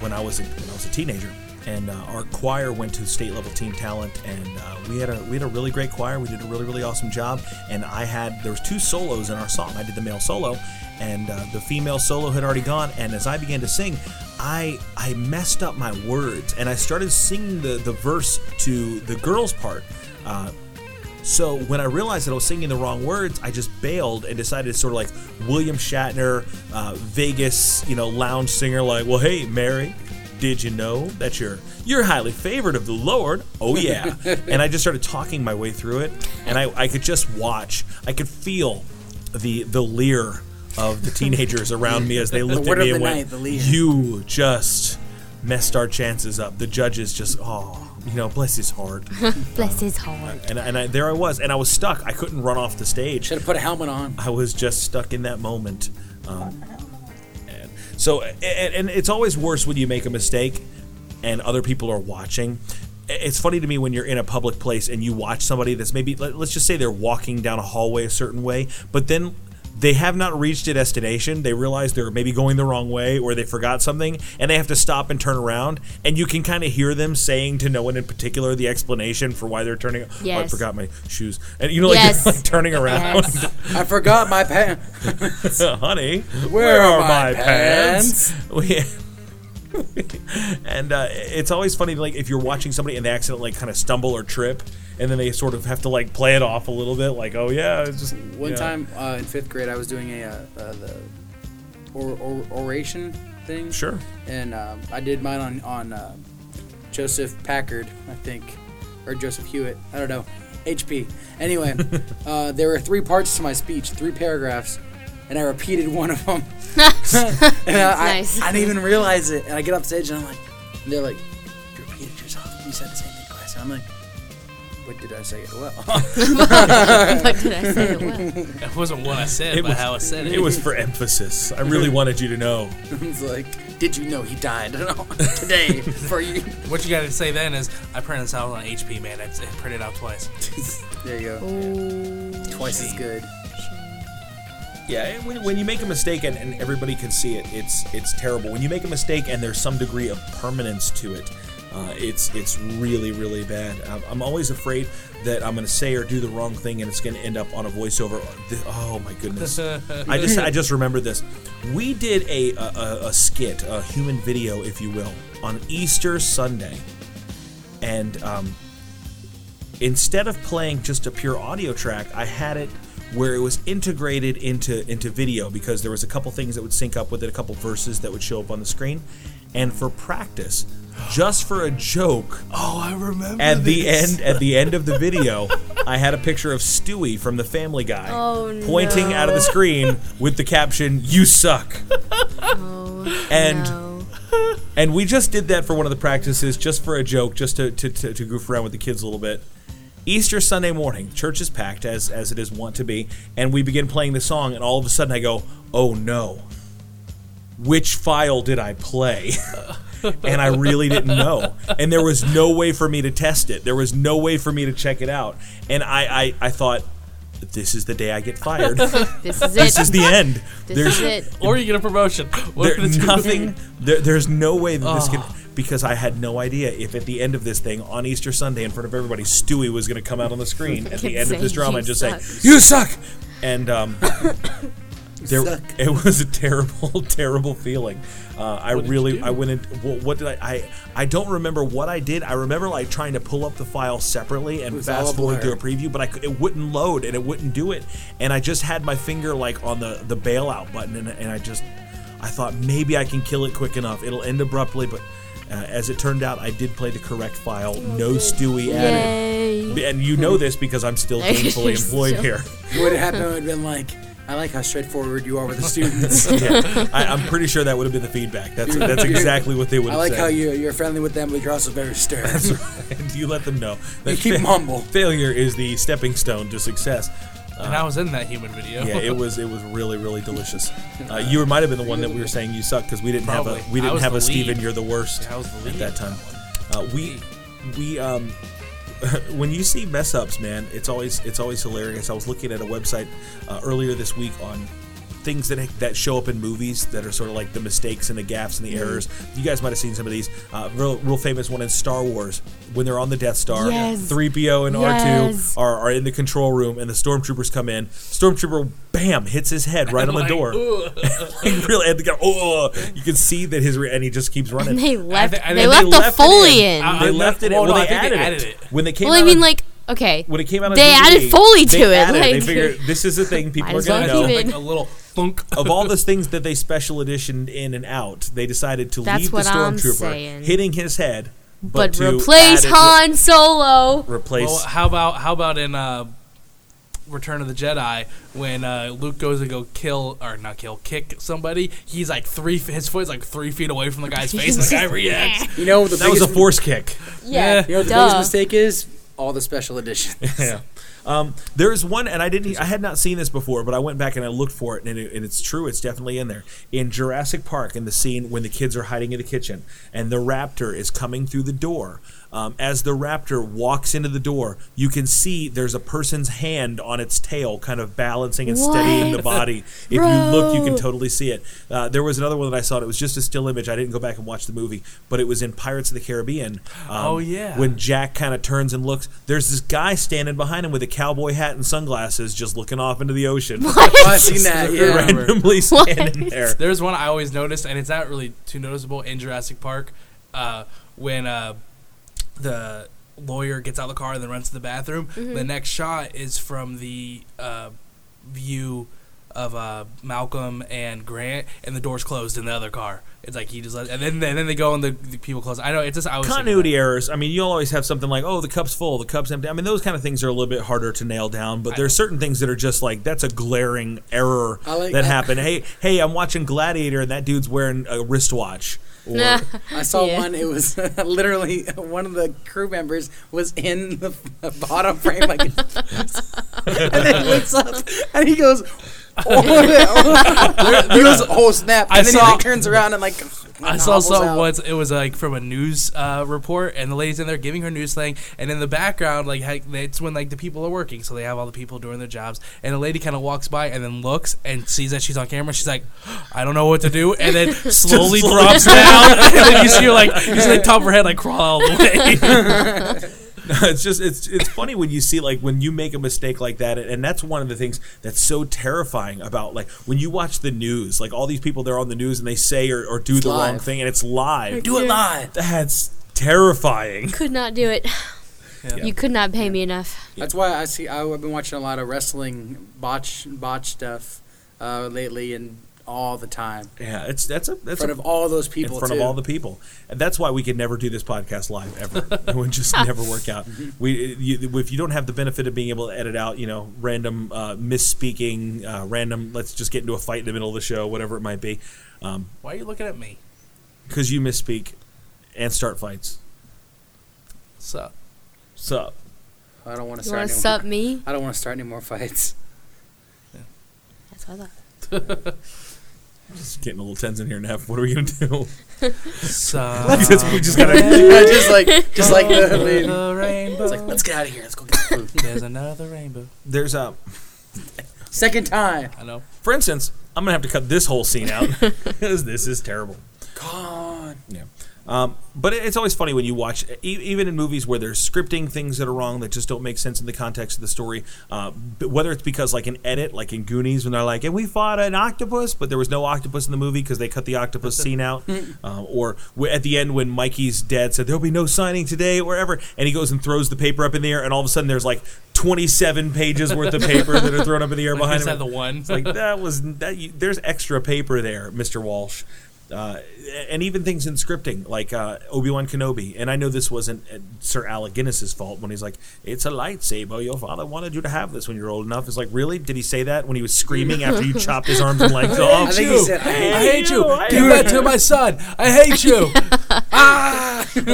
Speaker 2: when I was a, when I was a teenager and uh, our choir went to state level Teen Talent and uh, we had a we had a really great choir we did a really really awesome job and I had there was two solos in our song I did the male solo and uh, the female solo had already gone and as I began to sing I I messed up my words and I started singing the the verse to the girls part. Uh, so when I realized that I was singing the wrong words, I just bailed and decided to sort of like William Shatner, uh, Vegas, you know, lounge singer, like, well, hey, Mary, did you know that you're you're highly favored of the Lord? Oh yeah. and I just started talking my way through it, and I, I could just watch, I could feel the the leer of the teenagers around me as they looked at
Speaker 5: word
Speaker 2: me and
Speaker 5: of the
Speaker 2: went,
Speaker 5: night, the leer.
Speaker 2: "You just messed our chances up." The judges just, oh, you know, bless his heart
Speaker 4: Bless his heart.
Speaker 2: and, and I, there I was, and I was stuck. I couldn't run off the stage.
Speaker 5: Should have put a helmet on.
Speaker 2: I was just stuck in that moment. Um, and so, and, and it's always worse when you make a mistake and other people are watching. I- It's funny to me when you're in a public place and you watch somebody that's maybe, let- let's just say they're walking down a hallway a certain way, but then they have not reached a destination. They realize they're maybe going the wrong way or they forgot something and they have to stop and turn around. And you can kind of hear them saying to no one in particular the explanation for why they're turning. Oh, I
Speaker 4: Yes.
Speaker 2: forgot my shoes. And you know, like,
Speaker 4: Yes.
Speaker 2: like turning around.
Speaker 4: Yes.
Speaker 5: I forgot my pants.
Speaker 2: Honey, where,
Speaker 5: are my pants?
Speaker 2: We- and uh, it's always funny, like if you're watching somebody and they accidentally like, kind of stumble or trip, and then they sort of have to like play it off a little bit, like, "Oh yeah, it's just
Speaker 5: One
Speaker 2: yeah.
Speaker 5: time uh, in fifth grade, I was doing a uh, uh, the or, or, oration thing.
Speaker 2: Sure.
Speaker 5: And um I did mine on on uh, Joseph Packard, I think, or Joseph Hewitt. I don't know. HP. Anyway, uh, there were three parts to my speech, three paragraphs, and I repeated one of them. and uh, I,
Speaker 4: Nice.
Speaker 5: I, I didn't even realize it. And I get up stage and I'm like, and they're like, you repeated yourself. You said the same thing twice. And I'm like, what did I say? Well,
Speaker 4: What did I say? It was?
Speaker 3: It wasn't what I said,
Speaker 2: It
Speaker 3: but
Speaker 2: was-
Speaker 3: how I said it.
Speaker 2: It was for emphasis. I really wanted you to know.
Speaker 5: it's like, did you know he died today for you?
Speaker 3: What you got to say then is, I printed this out on HP, man. I I printed it out twice.
Speaker 5: There you go. Twice as good.
Speaker 2: Yeah, and when, when you make a mistake and, and everybody can see it, it's it's terrible. When you make a mistake and there's some degree of permanence to it, uh, it's it's really really bad. I'm, I'm always afraid that I'm going to say or do the wrong thing and it's going to end up on a voiceover. Th- Oh my goodness! I just I just remembered this. We did a a, a, a skit, a human video, if you will, on Easter Sunday, and um, instead of playing just a pure audio track, I had it where it was integrated into into video because there was a couple things that would sync up with it, a couple verses that would show up on the screen, and for practice, just for a joke,
Speaker 3: Oh, I remember.
Speaker 2: at the
Speaker 3: this.
Speaker 2: end at the end of the video, I had a picture of Stewie from The Family Guy
Speaker 4: Oh,
Speaker 2: pointing out of the screen with the caption "You suck," and.
Speaker 4: Oh, No.
Speaker 2: And we just did that for one of the practices, just for a joke, just to, to, to, to goof around with the kids a little bit. Easter Sunday morning, church is packed as as it is wont to be, and we begin playing the song, and all of a sudden I go, "Oh no, which file did I play?" and I really didn't know, and there was no way for me to test it. There was no way for me to check it out, and I I, I thought, "This is the day I get fired.
Speaker 4: This is it.
Speaker 2: this is the end."
Speaker 4: This
Speaker 2: There's
Speaker 4: is it.
Speaker 3: Or you get a promotion. What
Speaker 2: there,
Speaker 3: are the two?
Speaker 2: nothing. There, there's no way that this could. Because I had no idea if at the end of this thing on Easter Sunday in front of everybody, Stewie was going to come out on the screen at the
Speaker 4: Kept
Speaker 2: end of this
Speaker 4: saying,
Speaker 2: drama
Speaker 4: "You
Speaker 2: and just say,
Speaker 4: suck."
Speaker 2: "You suck," and um, there
Speaker 5: suck.
Speaker 2: it was a terrible, terrible feeling. Uh, I
Speaker 3: did you
Speaker 2: really,
Speaker 3: do?
Speaker 2: I went in. What, what did I, I? I don't remember what I did. I remember like trying to pull up the file separately and
Speaker 5: was all a
Speaker 2: fast forward through a
Speaker 5: blur.
Speaker 2: preview, but I cou- it wouldn't load and it wouldn't do it. And I just had my finger like on the the bailout button, and, and I just I thought maybe I can kill it quick enough. It'll end abruptly, but uh, as it turned out, I did play the correct file.
Speaker 5: Oh,
Speaker 2: no Stewie added.
Speaker 4: Yay.
Speaker 2: And you know this because I'm still gainfully
Speaker 4: You're
Speaker 2: employed
Speaker 4: still-
Speaker 2: here.
Speaker 5: What happened would have been like, I like how straightforward you are with the students.
Speaker 2: Yeah, I, I'm pretty sure that would have been the feedback. That's that's exactly what they would
Speaker 5: I
Speaker 2: have
Speaker 5: like
Speaker 2: said.
Speaker 5: how you, you're friendly with them, but you're also very stern.
Speaker 2: and you let them know that
Speaker 5: You keep 'em humble.
Speaker 2: failure is the stepping stone to success.
Speaker 3: And I was in that human video.
Speaker 2: Yeah, it was it was really really delicious. Uh, you might have been the one that we were saying you suck because we didn't have a
Speaker 3: Probably.
Speaker 2: we
Speaker 3: I
Speaker 2: didn't
Speaker 3: was
Speaker 2: have
Speaker 3: the
Speaker 2: a Steven.
Speaker 3: lead.
Speaker 2: You're the worst
Speaker 3: I was the
Speaker 2: at
Speaker 3: lead
Speaker 2: that
Speaker 3: on
Speaker 2: time. Uh, we we um when you see mess ups, man, it's always it's always hilarious. I was looking at a website uh, earlier this week on things that that show up in movies that are sort of like the mistakes and the gaffes and the
Speaker 3: Mm-hmm.
Speaker 2: errors. You guys might have seen some of these. Uh, real, real famous one in Star Wars when they're on the Death Star.
Speaker 4: Yes.
Speaker 2: 3PO and
Speaker 4: Yes.
Speaker 2: R2 are, are in the control room and the stormtroopers come in. Stormtrooper bam hits his head right on the
Speaker 3: Like,
Speaker 2: door.
Speaker 3: ooh.
Speaker 2: Like, really had to go. Oh, you can see that his re- and he just keeps running.
Speaker 4: And they left.
Speaker 3: thi- I think
Speaker 4: they
Speaker 3: they
Speaker 4: left the
Speaker 2: left it
Speaker 4: Foley
Speaker 2: in.
Speaker 4: in.
Speaker 3: Uh,
Speaker 2: They
Speaker 3: I
Speaker 2: left
Speaker 3: know-
Speaker 2: it. in.
Speaker 3: well,
Speaker 2: well,
Speaker 3: no,
Speaker 2: they,
Speaker 3: I think
Speaker 2: added
Speaker 3: they
Speaker 2: it.
Speaker 3: added it.
Speaker 2: when they came.
Speaker 4: well, I
Speaker 2: out
Speaker 4: mean,
Speaker 2: on-
Speaker 4: like, okay.
Speaker 2: when it came out, on
Speaker 4: they
Speaker 2: DVD,
Speaker 4: added Foley to
Speaker 2: they
Speaker 4: it,
Speaker 2: added They
Speaker 4: like-
Speaker 2: figured this is the thing people
Speaker 4: Might
Speaker 2: are
Speaker 4: as
Speaker 2: going to
Speaker 4: well
Speaker 2: know.
Speaker 4: keep it.
Speaker 3: Like a little thunk.
Speaker 2: Of all the things that they special editioned in and out, they decided to
Speaker 4: That's
Speaker 2: leave the
Speaker 4: what I'm
Speaker 2: stormtrooper
Speaker 4: saying.
Speaker 2: hitting his head, but,
Speaker 4: but
Speaker 2: to add
Speaker 4: replace
Speaker 2: it-
Speaker 4: Han Solo.
Speaker 2: Replace.
Speaker 3: Well, how about how about in uh, Return of the Jedi when uh, Luke goes to go kill or not kill kick somebody? He's like three. His foot's like three feet away from the guy's face. and the guy reacts.
Speaker 5: You know what the
Speaker 2: that was
Speaker 5: biggest,
Speaker 2: a force kick.
Speaker 4: Yeah.
Speaker 5: you know what the
Speaker 4: Duh.
Speaker 5: biggest mistake is? All the special editions.
Speaker 2: yeah. Um, there is one, and I didn't, I had not seen this before, but I went back and I looked for it, and, it, and it's true, it's definitely in there. In Jurassic Park, in the scene when the kids are hiding in the kitchen, and the raptor is coming through the door, Um, as the raptor walks into the door, you can see there's a person's hand on its tail, kind of balancing and steadying
Speaker 4: What?
Speaker 2: the body. If you look, you can
Speaker 4: Bro.
Speaker 2: totally see it. Uh, there was another one that I saw. And it was just a still image. I didn't go back and watch the movie, but it was in Pirates of the Caribbean. Um,
Speaker 3: Oh, yeah.
Speaker 2: When Jack kind of turns and looks, there's this guy standing behind him with a cowboy hat and sunglasses, just looking off into the ocean.
Speaker 5: Oh, I've seen that. Yeah.
Speaker 2: randomly standing there.
Speaker 3: There's one I always noticed, and it's not really too noticeable in Jurassic Park uh, when uh, the lawyer gets out of the car and then runs to the bathroom. The next shot is from the uh, view of uh, Malcolm and Grant, and the door's closed in the other car. It's like he just let, and then and then they go and the, the people close. I know it's just I was
Speaker 2: Continuity errors. I mean, you'll always have something like, "Oh, the cup's full, the cup's empty." I mean, those kind of things are a little bit harder to nail down. But
Speaker 3: I
Speaker 2: there are
Speaker 3: know.
Speaker 2: certain things that are just like that's a glaring error
Speaker 5: I like
Speaker 2: that
Speaker 5: that.
Speaker 2: happened. Hey, hey, I'm watching Gladiator, and that dude's wearing a wristwatch. Or,
Speaker 5: I saw
Speaker 4: Yeah.
Speaker 5: one. It was literally one of the crew members was in the bottom frame, like, and then he looks up and he goes, "Oh, he goes, oh snap!" And
Speaker 3: I
Speaker 5: then
Speaker 3: saw-
Speaker 5: he like, turns around and like,
Speaker 3: I saw
Speaker 5: hobbles
Speaker 3: something
Speaker 5: out.
Speaker 3: once. It was like from a news uh, report, and the lady's in there giving her news thing, and in the background, like heck, it's when like the people are working, so they have all the people doing their jobs, and the lady kind of walks by and then looks and sees that she's on camera. She's like, I don't know what to do, and then slowly
Speaker 2: slowly
Speaker 3: drops down, and then you see her like you see the top of her head like crawl all the way.
Speaker 2: it's just it's it's funny when you see like when you make a mistake like that and that's one of the things that's so terrifying about like when you watch the news like all these people they're on the news and they say or, or do the wrong
Speaker 5: live.
Speaker 2: thing and it's live
Speaker 5: do it live.
Speaker 2: that's terrifying
Speaker 4: Could not do it. You could not pay me enough.
Speaker 5: That's why I see. I, I've been watching a lot of wrestling botch botch stuff uh, lately, and all the time
Speaker 2: yeah it's that's a
Speaker 5: in
Speaker 2: that's
Speaker 5: front
Speaker 2: a,
Speaker 5: of all those people.
Speaker 2: in front
Speaker 5: too.
Speaker 2: of all the people. And that's why we could never do this podcast live ever. it would just never work out. We you, if you don't have the benefit of being able to edit out, you know, random uh, misspeaking, uh, random. Let's just get into a fight in the middle of the show, whatever it might be, because
Speaker 3: Why are you looking at me?
Speaker 2: you misspeak and start fights.
Speaker 3: So
Speaker 2: So
Speaker 5: I don't want to
Speaker 4: You
Speaker 5: start.
Speaker 4: want to
Speaker 5: Any
Speaker 4: sup
Speaker 5: more,
Speaker 4: me?
Speaker 5: I don't want to start any more fights.
Speaker 4: That's what I thought.
Speaker 2: just getting a little tense in here, Neff. What are we gonna do?
Speaker 3: so
Speaker 2: we just gotta.
Speaker 5: Yeah, just like just like the, the-
Speaker 3: the rainbow.
Speaker 5: it's like let's get out of here. Let's go get some food.
Speaker 3: There's another rainbow.
Speaker 2: There's a.
Speaker 5: Second time.
Speaker 3: I know.
Speaker 2: For instance, I'm gonna have to cut this whole scene out because this is terrible.
Speaker 5: God.
Speaker 2: Yeah. Um, but it- it's always funny when you watch, e- even in movies where there's scripting things that are wrong that just don't make sense in the context of the story. Uh, b- whether it's because, like, an edit, like in Goonies, when they're like, and we fought an octopus, but there was no octopus in the movie because they cut the octopus scene out.
Speaker 3: Hmm.
Speaker 2: Um, or w- at the end when Mikey's dad said, there'll be no signing today, wherever. And he goes and throws the paper up in the air, and all of a sudden there's like 27 pages worth of paper that are thrown up in the air
Speaker 3: I
Speaker 2: behind
Speaker 3: just
Speaker 2: him.
Speaker 3: had the one.
Speaker 2: It's like that was that. You, there's extra paper there, Mr. Walsh, uh, and even things in scripting like uh, Obi Wan Kenobi. And I know this wasn't uh, Sir Alec Guinness's fault when he's like, "It's a lightsaber. Your father wanted you to have this when you're old enough." It's like, really? Did he say that when he was screaming after you chopped his arms and legs off?
Speaker 5: I think he said, "I
Speaker 3: I
Speaker 2: hate
Speaker 3: hate you.
Speaker 2: you. I
Speaker 3: Do
Speaker 2: hate
Speaker 3: that to my son. I hate you.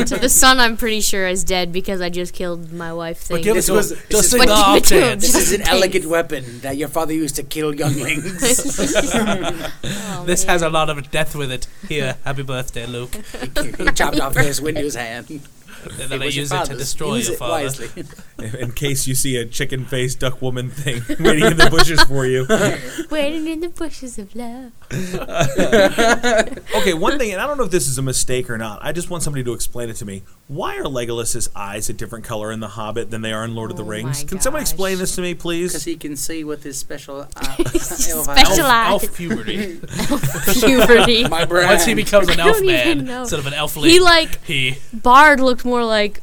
Speaker 4: So the son, I'm pretty sure, is dead because I just killed my wife. Thing.
Speaker 3: give
Speaker 5: This
Speaker 3: it to
Speaker 5: was-
Speaker 3: him.
Speaker 5: this
Speaker 3: Just
Speaker 5: is
Speaker 3: sing
Speaker 5: what
Speaker 3: the
Speaker 4: you
Speaker 3: off
Speaker 4: do.
Speaker 3: dance.
Speaker 5: This is an
Speaker 4: Just in
Speaker 5: elegant
Speaker 4: case.
Speaker 5: weapons that your father used to kill younglings.
Speaker 4: Oh,
Speaker 3: This
Speaker 4: man.
Speaker 3: has a lot of death with it. Here, happy birthday, Luke.
Speaker 5: he chopped off his Windows hand.
Speaker 3: And then I
Speaker 5: was your
Speaker 3: use it to
Speaker 5: father's.
Speaker 3: destroy
Speaker 5: Use
Speaker 3: your
Speaker 5: it
Speaker 3: father.
Speaker 5: wisely.
Speaker 2: in case you see a chicken-faced duck woman thing waiting in the bushes for you.
Speaker 4: Waiting in the bushes of love.
Speaker 2: Okay, one thing, and I don't know if this is a mistake or not. I just want somebody to explain it to me. Why are Legolas's eyes a different color in The Hobbit than they are in Lord of the
Speaker 4: Oh
Speaker 2: Rings?
Speaker 4: my
Speaker 2: Can someone
Speaker 4: gosh.
Speaker 2: explain this to me,
Speaker 5: Because
Speaker 2: please?
Speaker 5: he can see with his special uh,
Speaker 4: special
Speaker 5: elf-
Speaker 4: eye.
Speaker 3: Elf puberty.
Speaker 4: Puberty.
Speaker 5: My brand.
Speaker 3: Once he becomes an
Speaker 4: I don't
Speaker 3: elf
Speaker 4: even
Speaker 3: man
Speaker 4: know.
Speaker 3: instead of an elfling,
Speaker 4: He like
Speaker 3: he
Speaker 4: Bard looked more like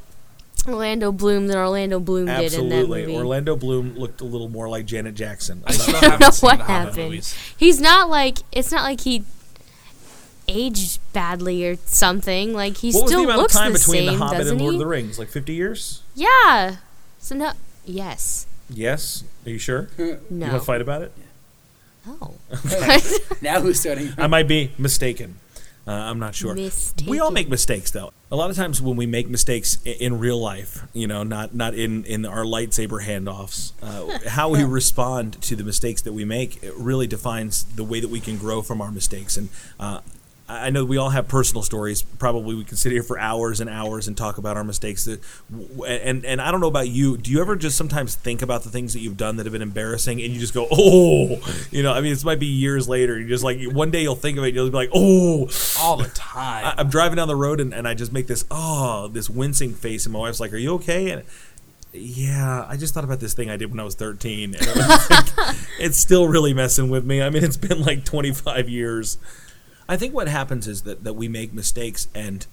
Speaker 4: Orlando Bloom than Orlando Bloom did in that
Speaker 2: Absolutely.
Speaker 4: movie.
Speaker 2: Orlando Bloom looked a little more like Janet Jackson.
Speaker 3: I still
Speaker 4: know
Speaker 3: haven't seen
Speaker 4: what
Speaker 3: the Hobbit
Speaker 4: happened.
Speaker 3: movies.
Speaker 4: He's not like it's not like he aged badly or something. Like he
Speaker 2: what was the
Speaker 4: still
Speaker 2: amount of
Speaker 4: looks
Speaker 2: time
Speaker 4: the
Speaker 2: between
Speaker 4: same,
Speaker 2: The Hobbit
Speaker 4: doesn't
Speaker 2: and Lord
Speaker 4: he?
Speaker 2: of the Rings? Like 50 years?
Speaker 4: yeah. So no. Yes.
Speaker 2: Yes. Are you sure? You
Speaker 4: No. Oh.
Speaker 2: want to fight about it?
Speaker 4: No.
Speaker 5: Now who's starting?
Speaker 2: I might be mistaken. Uh, I'm not sure. We all
Speaker 4: Mistaken.
Speaker 2: make mistakes, though. A lot of times when we make mistakes i- in real life, you know, not not in in our lightsaber handoffs, uh, how we respond to the mistakes that we make it really defines the way that we can grow from our mistakes. And uh, I I know we all have personal stories. Probably we can sit here for hours and hours and talk about our mistakes. That, w- and and I don't know about you. Do you ever just sometimes think about the things that you've done that have been embarrassing, and you just go, oh, you know? I mean, this might be years later. You just like one day you'll think of it. and You'll be like, oh,
Speaker 3: all the time.
Speaker 2: I, I'm driving down the road and, and I just make this oh this wincing face and my wife's like, "Are you okay?" And yeah, I just thought about this thing I did when I was 13. And it was like- it's still really messing with me. I mean, it's been like 25 years. I think what happens is that that we make mistakes and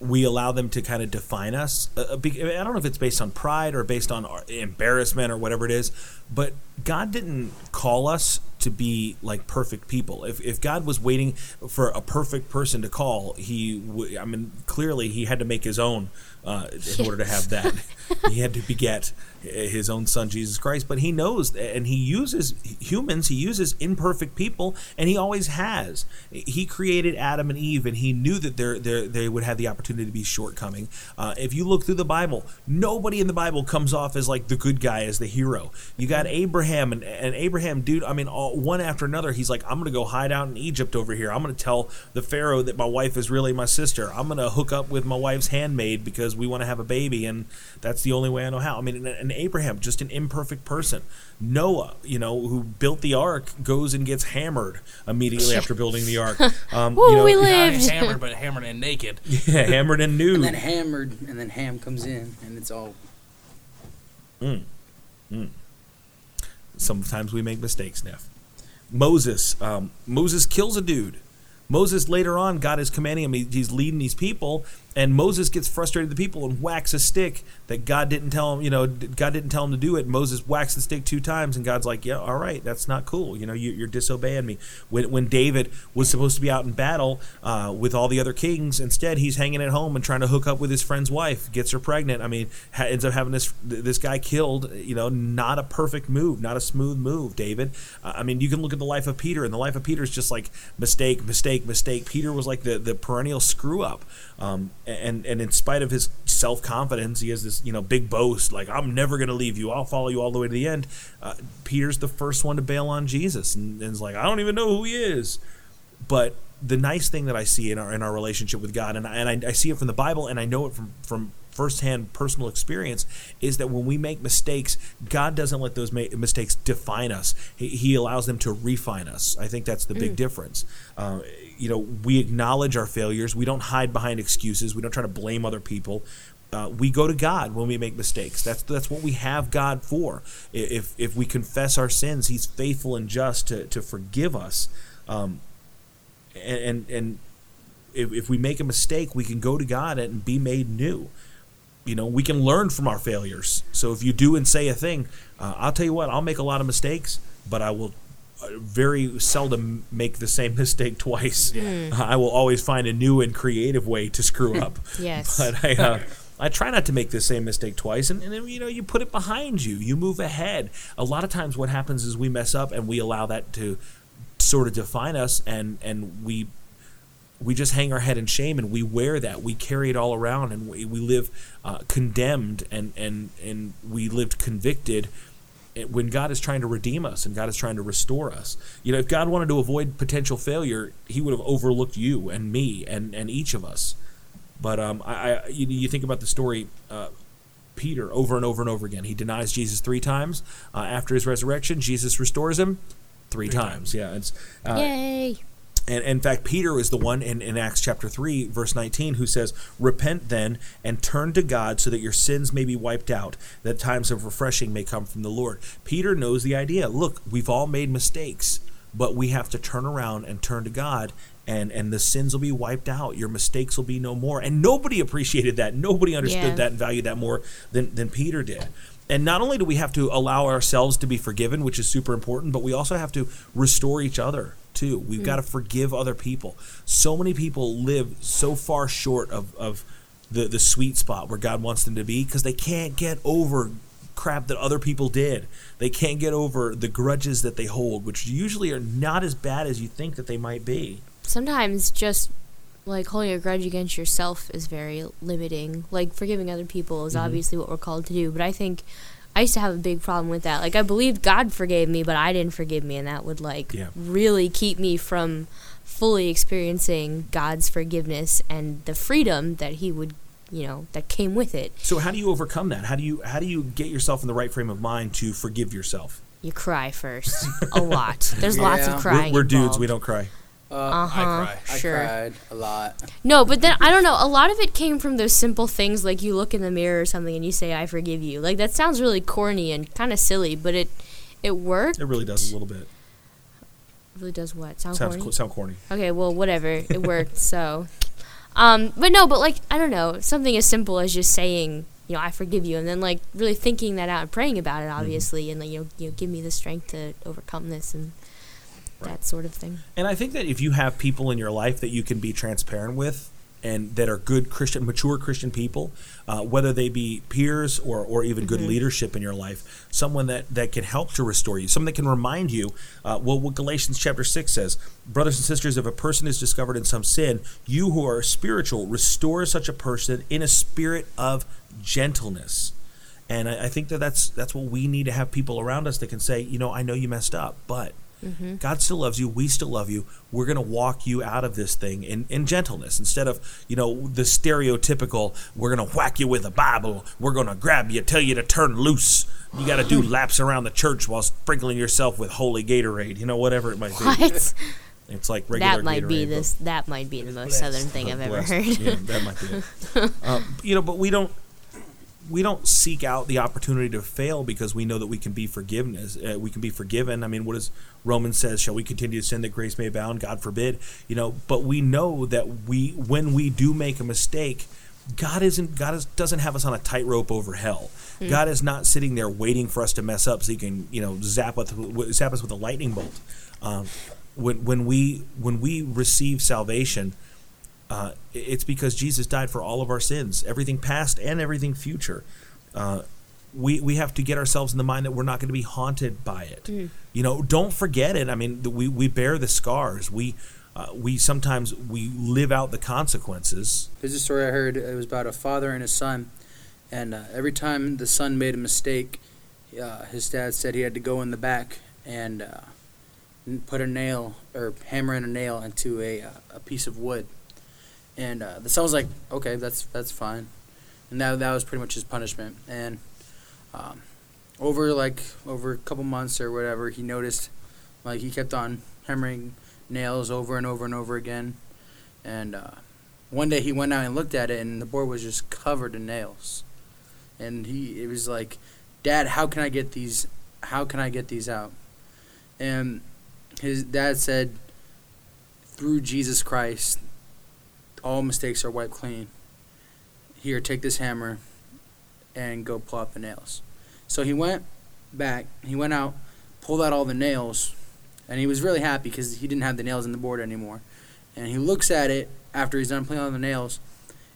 Speaker 2: we allow them to kind of define us. Uh, uh, be- I don't know if it's based on pride or based on our embarrassment or whatever it is, but God didn't call us to be like perfect people. If, if God was waiting for a perfect person to call, he, w- I mean, clearly he had to make his own uh, in order to have that. he had to beget his own son, Jesus Christ. But he knows, and he uses humans, he uses imperfect people, and he always has. He created Adam and Eve, and he knew that they're, they're, they would have the opportunity to be shortcoming. Uh, if you look through the Bible, nobody in the Bible comes off as like the good guy, as the hero. You got Abraham, and, and Abraham, dude, I mean, all, one after another, he's like, I'm going to go hide out in Egypt over here. I'm going to tell the Pharaoh that my wife is really my sister. I'm going to hook up with my wife's handmaid because we want to have a baby, and that's the only way I know how. I mean, and, and Abraham, just an imperfect person. Noah, you know, who built the ark, goes and gets hammered immediately after building the ark. Um,
Speaker 4: Woo,
Speaker 2: you know,
Speaker 4: we
Speaker 3: Not
Speaker 4: lived.
Speaker 3: hammered, but hammered and naked.
Speaker 2: yeah, hammered and nude.
Speaker 5: And then hammered, and then ham comes in, and it's all.
Speaker 2: sometimes we make mistakes, Neff. Moses, um, Moses kills a dude. Moses later on, God is commanding him. He, he's leading these people, and Moses gets frustrated with the people and whacks a stick that God didn't tell him. You know, d- God didn't tell him to do it. Moses whacks the stick two times, and God's like, "Yeah, all right, that's not cool. You know, you, you're disobeying me." When when David was supposed to be out in battle uh, with all the other kings, instead he's hanging at home and trying to hook up with his friend's wife, gets her pregnant. I mean, ha- ends up having this this guy killed. You know, not a perfect move, not a smooth move, David. Uh, I mean, you can look at the life of Peter, and the life of Peter is just like mistake, mistake, mistake. Peter was like the, the perennial screw up, um, and and in spite of his self confidence, he has this you know big boast like I'm never gonna leave you, I'll follow you all the way to the end. Uh, Peter's the first one to bail on Jesus, and, and is like I don't even know who he is but the nice thing that I see in our in our relationship with God, and I, and I, I see it from the Bible, and I know it from from firsthand personal experience, is that when we make mistakes, God doesn't let those ma- mistakes define us. He, he allows them to refine us. I think that's the big difference. Uh, you know, we acknowledge our failures. We don't hide behind excuses. We don't try to blame other people. Uh, we go to God when we make mistakes. That's that's what we have God for. I- If if we confess our sins, He's faithful and just to to forgive us. Um, and and, and if, if we make a mistake, we can go to God and be made new. You know, we can learn from our failures. So if you do and say a thing, uh, I'll tell you what, I'll make a lot of mistakes, but I will uh, very seldom make the same mistake twice. Uh, I will always find a new and creative way to screw up.
Speaker 4: Yes.
Speaker 2: But I, uh, I try not to make the same mistake twice. And, and then, you know, you put it behind you, you move ahead. A lot of times what happens is we mess up and we allow that to sort of define us and, and we we just hang our head in shame and we wear that we carry it all around and we, we live uh, condemned and and and we lived convicted eh, when God is trying to redeem us and God is trying to restore us. You know, if God wanted to avoid potential failure, He would have overlooked you and me and and each of us. But um, I, I you, you think about the story. Uh, Peter over and over and over again. He denies Jesus three times. Uh, after his resurrection, Jesus restores him three, times. Yeah, it's uh,
Speaker 4: Yay.
Speaker 2: and in fact, Peter is the one in, in Acts chapter 3, verse 19, who says, Repent then and turn to God so that your sins may be wiped out, that times of refreshing may come from the Lord. Peter knows the idea. Look, we've all made mistakes, but we have to turn around and turn to God. And, and the sins will be wiped out. Your mistakes will be no more. And nobody appreciated that. Nobody understood
Speaker 4: Yeah.
Speaker 2: that and valued that more than, than Peter did. And not only do we have to allow ourselves to be forgiven, which is super important, but we also have to restore each other too. We've got to forgive other people. So many people live so far short of, of the, the sweet spot where God wants them to be because they can't get over crap that other people did. They can't get over the grudges that they hold, which usually are not as bad as you think that they might be.
Speaker 4: sometimes just like holding a grudge against yourself is very limiting. Like forgiving other people is obviously what we're called to do, but I think I used to have a big problem with that. Like I believed God forgave me, but I didn't forgive me, and that would like
Speaker 2: Yeah.
Speaker 4: really keep me from fully experiencing God's forgiveness and the freedom that he would, you know, that came with it.
Speaker 2: So how do you overcome that? How do you how do you get yourself in the right frame of mind to forgive yourself?
Speaker 4: You cry first a lot. There's lots
Speaker 5: Yeah.
Speaker 4: of
Speaker 5: We're-
Speaker 4: crying.
Speaker 2: We're, we're dudes.
Speaker 4: involved. Uh-huh.
Speaker 2: We don't cry.
Speaker 3: I cry.
Speaker 5: I
Speaker 4: Sure.
Speaker 5: cried a lot.
Speaker 4: No, but then I don't know. A lot of it came from those simple things like you look in the mirror or something and you say "I forgive you." Like that sounds really corny and kind of silly, but it it worked.
Speaker 2: It really does a little bit.
Speaker 4: really does what sound
Speaker 2: Sounds
Speaker 4: corny.
Speaker 2: co- sound corny.
Speaker 4: Okay, well, whatever. It worked. so, um, but no, but like I don't know. Something as simple as just saying, you know, I forgive you, and then like really thinking that out and praying about
Speaker 2: Mm-hmm.
Speaker 4: it, obviously, and like you know, you know, give me the strength to overcome this and that sort of thing.
Speaker 2: And I think that if you have people in your life that you can be transparent with and that are good Christian, mature Christian people, uh, whether they be peers or, or even good
Speaker 4: Mm-hmm.
Speaker 2: leadership in your life, someone that, that can help to restore you, someone that can remind you, uh, well, what Galatians chapter 6 says, brothers and sisters, if a person is discovered in some sin, you who are spiritual, restore such a person in a spirit of gentleness. And I, I think that that's that's what we need to have people around us that can say, you know, I know you messed up, but
Speaker 4: Mm-hmm.
Speaker 2: God still loves you. We still love you. We're going to walk you out of this thing in, in gentleness instead of you know the stereotypical. We're going to whack you with a Bible. We're going to grab you, tell you to turn loose. You got to do laps around the church while sprinkling yourself with holy Gatorade. You know, whatever it might be.
Speaker 4: What?
Speaker 2: It's like regular.
Speaker 4: that might be
Speaker 2: Gatorade, but-
Speaker 4: this. That might be the most southern thing I've ever
Speaker 2: Blessed.
Speaker 4: heard.
Speaker 2: Yeah, that might be it. Um, you know, but we don't we don't seek out the opportunity to fail because we know that we can be forgiveness. Uh, we can be forgiven. I mean, what does Romans says? Shall we continue to sin that grace may abound? God forbid. You know, but we know that we when we do make a mistake. God isn't. God is, doesn't have us on a tightrope over hell.
Speaker 4: Mm.
Speaker 2: God is not sitting there waiting for us to mess up so He can, you know, zap us, with- zap us with a lightning bolt. Um, when when we when we receive salvation, uh, it's because Jesus died for all of our sins, everything past and everything future. Uh, we we have to get ourselves in the mind that we're not going to be haunted by it. You know, don't forget it. I mean, the- we we bear the scars. We uh, we sometimes we live out the consequences.
Speaker 5: There's a story I heard. It was about a father and his son, and uh, every time the son made a mistake, uh, his dad said he had to go in the back and uh, n- put a nail or hammer in a nail into a uh, a piece of wood. And uh, the son was like, "Okay, that's that's fine," and that that was pretty much his punishment. And um, over like over a couple months or whatever, he noticed like he kept on hammering nails over and over and over again, and. Uh, one day he went out and looked at it and the board was just covered in nails and he it was like dad how can i get these how can i get these out and his dad said through jesus christ all mistakes are wiped clean here take this hammer and go pull out the nails so he went back he went out pulled out all the nails and he was really happy because he didn't have the nails in the board anymore and he looks at it after he's done playing on the nails.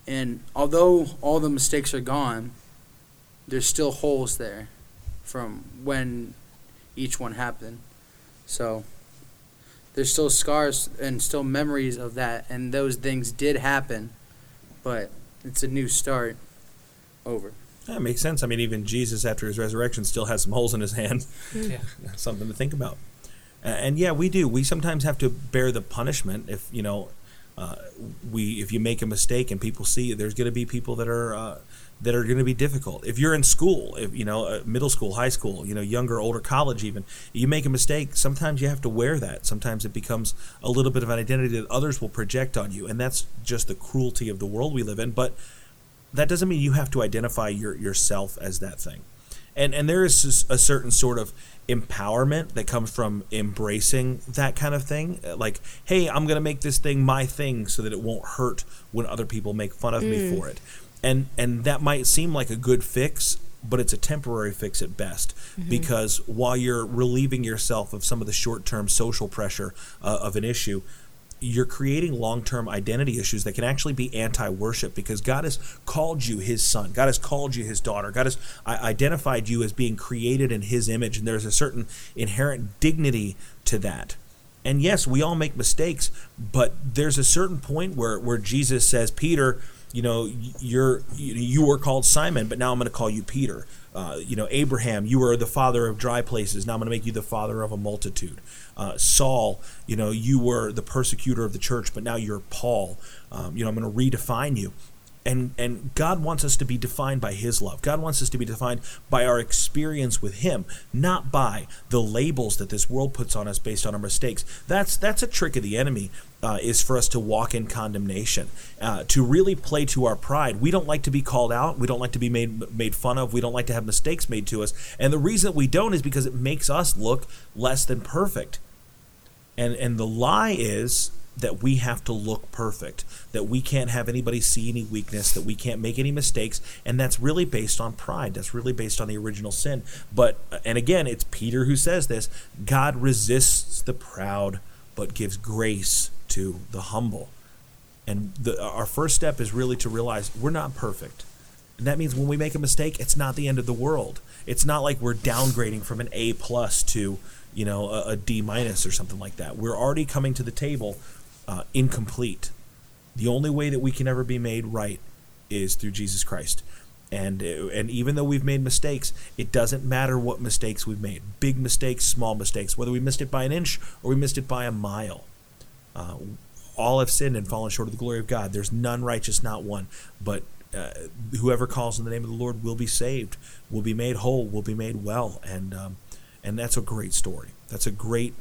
Speaker 5: And although all the mistakes are gone, there's still holes there from when each one happened. So there's still scars and still memories of that, and those things did happen, but it's a new start over.
Speaker 2: That makes sense. I mean, even Jesus after his resurrection still has some holes in his hand.
Speaker 3: Yeah.
Speaker 2: something to think about. Uh, and yeah, we do. We sometimes have to bear the punishment if you know uh, we if you make a mistake and people see you, there's going to be people that are uh, that are going to be difficult. If you're in school, if you know uh, middle school, high school, you know younger, older, college, even you make a mistake. Sometimes you have to wear that. Sometimes it becomes a little bit of an identity that others will project on you, and that's just the cruelty of the world we live in. But that doesn't mean you have to identify your, yourself as that thing. And and there is s- a certain sort of empowerment that comes from embracing that kind of thing. Uh, Like, hey, I'm going to make this thing my thing so that it won't hurt when other people make fun of me for it. And and that might seem like a good fix, but it's a temporary fix at best because while you're relieving yourself of some of the short-term social pressure uh, of an issue, you're creating long-term identity issues that can actually be anti-worship because God has called you His son, God has called you His daughter, God has i- identified you as being created in His image, and there's a certain inherent dignity to that. And yes, we all make mistakes, but there's a certain point where where Jesus says, Peter, you know, y- you're you you were called Simon, but now I'm going to call you Peter. Uh, you know, Abraham, you were the father of dry places. Now I'm going to make you the father of a multitude. Uh, Saul, you know, you were the persecutor of the church, but now you're Paul. Um, you know, I'm going to redefine you and and God wants us to be defined by his love. God wants us to be defined by our experience with him, not by the labels that this world puts on us based on our mistakes. That's that's a trick of the enemy uh, is for us to walk in condemnation, uh, to really play to our pride. We don't like to be called out. We don't like to be made made fun of. We don't like to have mistakes made to us. And the reason that we don't is because it makes us look less than perfect. And and the lie is that we have to look perfect, that we can't have anybody see any weakness, that we can't make any mistakes, and that's really based on pride. That's really based on the original sin. But and again, it's Peter who says this, God resists the proud but gives grace to the humble. And the, our first step is really to realize we're not perfect. And that means when we make a mistake, it's not the end of the world. It's not like we're downgrading from an A plus to, you know, a, a D minus or something like that. We're already coming to the table uh, incomplete. The only way that we can ever be made right is through Jesus Christ. And, uh, and even though we've made mistakes, it doesn't matter what mistakes we've made big mistakes, small mistakes, whether we missed it by an inch or we missed it by a mile. Uh, all have sinned and fallen short of the glory of God. There's none righteous, not one. But uh, whoever calls in the name of the Lord will be saved, will be made whole, will be made well, and um, and that's a great story. That's a great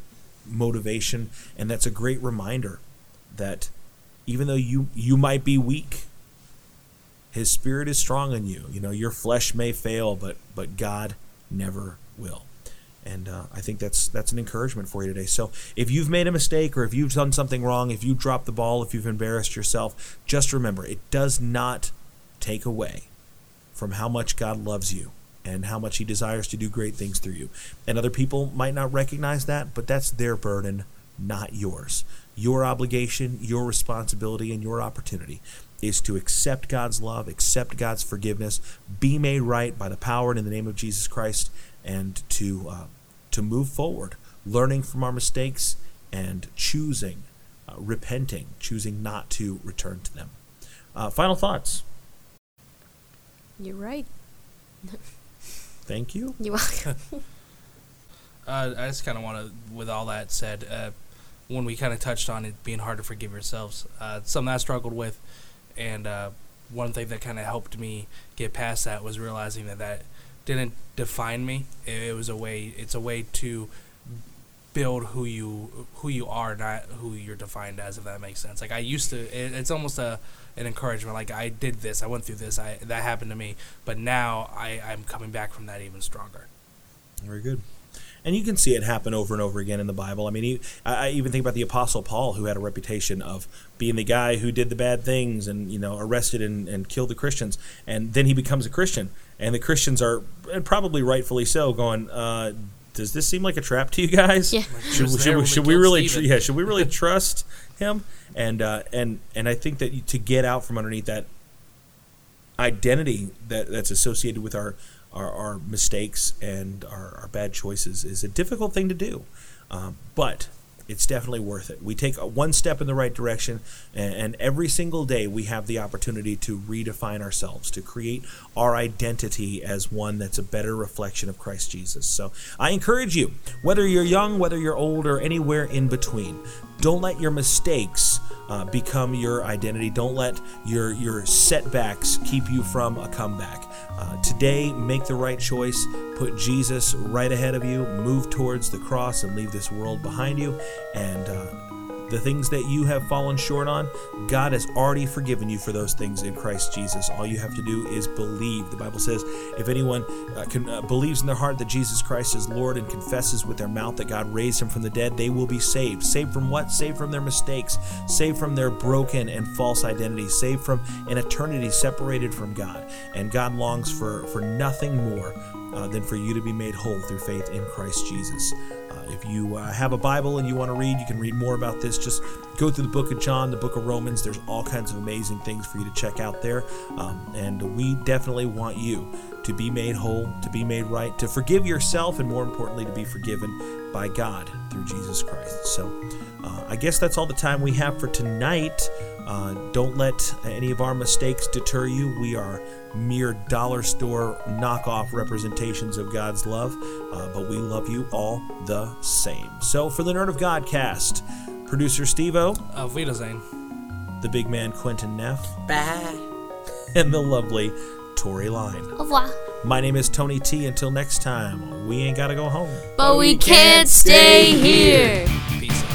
Speaker 2: motivation, and that's a great reminder that even though you you might be weak, His Spirit is strong in you. You know your flesh may fail, but but God never will. And uh, I think that's that's an encouragement for you today. So if you've made a mistake or if you've done something wrong, if you dropped the ball, if you've embarrassed yourself, just remember it does not take away from how much God loves you and how much He desires to do great things through you. And other people might not recognize that, but that's their burden, not yours. Your obligation, your responsibility, and your opportunity is to accept God's love, accept God's forgiveness, be made right by the power and in the name of Jesus Christ, and to uh, to move forward, learning from our mistakes and choosing, uh, repenting, choosing not to return to them. Uh, final thoughts.
Speaker 4: You're right.
Speaker 2: Thank you.
Speaker 4: You're welcome.
Speaker 3: Uh, I just kind of want to, with all that said, uh, when we kind of touched on it being hard to forgive yourselves, uh, it's something I struggled with, and uh, one thing that kind of helped me get past that was realizing that that didn't define me. It, it was a way. It's a way to build who you who you are, not who you're defined as. If that makes sense. Like I used to. It, it's almost a an encouragement. Like I did this. I went through this. I that happened to me. But now I I'm coming back from that even stronger.
Speaker 2: Very good. And you can see it happen over and over again in the Bible. I mean, e- I I even think about the Apostle Paul, who had a reputation of being the guy who did the bad things and, you know, arrested and, and killed the Christians. And then he becomes a Christian. And the Christians are, and probably rightfully so, going, uh, does this seem like a trap to you guys?
Speaker 4: Yeah.
Speaker 2: Should,
Speaker 3: was
Speaker 2: should
Speaker 3: there
Speaker 2: we,
Speaker 3: when they
Speaker 2: should we
Speaker 3: killed
Speaker 2: really tr-
Speaker 3: Stephen.
Speaker 2: yeah should we really trust him? And uh, and and I think that you- to get out from underneath that identity that that's associated with our our, our mistakes and our, our bad choices is a difficult thing to do, um, but it's definitely worth it. We take a- one step in the right direction, and, and every single day we have the opportunity to redefine ourselves, to create our identity as one that's a better reflection of Christ Jesus. So I encourage you, whether you're young, whether you're old, or anywhere in between, don't let your mistakes uh, become your identity. Don't let your your setbacks keep you from a comeback. Uh, today, make the right choice. Put Jesus right ahead of you. Move towards the cross and leave this world behind you. And uh, the things that you have fallen short on, God has already forgiven you for those things in Christ Jesus. All you have to do is believe. The Bible says, if anyone uh, can, uh, believes in their heart that Jesus Christ is Lord and confesses with their mouth that God raised him from the dead, they will be saved. Saved from what? Saved from their mistakes, saved from their broken and false identities, saved from an eternity separated from God. And God longs for, for nothing more uh, than for you to be made whole through faith in Christ Jesus. Uh, if you uh, have a Bible and you want to read, you can read more about this. Just go through the book of John, the book of Romans. There's all kinds of amazing things for you to check out there. Um, and we definitely want you to be made whole, to be made right, to forgive yourself, and more importantly, to be forgiven by God through Jesus Christ. So uh, I guess that's all the time we have for tonight. Uh, don't let any of our mistakes deter you. We are mere dollar store knockoff representations of God's love, uh, but we love you all the same. So for the Nerd of Godcast, producer Steve O,
Speaker 3: Auf Wiedersehen.
Speaker 2: the big man Quentin Neff,
Speaker 5: Bye.
Speaker 2: and the lovely Tori Line.
Speaker 6: Au revoir.
Speaker 2: My name is Tony T. Until next time, we ain't gotta go home.
Speaker 4: But we can't stay here.
Speaker 3: Peace out.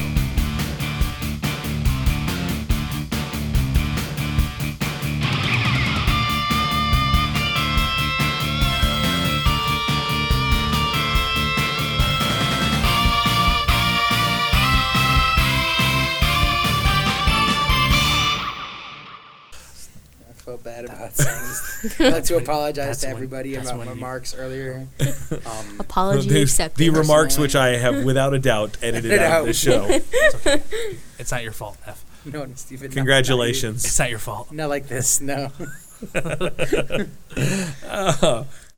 Speaker 5: I felt bad about things. I'd like to apologize to
Speaker 3: when-
Speaker 5: everybody
Speaker 3: that's
Speaker 5: about
Speaker 3: when
Speaker 5: my
Speaker 3: you-
Speaker 5: remarks earlier. Um,
Speaker 4: Apology
Speaker 2: the,
Speaker 4: accepted.
Speaker 2: the remarks which I have without a doubt edited
Speaker 5: Edited
Speaker 2: out of
Speaker 5: out.
Speaker 2: the show.
Speaker 3: It's not your fault, F.
Speaker 5: no, no, Stephen. no,
Speaker 2: Congratulations.
Speaker 3: It's not your fault.
Speaker 5: Not, not like this. No.